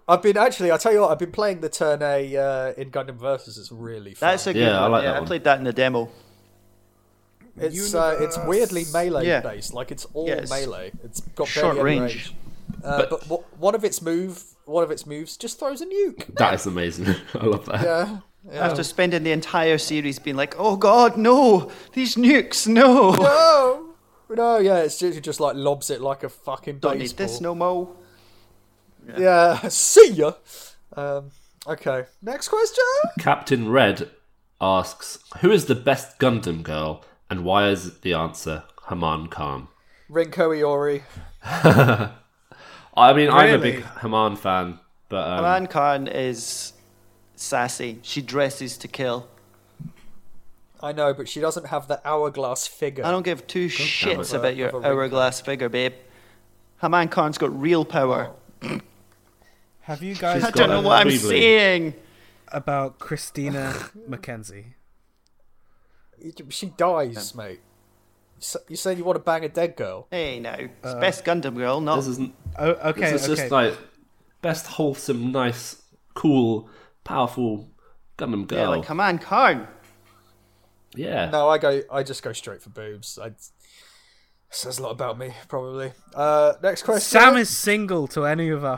[SPEAKER 1] i've been actually i tell you what i've been playing the turn a uh, in gundam versus it's really fun
[SPEAKER 4] (laughs) That's a good
[SPEAKER 2] Yeah, I
[SPEAKER 4] one.
[SPEAKER 2] like
[SPEAKER 4] yeah,
[SPEAKER 2] that
[SPEAKER 4] I
[SPEAKER 2] one.
[SPEAKER 4] played that in the demo.
[SPEAKER 1] it's uh, it's weirdly melee
[SPEAKER 4] Yeah.
[SPEAKER 1] based like it's all
[SPEAKER 4] Yeah, it's
[SPEAKER 1] melee it's got
[SPEAKER 4] Short
[SPEAKER 1] barely any
[SPEAKER 4] range.
[SPEAKER 1] Uh, but wha- one of its move one of its moves just throws a nuke Uh,
[SPEAKER 2] That is amazing. (laughs) I love that.
[SPEAKER 1] yeah yeah
[SPEAKER 4] After spending the entire series being like, oh god, no, these nukes, no.
[SPEAKER 1] oh no yeah it's just, it just like lobs it like a fucking
[SPEAKER 4] Don't need
[SPEAKER 1] baseball
[SPEAKER 4] this no more.
[SPEAKER 1] yeah (laughs) see ya um okay next question
[SPEAKER 2] Captain Red asks, "Who is the best Gundam girl, and why is the answer Haman Khan?"
[SPEAKER 1] Rinko Iori.
[SPEAKER 2] I mean, I'm a
[SPEAKER 3] Really?
[SPEAKER 2] big Haman fan, but um,
[SPEAKER 4] Man Khan is sassy. She dresses to kill.
[SPEAKER 1] I know, but she doesn't have the hourglass figure.
[SPEAKER 4] I don't give two shits
[SPEAKER 1] it.
[SPEAKER 4] about your
[SPEAKER 1] Of a ring
[SPEAKER 4] hourglass figure, babe. Haman Khan's got real power.
[SPEAKER 3] Have you guys
[SPEAKER 4] I
[SPEAKER 2] She's
[SPEAKER 4] don't
[SPEAKER 2] got
[SPEAKER 4] know
[SPEAKER 2] a
[SPEAKER 4] what I'm
[SPEAKER 2] weebly.
[SPEAKER 4] saying.
[SPEAKER 1] (laughs)
[SPEAKER 3] about Christina McKenzie?
[SPEAKER 1] She dies, mate. So, you're saying you want to bang a dead girl?
[SPEAKER 4] Hey, now. It's
[SPEAKER 1] Uh,
[SPEAKER 4] best Gundam girl, not.
[SPEAKER 2] this isn't.
[SPEAKER 3] Oh, okay,
[SPEAKER 2] this is
[SPEAKER 3] okay.
[SPEAKER 2] just like best wholesome, nice, cool, powerful Gundam
[SPEAKER 4] yeah,
[SPEAKER 2] girl. Yeah,
[SPEAKER 4] like Haman Khan.
[SPEAKER 1] No, I go. I just go straight for boobs. I, says a lot about me, probably. Uh, next question.
[SPEAKER 3] Sam is single to any of our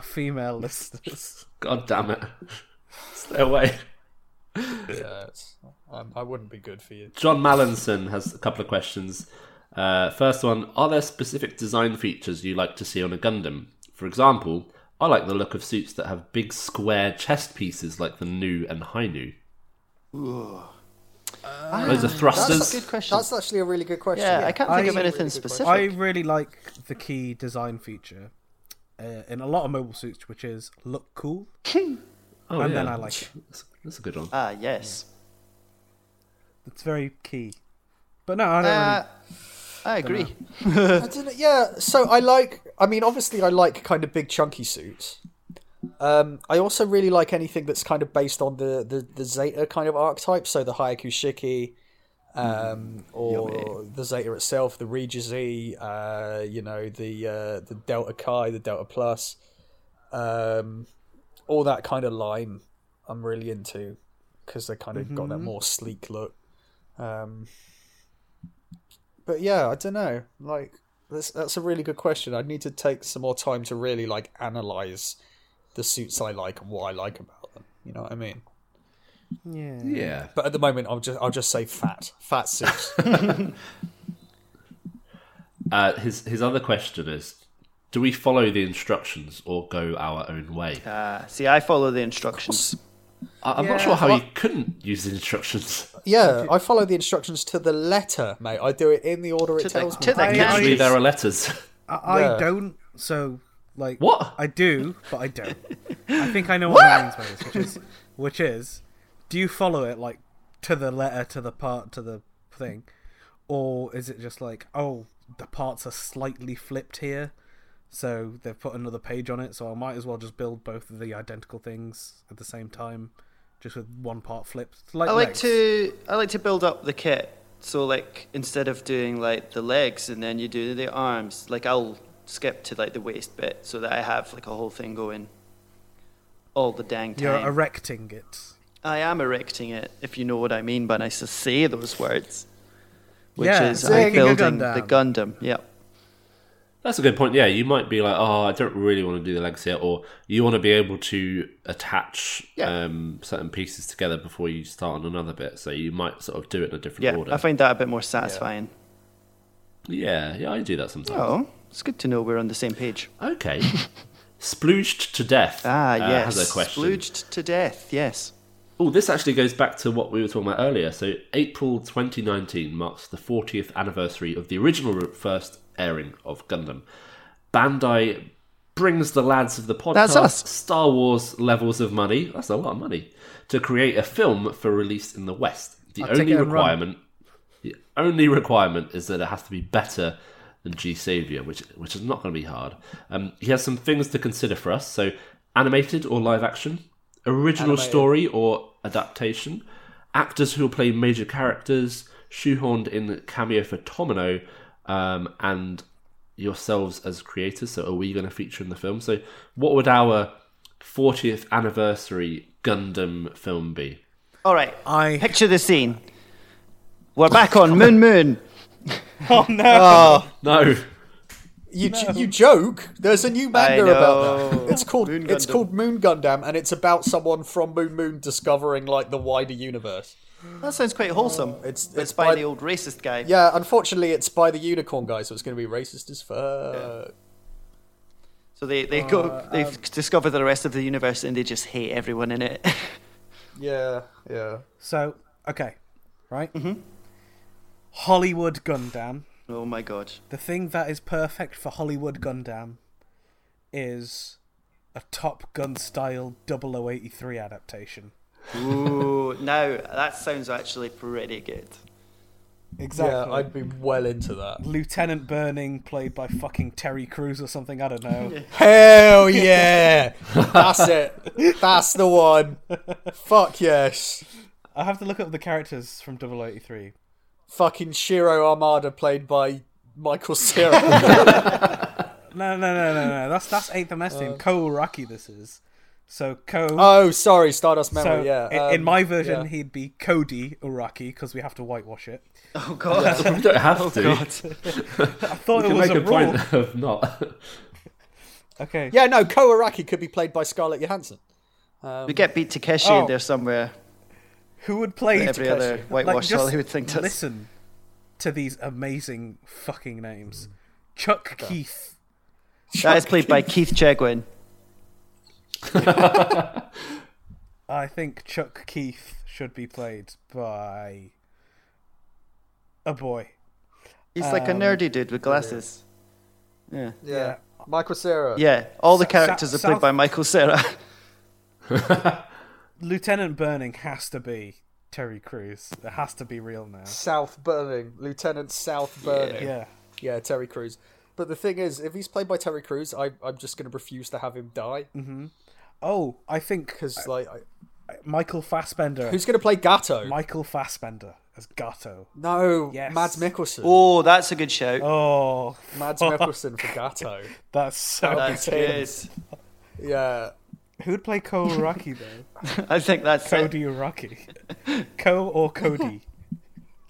[SPEAKER 1] (laughs)
[SPEAKER 3] female listeners.
[SPEAKER 2] God damn it, (laughs) stay away.
[SPEAKER 1] Yeah, it's- um, I wouldn't be good for you.
[SPEAKER 2] John Mallinson has a couple of questions. Uh, first one: Are there specific design features you like to see on a Gundam? For example, I like the look of suits that have big square chest pieces, like the Nu and Hainu. Those
[SPEAKER 3] Uh,
[SPEAKER 2] are
[SPEAKER 4] That's
[SPEAKER 2] thrusters.
[SPEAKER 4] a good question.
[SPEAKER 1] That's actually a really good question.
[SPEAKER 4] yeah, I can't think
[SPEAKER 3] I-
[SPEAKER 4] of anything
[SPEAKER 1] Really good question.
[SPEAKER 4] specific.
[SPEAKER 3] I really like the key design feature uh, in a lot of mobile suits, which is look cool.
[SPEAKER 2] Oh,
[SPEAKER 3] and then I like it. Uh,
[SPEAKER 2] That's, that's a good one.
[SPEAKER 4] (clears throat) Ah, yes.
[SPEAKER 3] It's very key. But no, I don't
[SPEAKER 4] Uh, I agree.
[SPEAKER 1] I dunno- yeah, so I like. I mean, obviously, I like kind of big chunky suits. Um, I also really like anything that's kind of based on the the, the Zeta kind of archetype, so the Hayakushiki, um, or the Zeta itself, the Regizy, uh, you know, the uh, the Delta Chi, the Delta Plus, um, all that kind of line. I'm really into because they kind of got that more sleek look. Um, but yeah, I don't know. Like that's that's a really good question. I'd need to take some more time to really like analyze the suits I like and what I like about them. You know what I mean?
[SPEAKER 3] really. Yeah.
[SPEAKER 2] Yeah.
[SPEAKER 1] But at the moment, I'll just I'll just say fat fat
[SPEAKER 4] (laughs)
[SPEAKER 1] suits.
[SPEAKER 2] Uh, his his other question is: Do we follow the instructions or go our own way?
[SPEAKER 4] Uh, Ah, see, I follow the instructions.
[SPEAKER 2] I- I'm not
[SPEAKER 3] Uh, Yeah.
[SPEAKER 2] sure how
[SPEAKER 1] Well-
[SPEAKER 2] he couldn't use the instructions.
[SPEAKER 1] Yeah, I follow the instructions to the letter, mate. I do it in the order
[SPEAKER 4] To
[SPEAKER 1] it
[SPEAKER 4] the-
[SPEAKER 1] tells
[SPEAKER 4] to
[SPEAKER 1] me.
[SPEAKER 4] the
[SPEAKER 3] I-
[SPEAKER 4] countries.
[SPEAKER 2] Literally, there are letters. (laughs)
[SPEAKER 3] I, I
[SPEAKER 1] Yeah.
[SPEAKER 3] don't. So, like,
[SPEAKER 2] What?
[SPEAKER 3] I do, but I don't. I think I know what, what? means by this, which is, which is, do you follow it like to the letter, to the part, to the thing, or is it just like, oh, the parts are slightly flipped here, so they've put another page on it, so I might as well just build both of the identical things at the same time, just with one part flipped. Like
[SPEAKER 4] I like
[SPEAKER 3] legs.
[SPEAKER 4] Oh, to I like to build up the kit. So like instead of doing like the legs and then you do the arms, like I'll skip to like the waist bit so that I have like a whole thing going all the dang
[SPEAKER 3] You're
[SPEAKER 4] time.
[SPEAKER 3] erecting it.
[SPEAKER 4] I am erecting it, if you know what I mean when I s- say those words. Which
[SPEAKER 3] Yeah,
[SPEAKER 4] is
[SPEAKER 3] taking
[SPEAKER 4] I'm
[SPEAKER 3] a
[SPEAKER 4] building the
[SPEAKER 3] Gundam.
[SPEAKER 4] Gundam. Yep.
[SPEAKER 2] That's a good point. Yeah, you might be like, oh, I don't really want to do the legs here, or you want to be able to attach
[SPEAKER 4] Yeah.
[SPEAKER 2] um, certain pieces together before you start on another bit. So you might sort of do it in a different
[SPEAKER 4] Yeah.
[SPEAKER 2] order.
[SPEAKER 4] I find that a bit more satisfying.
[SPEAKER 2] yeah, yeah, I do that sometimes.
[SPEAKER 4] Oh, it's good to know we're on the same page.
[SPEAKER 2] Okay. (laughs) Splooged to death.
[SPEAKER 4] Oh. Ah,
[SPEAKER 2] uh,
[SPEAKER 4] yes.
[SPEAKER 2] Has a question.
[SPEAKER 4] Splooged to death. Yes.
[SPEAKER 2] Oh, this actually goes back to what we were talking about earlier. So, April 2019 marks the 40th anniversary of the original first airing of Gundam. Bandai brings the lads of the podcast
[SPEAKER 4] That's us.
[SPEAKER 2] Star Wars levels of money. That's a lot of money to create a film for release in the West. The
[SPEAKER 3] I'll take
[SPEAKER 2] only
[SPEAKER 3] it and run.
[SPEAKER 2] requirement, the only requirement is that it has to be better than G Savior, which which is not going to be hard. Um, he has some things to consider for us. So, animated or live action, original story or adaptation, actors who will play major characters, shoehorned in cameo for Tomino, um, and yourselves as creators. So, are we going to feature in the film? So, what would our 40th anniversary Gundam film be?
[SPEAKER 4] All right.
[SPEAKER 3] I
[SPEAKER 4] Picture the scene. We're back on Moon Moon.
[SPEAKER 3] (laughs) (laughs) oh no.
[SPEAKER 2] No, (laughs)
[SPEAKER 1] You you joke. There's a new manga about
[SPEAKER 4] know.
[SPEAKER 1] that. It's called
[SPEAKER 4] Moon
[SPEAKER 1] it's
[SPEAKER 4] Gundam.
[SPEAKER 1] called Moon Gundam, and it's about someone from Moon Moon discovering like the wider universe.
[SPEAKER 4] That sounds quite wholesome.
[SPEAKER 1] It's-
[SPEAKER 4] But
[SPEAKER 1] it's
[SPEAKER 4] by,
[SPEAKER 1] by-
[SPEAKER 4] the old racist guy.
[SPEAKER 1] Yeah, unfortunately, it's by the Unicorn guy, so it's going to be racist as fuck.
[SPEAKER 4] So they, they go they f discover the rest of the universe and they just hate everyone in it. (laughs)
[SPEAKER 1] Yeah, yeah.
[SPEAKER 3] So, okay, right? Mm-hmm. Hollywood Gundam.
[SPEAKER 4] oh my god.
[SPEAKER 3] The thing that is perfect for Hollywood Gundam is a Top Gun style 0083 adaptation.
[SPEAKER 4] Ooh, (laughs) now that sounds actually pretty good.
[SPEAKER 1] Yeah, I'd be well into that.
[SPEAKER 3] Lieutenant Burning, played by fucking Terry Crews or something, I
[SPEAKER 1] (laughs)
[SPEAKER 3] don't know.
[SPEAKER 1] Hell yeah! That's (laughs) it. That's the one. Fuck yes.
[SPEAKER 3] I have to look up the characters from 0083.
[SPEAKER 1] Fucking Shiro Armada played by Michael (laughs) Cera.
[SPEAKER 3] No, no, no, no, no. That's that's eighth MS
[SPEAKER 1] Uh,
[SPEAKER 3] team. Ko Uraki, this is. So Ko.
[SPEAKER 1] oh, sorry, Stardust
[SPEAKER 3] so
[SPEAKER 1] Memory, yeah.
[SPEAKER 3] in,
[SPEAKER 1] um,
[SPEAKER 3] in my version,
[SPEAKER 1] yeah.
[SPEAKER 3] he'd be Cody Uraki because we have to whitewash it.
[SPEAKER 4] Oh god.
[SPEAKER 2] we
[SPEAKER 3] (laughs)
[SPEAKER 2] don't have to. (laughs)
[SPEAKER 3] I thought
[SPEAKER 2] You
[SPEAKER 3] Oh,
[SPEAKER 2] can
[SPEAKER 3] it was
[SPEAKER 2] make a,
[SPEAKER 3] a, rule.
[SPEAKER 2] (laughs) point of not.
[SPEAKER 3] Okay.
[SPEAKER 1] Yeah, no, Ko Araki could be played by Scarlett Johansson.
[SPEAKER 4] we get beat Takeshi
[SPEAKER 3] Oh.
[SPEAKER 4] in there somewhere.
[SPEAKER 3] Who would play
[SPEAKER 4] Every
[SPEAKER 3] Takeshi?
[SPEAKER 4] other whitewashed
[SPEAKER 3] just
[SPEAKER 4] Hollywood thing does.
[SPEAKER 3] Listen to these amazing fucking names: Chuck Keith,
[SPEAKER 4] That is played by Keith Chegwin.
[SPEAKER 3] I think Chuck Keith should be played by a boy.
[SPEAKER 4] He's like a nerdy dude with glasses. Yeah.
[SPEAKER 1] Yeah. Michael Cera.
[SPEAKER 4] Yeah. All the characters are
[SPEAKER 3] South-
[SPEAKER 4] played by Michael Cera. (laughs)
[SPEAKER 3] Lieutenant Burning has to be Terry Crews. It has to be real now.
[SPEAKER 1] South Burning, Lieutenant South Burning.
[SPEAKER 3] Yeah.
[SPEAKER 1] Yeah, Terry Crews. But the thing is, if he's played by Terry Crews, I, I'm just going to refuse to have him die
[SPEAKER 3] Oh, I think
[SPEAKER 1] because, like, I,
[SPEAKER 3] Michael Fassbender.
[SPEAKER 1] who's going to play Gatto?
[SPEAKER 3] Michael Fassbender as Gato.
[SPEAKER 1] no,
[SPEAKER 3] Yes.
[SPEAKER 1] Mads Mikkelsen.
[SPEAKER 4] oh, that's a good shout.
[SPEAKER 3] Oh,
[SPEAKER 1] Mads Mikkelsen for Gatto.
[SPEAKER 3] that's so.
[SPEAKER 4] that's good.
[SPEAKER 1] Yeah,
[SPEAKER 3] Who'd play Ko Uraki though?
[SPEAKER 4] I think that's it.
[SPEAKER 1] Uh,
[SPEAKER 3] Cody Uraki. Ko
[SPEAKER 1] (laughs)
[SPEAKER 3] or Cody?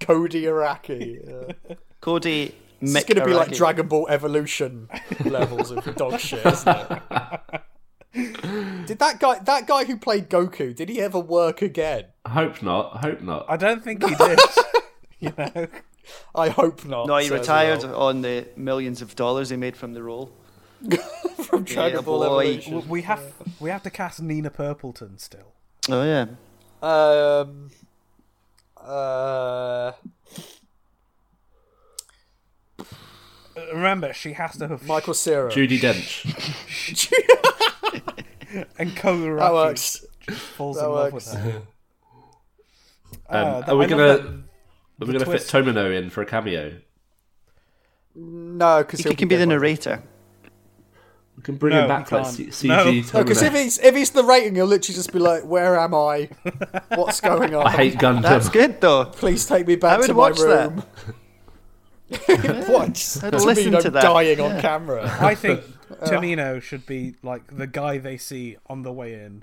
[SPEAKER 1] Cody Araki. Yeah.
[SPEAKER 4] Cody
[SPEAKER 1] It's going to be like
[SPEAKER 4] Mikuraki.
[SPEAKER 1] Dragon Ball Evolution levels of dog shit, isn't it? Did that guy, that guy who played Goku, did he ever work again?
[SPEAKER 2] I hope not. I hope not.
[SPEAKER 3] I don't think he did. (laughs) you know,
[SPEAKER 1] I hope not.
[SPEAKER 4] No, he
[SPEAKER 1] says
[SPEAKER 4] retired
[SPEAKER 1] Will.
[SPEAKER 4] on the millions of dollars he made from the role.
[SPEAKER 1] from Dragon
[SPEAKER 4] Yeah,
[SPEAKER 1] Ball
[SPEAKER 4] boy.
[SPEAKER 1] Evolution.
[SPEAKER 3] we have we have to cast Nina Purpleton still.
[SPEAKER 4] Oh yeah.
[SPEAKER 1] Um, uh,
[SPEAKER 3] Remember, she has to have
[SPEAKER 1] Michael Cera.
[SPEAKER 2] Judy Dench.
[SPEAKER 3] and Kogaraki
[SPEAKER 1] That works.
[SPEAKER 3] falls
[SPEAKER 1] That
[SPEAKER 3] in
[SPEAKER 1] works.
[SPEAKER 3] love with her.
[SPEAKER 2] Um,
[SPEAKER 3] Ah, that-
[SPEAKER 2] are we
[SPEAKER 3] I love
[SPEAKER 2] gonna
[SPEAKER 3] that-
[SPEAKER 2] are we gonna
[SPEAKER 3] twist.
[SPEAKER 2] fit Tomino in for a cameo?
[SPEAKER 1] No, because
[SPEAKER 4] He can be the narrator.
[SPEAKER 2] We can bring
[SPEAKER 3] No,
[SPEAKER 2] him back
[SPEAKER 3] we
[SPEAKER 2] like C-
[SPEAKER 3] can't.
[SPEAKER 2] CG
[SPEAKER 3] No. No,
[SPEAKER 2] Tomino.
[SPEAKER 1] Because Oh, if he's if he's the rating, he'll literally just be like, "Where am I? What's going on?
[SPEAKER 2] (laughs) I hate Gundam.
[SPEAKER 4] That's good though.
[SPEAKER 1] Please take me
[SPEAKER 4] I
[SPEAKER 1] back
[SPEAKER 4] would
[SPEAKER 1] to my
[SPEAKER 4] watch that.
[SPEAKER 1] room." (laughs) What?
[SPEAKER 4] (laughs) I'd
[SPEAKER 1] Doesn't
[SPEAKER 4] listen
[SPEAKER 1] mean I'm
[SPEAKER 4] to that.
[SPEAKER 1] dying on camera. (laughs)
[SPEAKER 3] I think Tomino should be like the guy they see on the way in,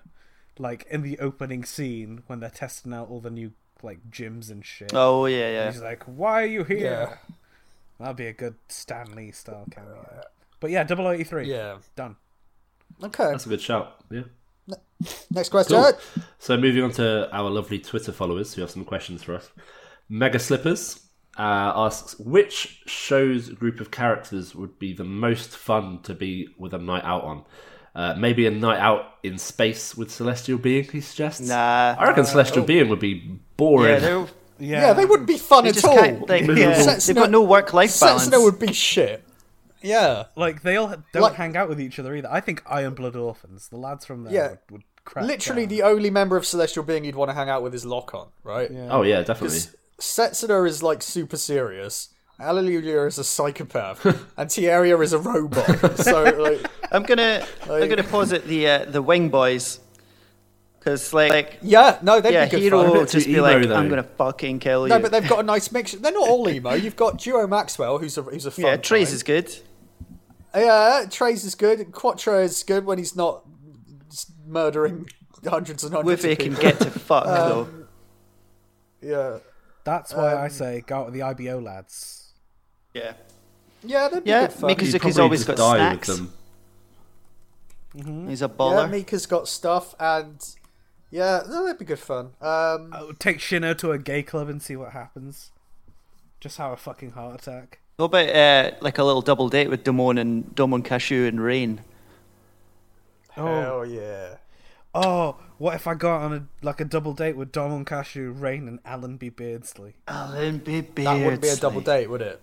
[SPEAKER 3] like in the opening scene when they're testing out all the new like gyms and shit.
[SPEAKER 4] Oh yeah, yeah.
[SPEAKER 3] He's like, "Why are you here?" That'd be a good Stanley style cameo. But yeah, 083.
[SPEAKER 1] Yeah.
[SPEAKER 3] done.
[SPEAKER 1] Okay.
[SPEAKER 2] That's a good shout. Yeah.
[SPEAKER 1] Next question. Uh,
[SPEAKER 2] Cool. So moving on to our lovely Twitter followers who have some questions for us. Mega Slippers uh, asks which show's group of characters would be the most fun to be with a night out on. Uh, maybe a night out in space with celestial being. He suggests.
[SPEAKER 4] Nah. Oh.
[SPEAKER 2] I reckon celestial being would be boring.
[SPEAKER 4] Yeah, they're,
[SPEAKER 3] Yeah,
[SPEAKER 1] Yeah, they wouldn't be fun
[SPEAKER 4] they
[SPEAKER 1] at
[SPEAKER 4] just
[SPEAKER 1] all.
[SPEAKER 4] can't. Like,
[SPEAKER 2] Miserable.
[SPEAKER 4] yeah,
[SPEAKER 1] Setsuna-
[SPEAKER 4] they've got no work-life balance.
[SPEAKER 1] Setsuna would be shit. Yeah.
[SPEAKER 3] like they all don't
[SPEAKER 1] Like-
[SPEAKER 3] hang out with each other either. I think Iron Blood Orphans, the lads from there,
[SPEAKER 1] Yeah.
[SPEAKER 3] would, would crack.
[SPEAKER 1] Literally,
[SPEAKER 3] down.
[SPEAKER 1] the only member of Celestial Being you'd want to hang out with is Lock On, right? Yeah.
[SPEAKER 2] (laughs) Oh yeah, definitely.
[SPEAKER 1] Setsuna is like super serious. Alleluia is a psychopath, (laughs) and Tieria is a robot. (laughs) so, like, (laughs)
[SPEAKER 4] I'm gonna I'm gonna posit the uh, the wing boys because like, like
[SPEAKER 1] yeah, no, they'd
[SPEAKER 4] yeah,
[SPEAKER 1] be good
[SPEAKER 4] hero
[SPEAKER 1] fun.
[SPEAKER 2] bit
[SPEAKER 4] will
[SPEAKER 2] too
[SPEAKER 4] just be
[SPEAKER 2] emo,
[SPEAKER 4] like
[SPEAKER 2] though.
[SPEAKER 4] I'm gonna fucking kill you.
[SPEAKER 1] No, but they've got a nice mixture. They're not all emo. You've got Duo Maxwell, who's a who's a fun
[SPEAKER 4] yeah, Trace
[SPEAKER 1] guy.
[SPEAKER 4] is good.
[SPEAKER 1] yeah, Trace is good. Quattro is good when he's not s- murdering (laughs) hundreds and hundreds.
[SPEAKER 4] Woofy
[SPEAKER 1] of
[SPEAKER 4] can
[SPEAKER 1] people. (laughs)
[SPEAKER 4] get to fuck though.
[SPEAKER 1] Um, yeah,
[SPEAKER 3] That's why
[SPEAKER 1] um,
[SPEAKER 3] I say go out with the IBO lads.
[SPEAKER 4] Yeah,
[SPEAKER 1] yeah, that'd be
[SPEAKER 4] yeah.
[SPEAKER 1] good fun.
[SPEAKER 4] Mikazuki's
[SPEAKER 2] You'd probably
[SPEAKER 4] always
[SPEAKER 2] just
[SPEAKER 4] got
[SPEAKER 2] die
[SPEAKER 4] snacks.
[SPEAKER 2] with them.
[SPEAKER 4] He's a
[SPEAKER 1] Yeah,
[SPEAKER 4] baller.
[SPEAKER 1] Mika's got stuff, and yeah, no, that'd be good fun. Um,
[SPEAKER 3] Oh, take Shino to a gay club and see what happens. Just have a fucking heart attack.
[SPEAKER 4] what about uh, like a little double date with Damon and Damon Cashew and Rain?
[SPEAKER 3] Oh,
[SPEAKER 1] Hell yeah.
[SPEAKER 3] oh, what if I got on a like a double date with Dom and Cashew, Rain, and Alan B. Beardsley?
[SPEAKER 4] Alan B. Beardsley.
[SPEAKER 1] That wouldn't be a double date, would it?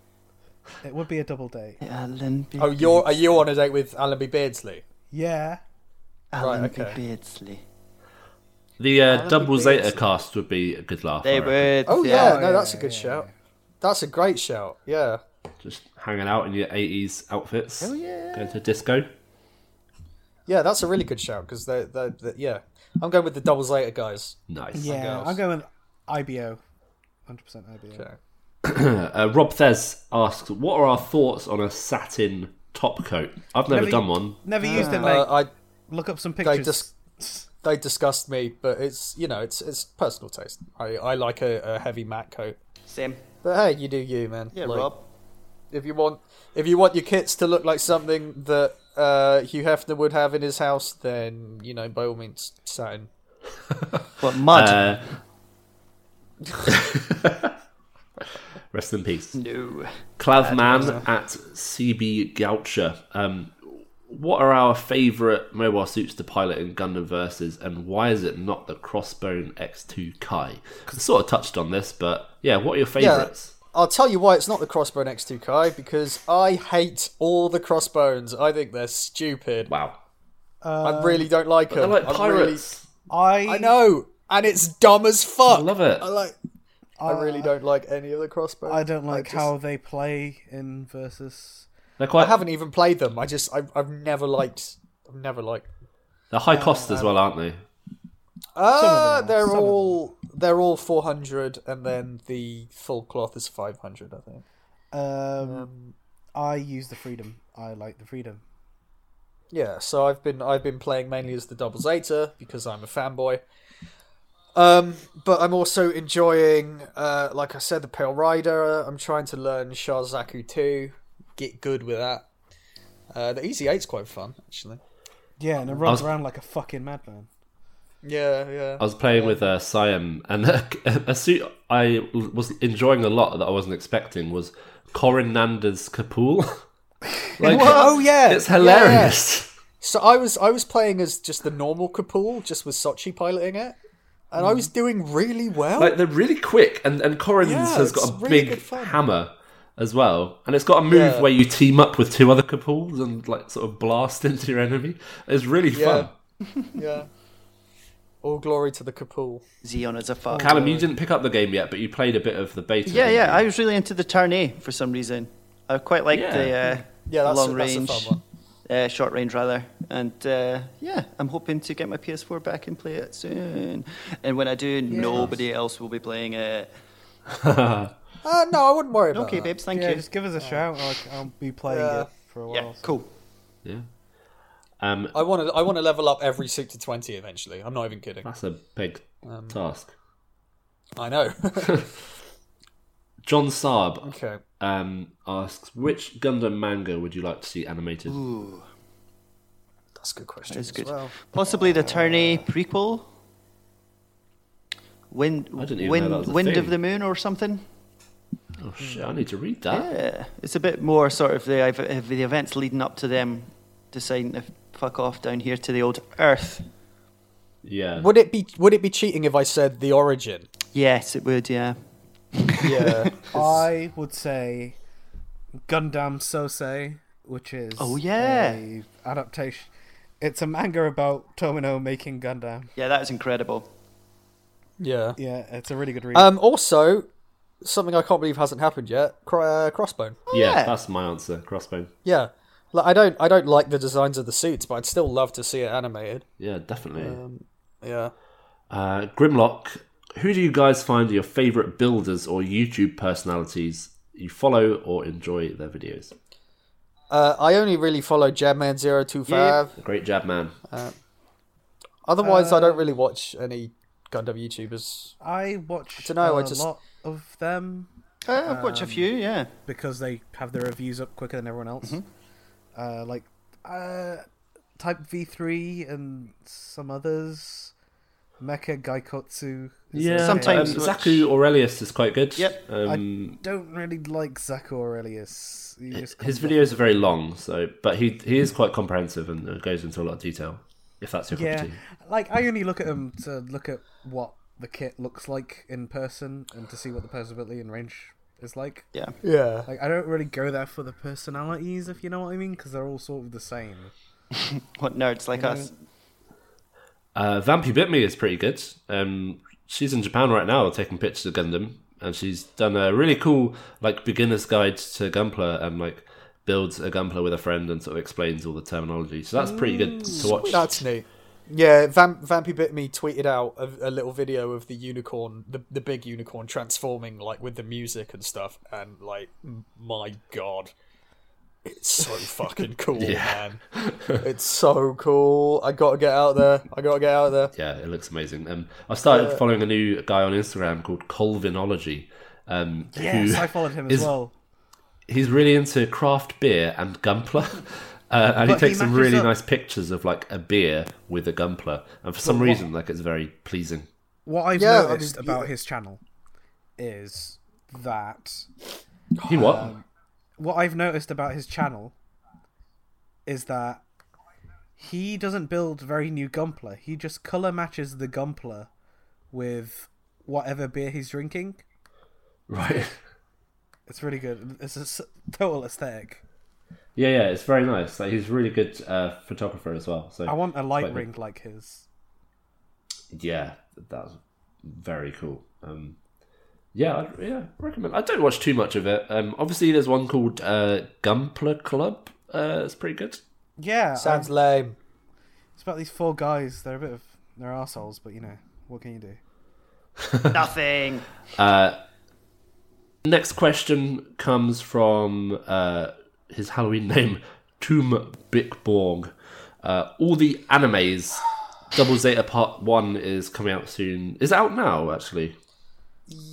[SPEAKER 3] It would be a double date.
[SPEAKER 4] Alan B.
[SPEAKER 1] Oh, you're are you on a date with Alan B. Beardsley?
[SPEAKER 3] Yeah.
[SPEAKER 4] Alan
[SPEAKER 1] right,
[SPEAKER 4] B.
[SPEAKER 1] okay.
[SPEAKER 4] Beardsley.
[SPEAKER 2] The uh,
[SPEAKER 1] would
[SPEAKER 2] double
[SPEAKER 1] be
[SPEAKER 2] Zeta
[SPEAKER 1] awesome.
[SPEAKER 2] cast would be a good laugh. I
[SPEAKER 4] They
[SPEAKER 2] reckon.
[SPEAKER 4] would.
[SPEAKER 1] Oh yeah, no,
[SPEAKER 3] yeah,
[SPEAKER 1] that's a good shout. That's a great shout. Yeah.
[SPEAKER 2] Just hanging out in your 80s outfits. Oh, yeah. Going to disco.
[SPEAKER 1] Yeah, that's a really good shout because they, they, they, yeah, I'm going with the double zeta guys.
[SPEAKER 2] Nice.
[SPEAKER 3] Yeah.
[SPEAKER 1] girls.
[SPEAKER 3] I'm going IBO. 100% IBO.
[SPEAKER 1] Okay.
[SPEAKER 2] Uh, Rob Thez asks, what are our thoughts on a satin top coat? I've never,
[SPEAKER 3] Never-
[SPEAKER 2] done one.
[SPEAKER 3] Never used it, mate.
[SPEAKER 1] Uh, I
[SPEAKER 3] Look up some
[SPEAKER 1] they
[SPEAKER 3] pictures.
[SPEAKER 1] dis- they disgust me, but it's you know it's it's personal taste. I, I like a, a heavy matte coat,
[SPEAKER 4] Same.
[SPEAKER 1] but hey, you do you, man.
[SPEAKER 4] Yeah,
[SPEAKER 1] Like,
[SPEAKER 4] Rob.
[SPEAKER 1] If you want if you want your kits to look like something that uh, Hugh Hefner would have in his house, then you know by all means, satin.
[SPEAKER 4] What mud?
[SPEAKER 2] Uh, (laughs) rest in peace.
[SPEAKER 4] no.
[SPEAKER 2] Clavman at CB Goucher. Um, what are our favourite mobile suits to pilot in Gundam Versus, and why is it not the Crossbone X2 Kai? Sort of touched on this, but yeah, what are your favourites?
[SPEAKER 1] I'll tell you why it's not the Crossbone X2 Kai because I hate all the crossbones. I think they're stupid.
[SPEAKER 2] Wow.
[SPEAKER 1] I really don't like
[SPEAKER 2] They're
[SPEAKER 1] them.
[SPEAKER 2] Uh, like
[SPEAKER 1] I, really,
[SPEAKER 2] pirates.
[SPEAKER 3] I,
[SPEAKER 1] I know, and it's dumb as fuck.
[SPEAKER 2] I love it.
[SPEAKER 1] I like. uh, I really don't like any of the crossbones.
[SPEAKER 3] I don't like
[SPEAKER 1] just-
[SPEAKER 3] how they play in versus.
[SPEAKER 2] They're quite.
[SPEAKER 1] I haven't even played them. I just I, I've never liked. I've never liked.
[SPEAKER 2] They're high cost as well, aren't they?
[SPEAKER 1] Ah,
[SPEAKER 3] them are,
[SPEAKER 1] they're
[SPEAKER 3] some of them.
[SPEAKER 1] all they're all four hundred, and then the full cloth is five hundred. I think.
[SPEAKER 3] Um, I use the freedom. I like the freedom.
[SPEAKER 1] Yeah, so I've been I've been playing mainly as the double zeta because I'm a fanboy. Um, but I'm also enjoying, uh, like I said, the Pale Rider. I'm trying to learn Shazaku too. Get good with that. Uh, the Easy Eight's quite fun, actually.
[SPEAKER 3] Yeah, and it runs
[SPEAKER 2] was-
[SPEAKER 3] around like a fucking madman.
[SPEAKER 1] Yeah, yeah. (laughs)
[SPEAKER 2] I was playing with uh, Siam, and (laughs) a, suit I was enjoying a lot that I wasn't expecting was Corin Nanda's Kapul. (laughs) like,
[SPEAKER 1] Oh yeah,
[SPEAKER 2] (laughs) It's
[SPEAKER 1] yeah.
[SPEAKER 2] hilarious.
[SPEAKER 1] So I was I was playing as just the normal Kapul, just with Sochi piloting it, and I was doing really well.
[SPEAKER 2] Hmm. Like they're really quick, and and Corrin
[SPEAKER 1] Yeah,
[SPEAKER 2] has
[SPEAKER 1] it's
[SPEAKER 2] got a
[SPEAKER 1] really
[SPEAKER 2] big
[SPEAKER 1] good fun.
[SPEAKER 2] hammer as well, and it's got a move
[SPEAKER 1] Yeah.
[SPEAKER 2] where you team up with two other Kapools and like sort of blast (laughs) into your enemy. It's really
[SPEAKER 1] Yeah.
[SPEAKER 2] fun.
[SPEAKER 1] yeah. All glory to the Kapool.
[SPEAKER 4] Xeon is a fuck.
[SPEAKER 2] Callum, you didn't pick up the game yet, but you played a bit of the beta.
[SPEAKER 4] yeah,
[SPEAKER 2] didn't
[SPEAKER 4] yeah. I
[SPEAKER 2] you?
[SPEAKER 4] was really into the Tarnay for some reason. I quite liked
[SPEAKER 2] Yeah.
[SPEAKER 4] the uh,
[SPEAKER 1] Yeah, that's,
[SPEAKER 4] long
[SPEAKER 1] a,
[SPEAKER 4] range,
[SPEAKER 1] that's a fun one.
[SPEAKER 4] Uh, short range rather. And uh, yeah, I'm hoping to get my PS4 back and play it soon. And when I do, nobody else will be playing it.
[SPEAKER 1] Uh, no, I wouldn't worry about
[SPEAKER 4] Okay,
[SPEAKER 1] that.
[SPEAKER 4] babes, thank
[SPEAKER 3] yeah,
[SPEAKER 4] you.
[SPEAKER 3] just give us a shout. I'll, I'll be playing
[SPEAKER 1] Yeah.
[SPEAKER 3] it for a while.
[SPEAKER 4] Yeah, cool.
[SPEAKER 2] yeah. (laughs) Um,
[SPEAKER 1] I want to. I want to level up every six to twenty eventually. I'm not even kidding.
[SPEAKER 2] that's a big
[SPEAKER 1] Um,
[SPEAKER 2] task.
[SPEAKER 1] I (laughs) know.
[SPEAKER 2] John Saab
[SPEAKER 1] okay.
[SPEAKER 2] um, asks, which Gundam manga would you like to see animated?
[SPEAKER 1] That's a good question.
[SPEAKER 4] That's
[SPEAKER 1] as
[SPEAKER 4] good.
[SPEAKER 1] well.
[SPEAKER 4] Possibly the Tarnay prequel. Wind,
[SPEAKER 2] I didn't even know that was
[SPEAKER 4] wind,
[SPEAKER 2] a
[SPEAKER 4] wind
[SPEAKER 2] thing.
[SPEAKER 4] of the Moon or something.
[SPEAKER 2] Oh shit! I need to read that.
[SPEAKER 4] Yeah, Uh, it's a bit more sort of the ev- ev- the events leading up to them deciding to fuck off down here to the old Earth.
[SPEAKER 2] Yeah.
[SPEAKER 1] Would it be Would it be cheating if I said the origin?
[SPEAKER 4] Yes, it would. Yeah.
[SPEAKER 1] Yeah.
[SPEAKER 3] I would say Gundam Sosei, which is
[SPEAKER 4] Oh, yeah.
[SPEAKER 3] a adaptation. It's a manga about Tomino making Gundam.
[SPEAKER 4] Yeah, that is incredible.
[SPEAKER 1] (laughs) (laughs) yeah.
[SPEAKER 3] Yeah, it's a really good read.
[SPEAKER 1] Um. Also, something I can't believe hasn't happened yet. Cro- uh, crossbone.
[SPEAKER 2] yeah,
[SPEAKER 4] yeah.
[SPEAKER 2] that's my answer. Crossbone.
[SPEAKER 1] Yeah. Like, I don't. I don't like the designs of the suits, but I'd still love to see it animated.
[SPEAKER 2] Yeah, definitely.
[SPEAKER 1] Yeah.
[SPEAKER 2] Uh, Grimlock, who do you guys find are your favourite builders or YouTube personalities you follow or enjoy their videos?
[SPEAKER 1] Uh, I only really follow Jamman 025
[SPEAKER 2] Great jab, man.
[SPEAKER 1] Otherwise, I don't really watch any Gundam YouTubers.
[SPEAKER 3] I watch
[SPEAKER 1] I dunno,
[SPEAKER 3] a
[SPEAKER 1] I just-
[SPEAKER 3] lot of them
[SPEAKER 4] Uh, I've watched a few. Yeah.
[SPEAKER 3] because they have their reviews up quicker than everyone else.
[SPEAKER 2] Mm-hmm.
[SPEAKER 3] Uh, like uh, Type V three and some others. Mecha Gaikotsu. is
[SPEAKER 2] Yeah,
[SPEAKER 3] okay.
[SPEAKER 4] Sometimes
[SPEAKER 2] um,
[SPEAKER 4] which-
[SPEAKER 2] Zaku Aurelius is quite good.
[SPEAKER 4] Yep.
[SPEAKER 2] Um,
[SPEAKER 3] don't really like Zaku Aurelius. He just
[SPEAKER 2] his
[SPEAKER 3] comes off-
[SPEAKER 2] videos are very long, so but he he is quite comprehensive and uh, goes into a lot of detail. If that's your
[SPEAKER 3] Yeah,
[SPEAKER 2] cup of tea.
[SPEAKER 3] like I only look at him to look at what the kit looks like in person and to see what the personality and range is like.
[SPEAKER 4] Yeah.
[SPEAKER 1] Yeah.
[SPEAKER 3] Like I don't really go there for the personalities, if you know what I mean, because they're all sort of the same.
[SPEAKER 4] What nerds like us?
[SPEAKER 2] Uh, Vampy Bit Me is pretty good. Um, she's in Japan right now taking pictures of Gundam, and she's done a really cool like beginner's guide to Gunpla and like builds a Gunpla with a friend and sort of explains all the terminology. So that's pretty good to
[SPEAKER 3] Mm,
[SPEAKER 2] watch.
[SPEAKER 1] That's neat. Yeah, Vamp, Vampy Bit Me tweeted out a, a little video of the unicorn, the, the big unicorn transforming, like with the music and stuff, and like, m- my god, it's so fucking cool, man. It's so cool. I gotta get out there. I gotta get out there.
[SPEAKER 2] Yeah, it looks amazing. Um, I started
[SPEAKER 3] Uh,
[SPEAKER 2] following a new guy on Instagram called Colvinology. Um,
[SPEAKER 3] Yes,
[SPEAKER 2] who
[SPEAKER 3] I followed him as
[SPEAKER 2] is-
[SPEAKER 3] well.
[SPEAKER 2] he's really into craft beer and Gunpla. (laughs) Uh, and he
[SPEAKER 3] But he
[SPEAKER 2] takes some
[SPEAKER 3] matches
[SPEAKER 2] really
[SPEAKER 3] up.
[SPEAKER 2] nice pictures of like a beer with a Gunpla, and for some reason, like it's very pleasing.
[SPEAKER 3] What I've
[SPEAKER 1] Yeah, I
[SPEAKER 3] noticed
[SPEAKER 1] mean,
[SPEAKER 3] about
[SPEAKER 1] yeah.
[SPEAKER 3] his channel is that
[SPEAKER 2] He what?
[SPEAKER 3] what I've noticed about his channel is that he doesn't build very new Gumpler. He just color matches the Gumpler with whatever beer he's drinking.
[SPEAKER 2] right.
[SPEAKER 3] It's really good. It's a s- total aesthetic.
[SPEAKER 2] (laughs) Yeah, yeah, it's very nice. Like he's a really good uh, photographer as well. So
[SPEAKER 3] I want a
[SPEAKER 2] Quite
[SPEAKER 3] light
[SPEAKER 2] good.
[SPEAKER 3] ring like his.
[SPEAKER 2] Yeah, that's very cool. Um, yeah, I'd, yeah, recommend. I don't watch too much of it. Um, obviously, there's one called uh, Gumpler Club. Uh, it's pretty good.
[SPEAKER 3] Yeah,
[SPEAKER 1] Sounds
[SPEAKER 3] um,
[SPEAKER 1] lame.
[SPEAKER 3] it's about these four guys. They're a bit of they're assholes, but you know what can you do?
[SPEAKER 4] (laughs) Nothing.
[SPEAKER 2] Next question comes from uh, his Halloween (laughs) name, Tomb Bickborg. Uh, all the animes. Double Zeta Part One is coming out soon. Is it out now? Actually,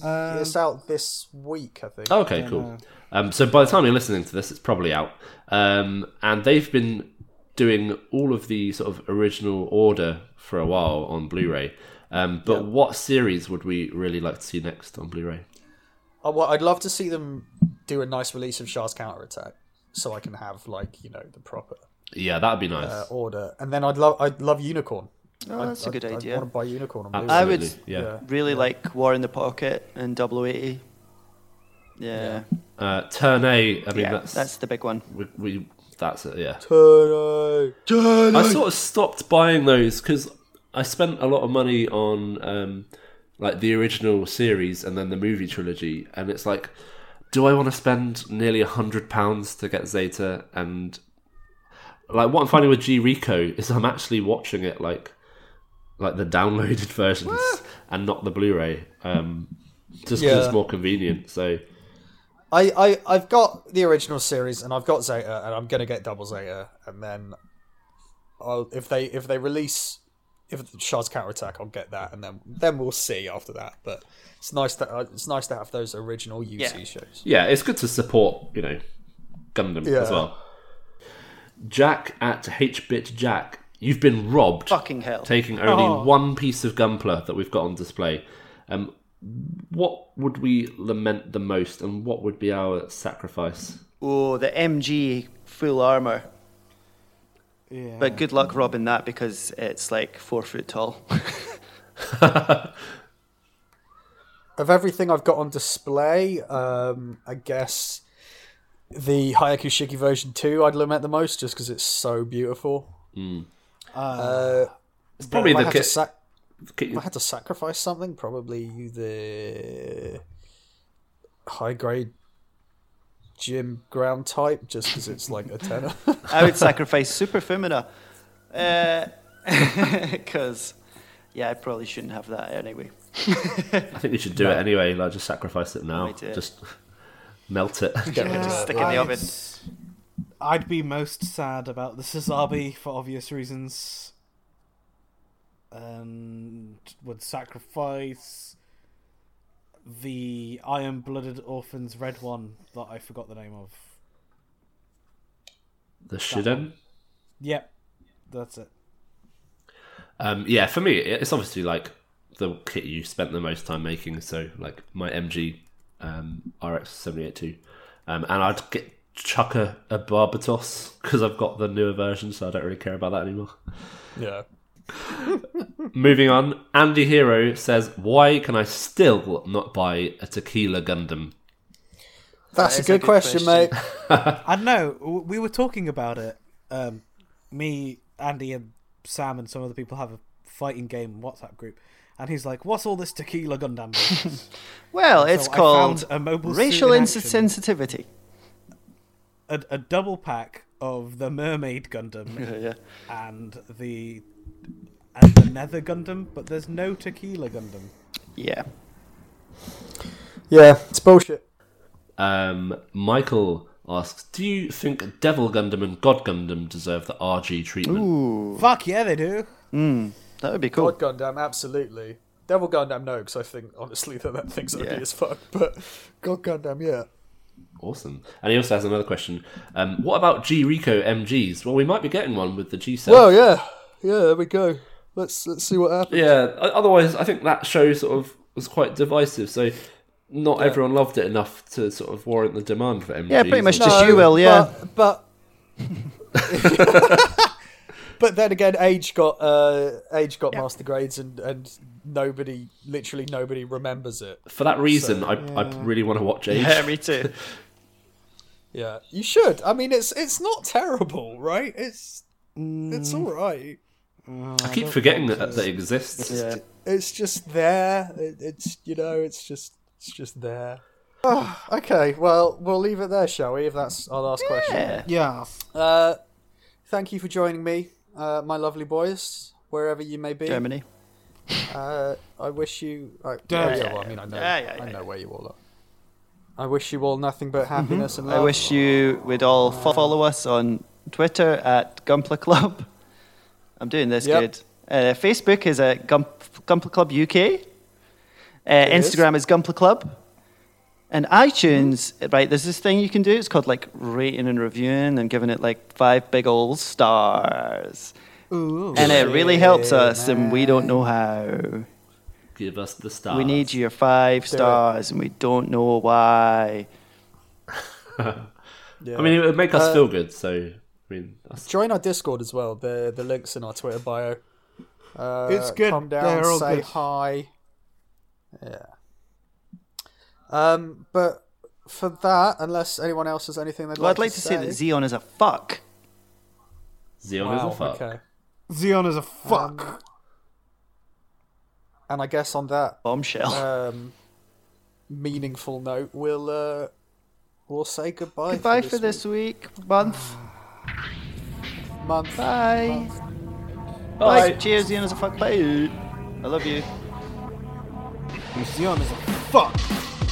[SPEAKER 3] Um,
[SPEAKER 1] it's out this week, I think.
[SPEAKER 2] Okay, cool. Um, so by the time you're listening to this, it's probably out. Um, and they've been doing all of the sort of original order for a while on Blu-ray. Um, but what series would we really like to see next on Blu-ray?
[SPEAKER 1] I, well, I'd love to see them do a nice release of Shah's counterattack, so I can have like you know the proper Uh,
[SPEAKER 2] Yeah, that'd be nice.
[SPEAKER 1] order, and then I'd love I'd love Unicorn.
[SPEAKER 4] Oh, that's a
[SPEAKER 1] a
[SPEAKER 4] good
[SPEAKER 1] I
[SPEAKER 4] idea.
[SPEAKER 1] want to buy Unicorn.
[SPEAKER 2] Absolutely.
[SPEAKER 1] I'm
[SPEAKER 4] I would-
[SPEAKER 2] yeah.
[SPEAKER 4] Really like War in the Pocket and Double Eighty. Yeah,
[SPEAKER 2] Uh, turn A. I mean,
[SPEAKER 4] yeah,
[SPEAKER 2] that's
[SPEAKER 4] that's... the big one.
[SPEAKER 2] we, we that's it. Yeah.
[SPEAKER 4] Uh,
[SPEAKER 1] Turn
[SPEAKER 2] I sort of stopped buying those because I spent a lot of money on um, like the original series and then the movie trilogy, and it's like, do I want to spend nearly a hundred pounds to get Zeta? And like what I'm finding with G Rico is I'm actually watching it like like the downloaded (laughs) versions and not the Blu-ray, um, just because
[SPEAKER 1] Yeah.
[SPEAKER 2] it's more convenient. So
[SPEAKER 1] I, I I've got the original series and I've got Zeta and I'm gonna get double Zeta and then I'll if they if they release if Shard's counterattack I'll get that and then then we'll see after that. But it's nice that uh, it's nice to have those original UC
[SPEAKER 4] Yeah.
[SPEAKER 1] shows.
[SPEAKER 2] Yeah, it's good to support, you know, Gundam
[SPEAKER 1] Yeah.
[SPEAKER 2] as well. Jack at HBit Jack, you've been robbed,
[SPEAKER 4] Fucking hell.
[SPEAKER 2] taking only one piece of Gunpla that we've got on display. Um, what would we lament the most, and what would be our sacrifice?
[SPEAKER 4] Oh, the MG full armor.
[SPEAKER 3] Yeah.
[SPEAKER 4] But good luck robbing that because it's like four foot tall.
[SPEAKER 1] Of everything I've got on display, um, I guess the Hayaku Shiki version two I'd lament the most just because it's so beautiful.
[SPEAKER 4] Hmm.
[SPEAKER 1] Uh,
[SPEAKER 2] It's probably
[SPEAKER 1] if I
[SPEAKER 2] the
[SPEAKER 1] had to
[SPEAKER 2] kit.
[SPEAKER 1] sac-
[SPEAKER 2] kit-
[SPEAKER 1] if I had to sacrifice something, probably the high grade gym ground type, just because it's like a (laughs) tenner.
[SPEAKER 4] I would sacrifice Super Fumina. (laughs) Because, yeah, I probably shouldn't have that anyway.
[SPEAKER 2] I think we should do it anyway. Like, just sacrifice it now.
[SPEAKER 4] We did.
[SPEAKER 2] Just (laughs) melt it.
[SPEAKER 4] Just stick it in the oven.
[SPEAKER 3] Uh, I'd be most sad about the Sazabi for obvious reasons. And would sacrifice the Iron Blooded Orphans Red one that I forgot the name of.
[SPEAKER 2] the Shiden.
[SPEAKER 3] Yep, that's it.
[SPEAKER 2] Um, yeah, for me, it's obviously like the kit you spent the most time making. So like my MG um, RX seventy eight two, um, and I'd get chuck a, a Barbatos because I've got the newer version, so I don't really care about that anymore.
[SPEAKER 1] yeah.
[SPEAKER 2] Moving on, Andy Hero says, "Why can I still not buy a Tequila Gundam?"
[SPEAKER 1] That's
[SPEAKER 4] That
[SPEAKER 1] a
[SPEAKER 4] is a
[SPEAKER 1] good
[SPEAKER 4] good
[SPEAKER 1] question,
[SPEAKER 4] question.
[SPEAKER 1] (laughs) mate.
[SPEAKER 3] I know w- we were talking about it. Um, me, Andy, and Sam, and some other people have a fighting game WhatsApp group, and he's like, "What's all this tequila Gundam?" business?"
[SPEAKER 4] Well, it's
[SPEAKER 3] I
[SPEAKER 4] called
[SPEAKER 3] found a mobile suit
[SPEAKER 4] racial
[SPEAKER 3] in action.
[SPEAKER 4] insensitivity.
[SPEAKER 3] a, a double pack of the Mermaid
[SPEAKER 4] (laughs)
[SPEAKER 3] Gundam
[SPEAKER 4] Yeah.
[SPEAKER 3] and the and the Nether Gundam, but there's no tequila Gundam.
[SPEAKER 4] Yeah.
[SPEAKER 1] Yeah, it's bullshit.
[SPEAKER 2] Um, Michael asks, "Do you think Devil Gundam and God Gundam deserve the RG treatment?"
[SPEAKER 3] Fuck yeah, they do.
[SPEAKER 4] That would be cool.
[SPEAKER 1] God Gundam, absolutely. Devil Gundam, no, because I think honestly that that thing's ugly
[SPEAKER 4] Yeah.
[SPEAKER 1] as fuck. But God Gundam, yeah.
[SPEAKER 2] Awesome. And he also has another question. Um, what about G Rico MGs? Well, we might be getting one with the G7.
[SPEAKER 1] Well, Oh, yeah, yeah. There we go. Let's let's see what happens.
[SPEAKER 2] yeah. o- Otherwise, I think that show sort of was quite divisive. So not everyone loved it enough to sort of warrant the demand for MGs.
[SPEAKER 4] Yeah, pretty much
[SPEAKER 2] No.
[SPEAKER 4] just you will, yeah.
[SPEAKER 1] But but, but (laughs) then again, age got uh, age got master grades, and and nobody, literally nobody remembers it.
[SPEAKER 2] For that reason, I, I really want to watch Age.
[SPEAKER 4] yeah, me too.
[SPEAKER 1] Yeah, you should. I mean, it's it's not terrible, right? It's it's all right.
[SPEAKER 2] I keep forgetting that that exists.
[SPEAKER 4] Yeah.
[SPEAKER 1] It's just there. It, it's you know, it's just it's just there. Oh, (sighs) okay, well, we'll leave it there, shall we? If that's our last question.
[SPEAKER 4] Yeah.
[SPEAKER 3] Yeah.
[SPEAKER 1] Uh, thank you for joining me, uh, my lovely boys, wherever you may be.
[SPEAKER 4] Germany.
[SPEAKER 1] Uh, I wish you. I,
[SPEAKER 3] Yeah,
[SPEAKER 1] yeah,
[SPEAKER 4] yeah,
[SPEAKER 1] well, I mean, I know,
[SPEAKER 4] yeah, yeah, yeah,
[SPEAKER 1] I know
[SPEAKER 4] yeah.
[SPEAKER 1] where you all are. I wish you all nothing (laughs) but happiness and
[SPEAKER 4] I
[SPEAKER 1] love.
[SPEAKER 4] wish you would all fo- follow us on Twitter at Gumpler Club. (laughs) I'm doing this
[SPEAKER 1] Yep.
[SPEAKER 4] good. Uh, Facebook is at Gump, Gumpler Club UK. Uh,
[SPEAKER 1] is.
[SPEAKER 4] Instagram is Gumpler Club. And iTunes, right, there's this thing you can do. It's called like rating and reviewing and giving it like five big old stars.
[SPEAKER 3] Ooh.
[SPEAKER 4] And it really helps us, and we don't know how.
[SPEAKER 2] Give us the stars.
[SPEAKER 1] Oh,
[SPEAKER 4] We need your five stars, and we don't know why.
[SPEAKER 1] Yeah.
[SPEAKER 2] I mean, it would make
[SPEAKER 4] Uh,
[SPEAKER 2] us feel good. So, I mean, that's
[SPEAKER 1] join our Discord as well. The the links in our Twitter bio. Uh,
[SPEAKER 8] It's good.
[SPEAKER 1] Come down,
[SPEAKER 8] They're all
[SPEAKER 1] say
[SPEAKER 8] good.
[SPEAKER 1] hi. Yeah. Um, but for that, unless anyone else has anything they'd
[SPEAKER 4] Well,
[SPEAKER 1] like,
[SPEAKER 4] I'd like to say that Xeon is a fuck.
[SPEAKER 2] Xeon
[SPEAKER 1] Wow,
[SPEAKER 2] is a fuck.
[SPEAKER 1] Okay.
[SPEAKER 3] Xeon is a fuck.
[SPEAKER 1] And I guess on that
[SPEAKER 4] Bombshell.
[SPEAKER 1] um, meaningful note, we'll uh, we'll say goodbye.
[SPEAKER 4] Bye for this week, month.
[SPEAKER 1] week- month.
[SPEAKER 4] Bye. Bye.
[SPEAKER 2] Bye.
[SPEAKER 4] Cheers, Xeon is a fuck. Bye. I love you.
[SPEAKER 3] Um, Xeon is a fuck.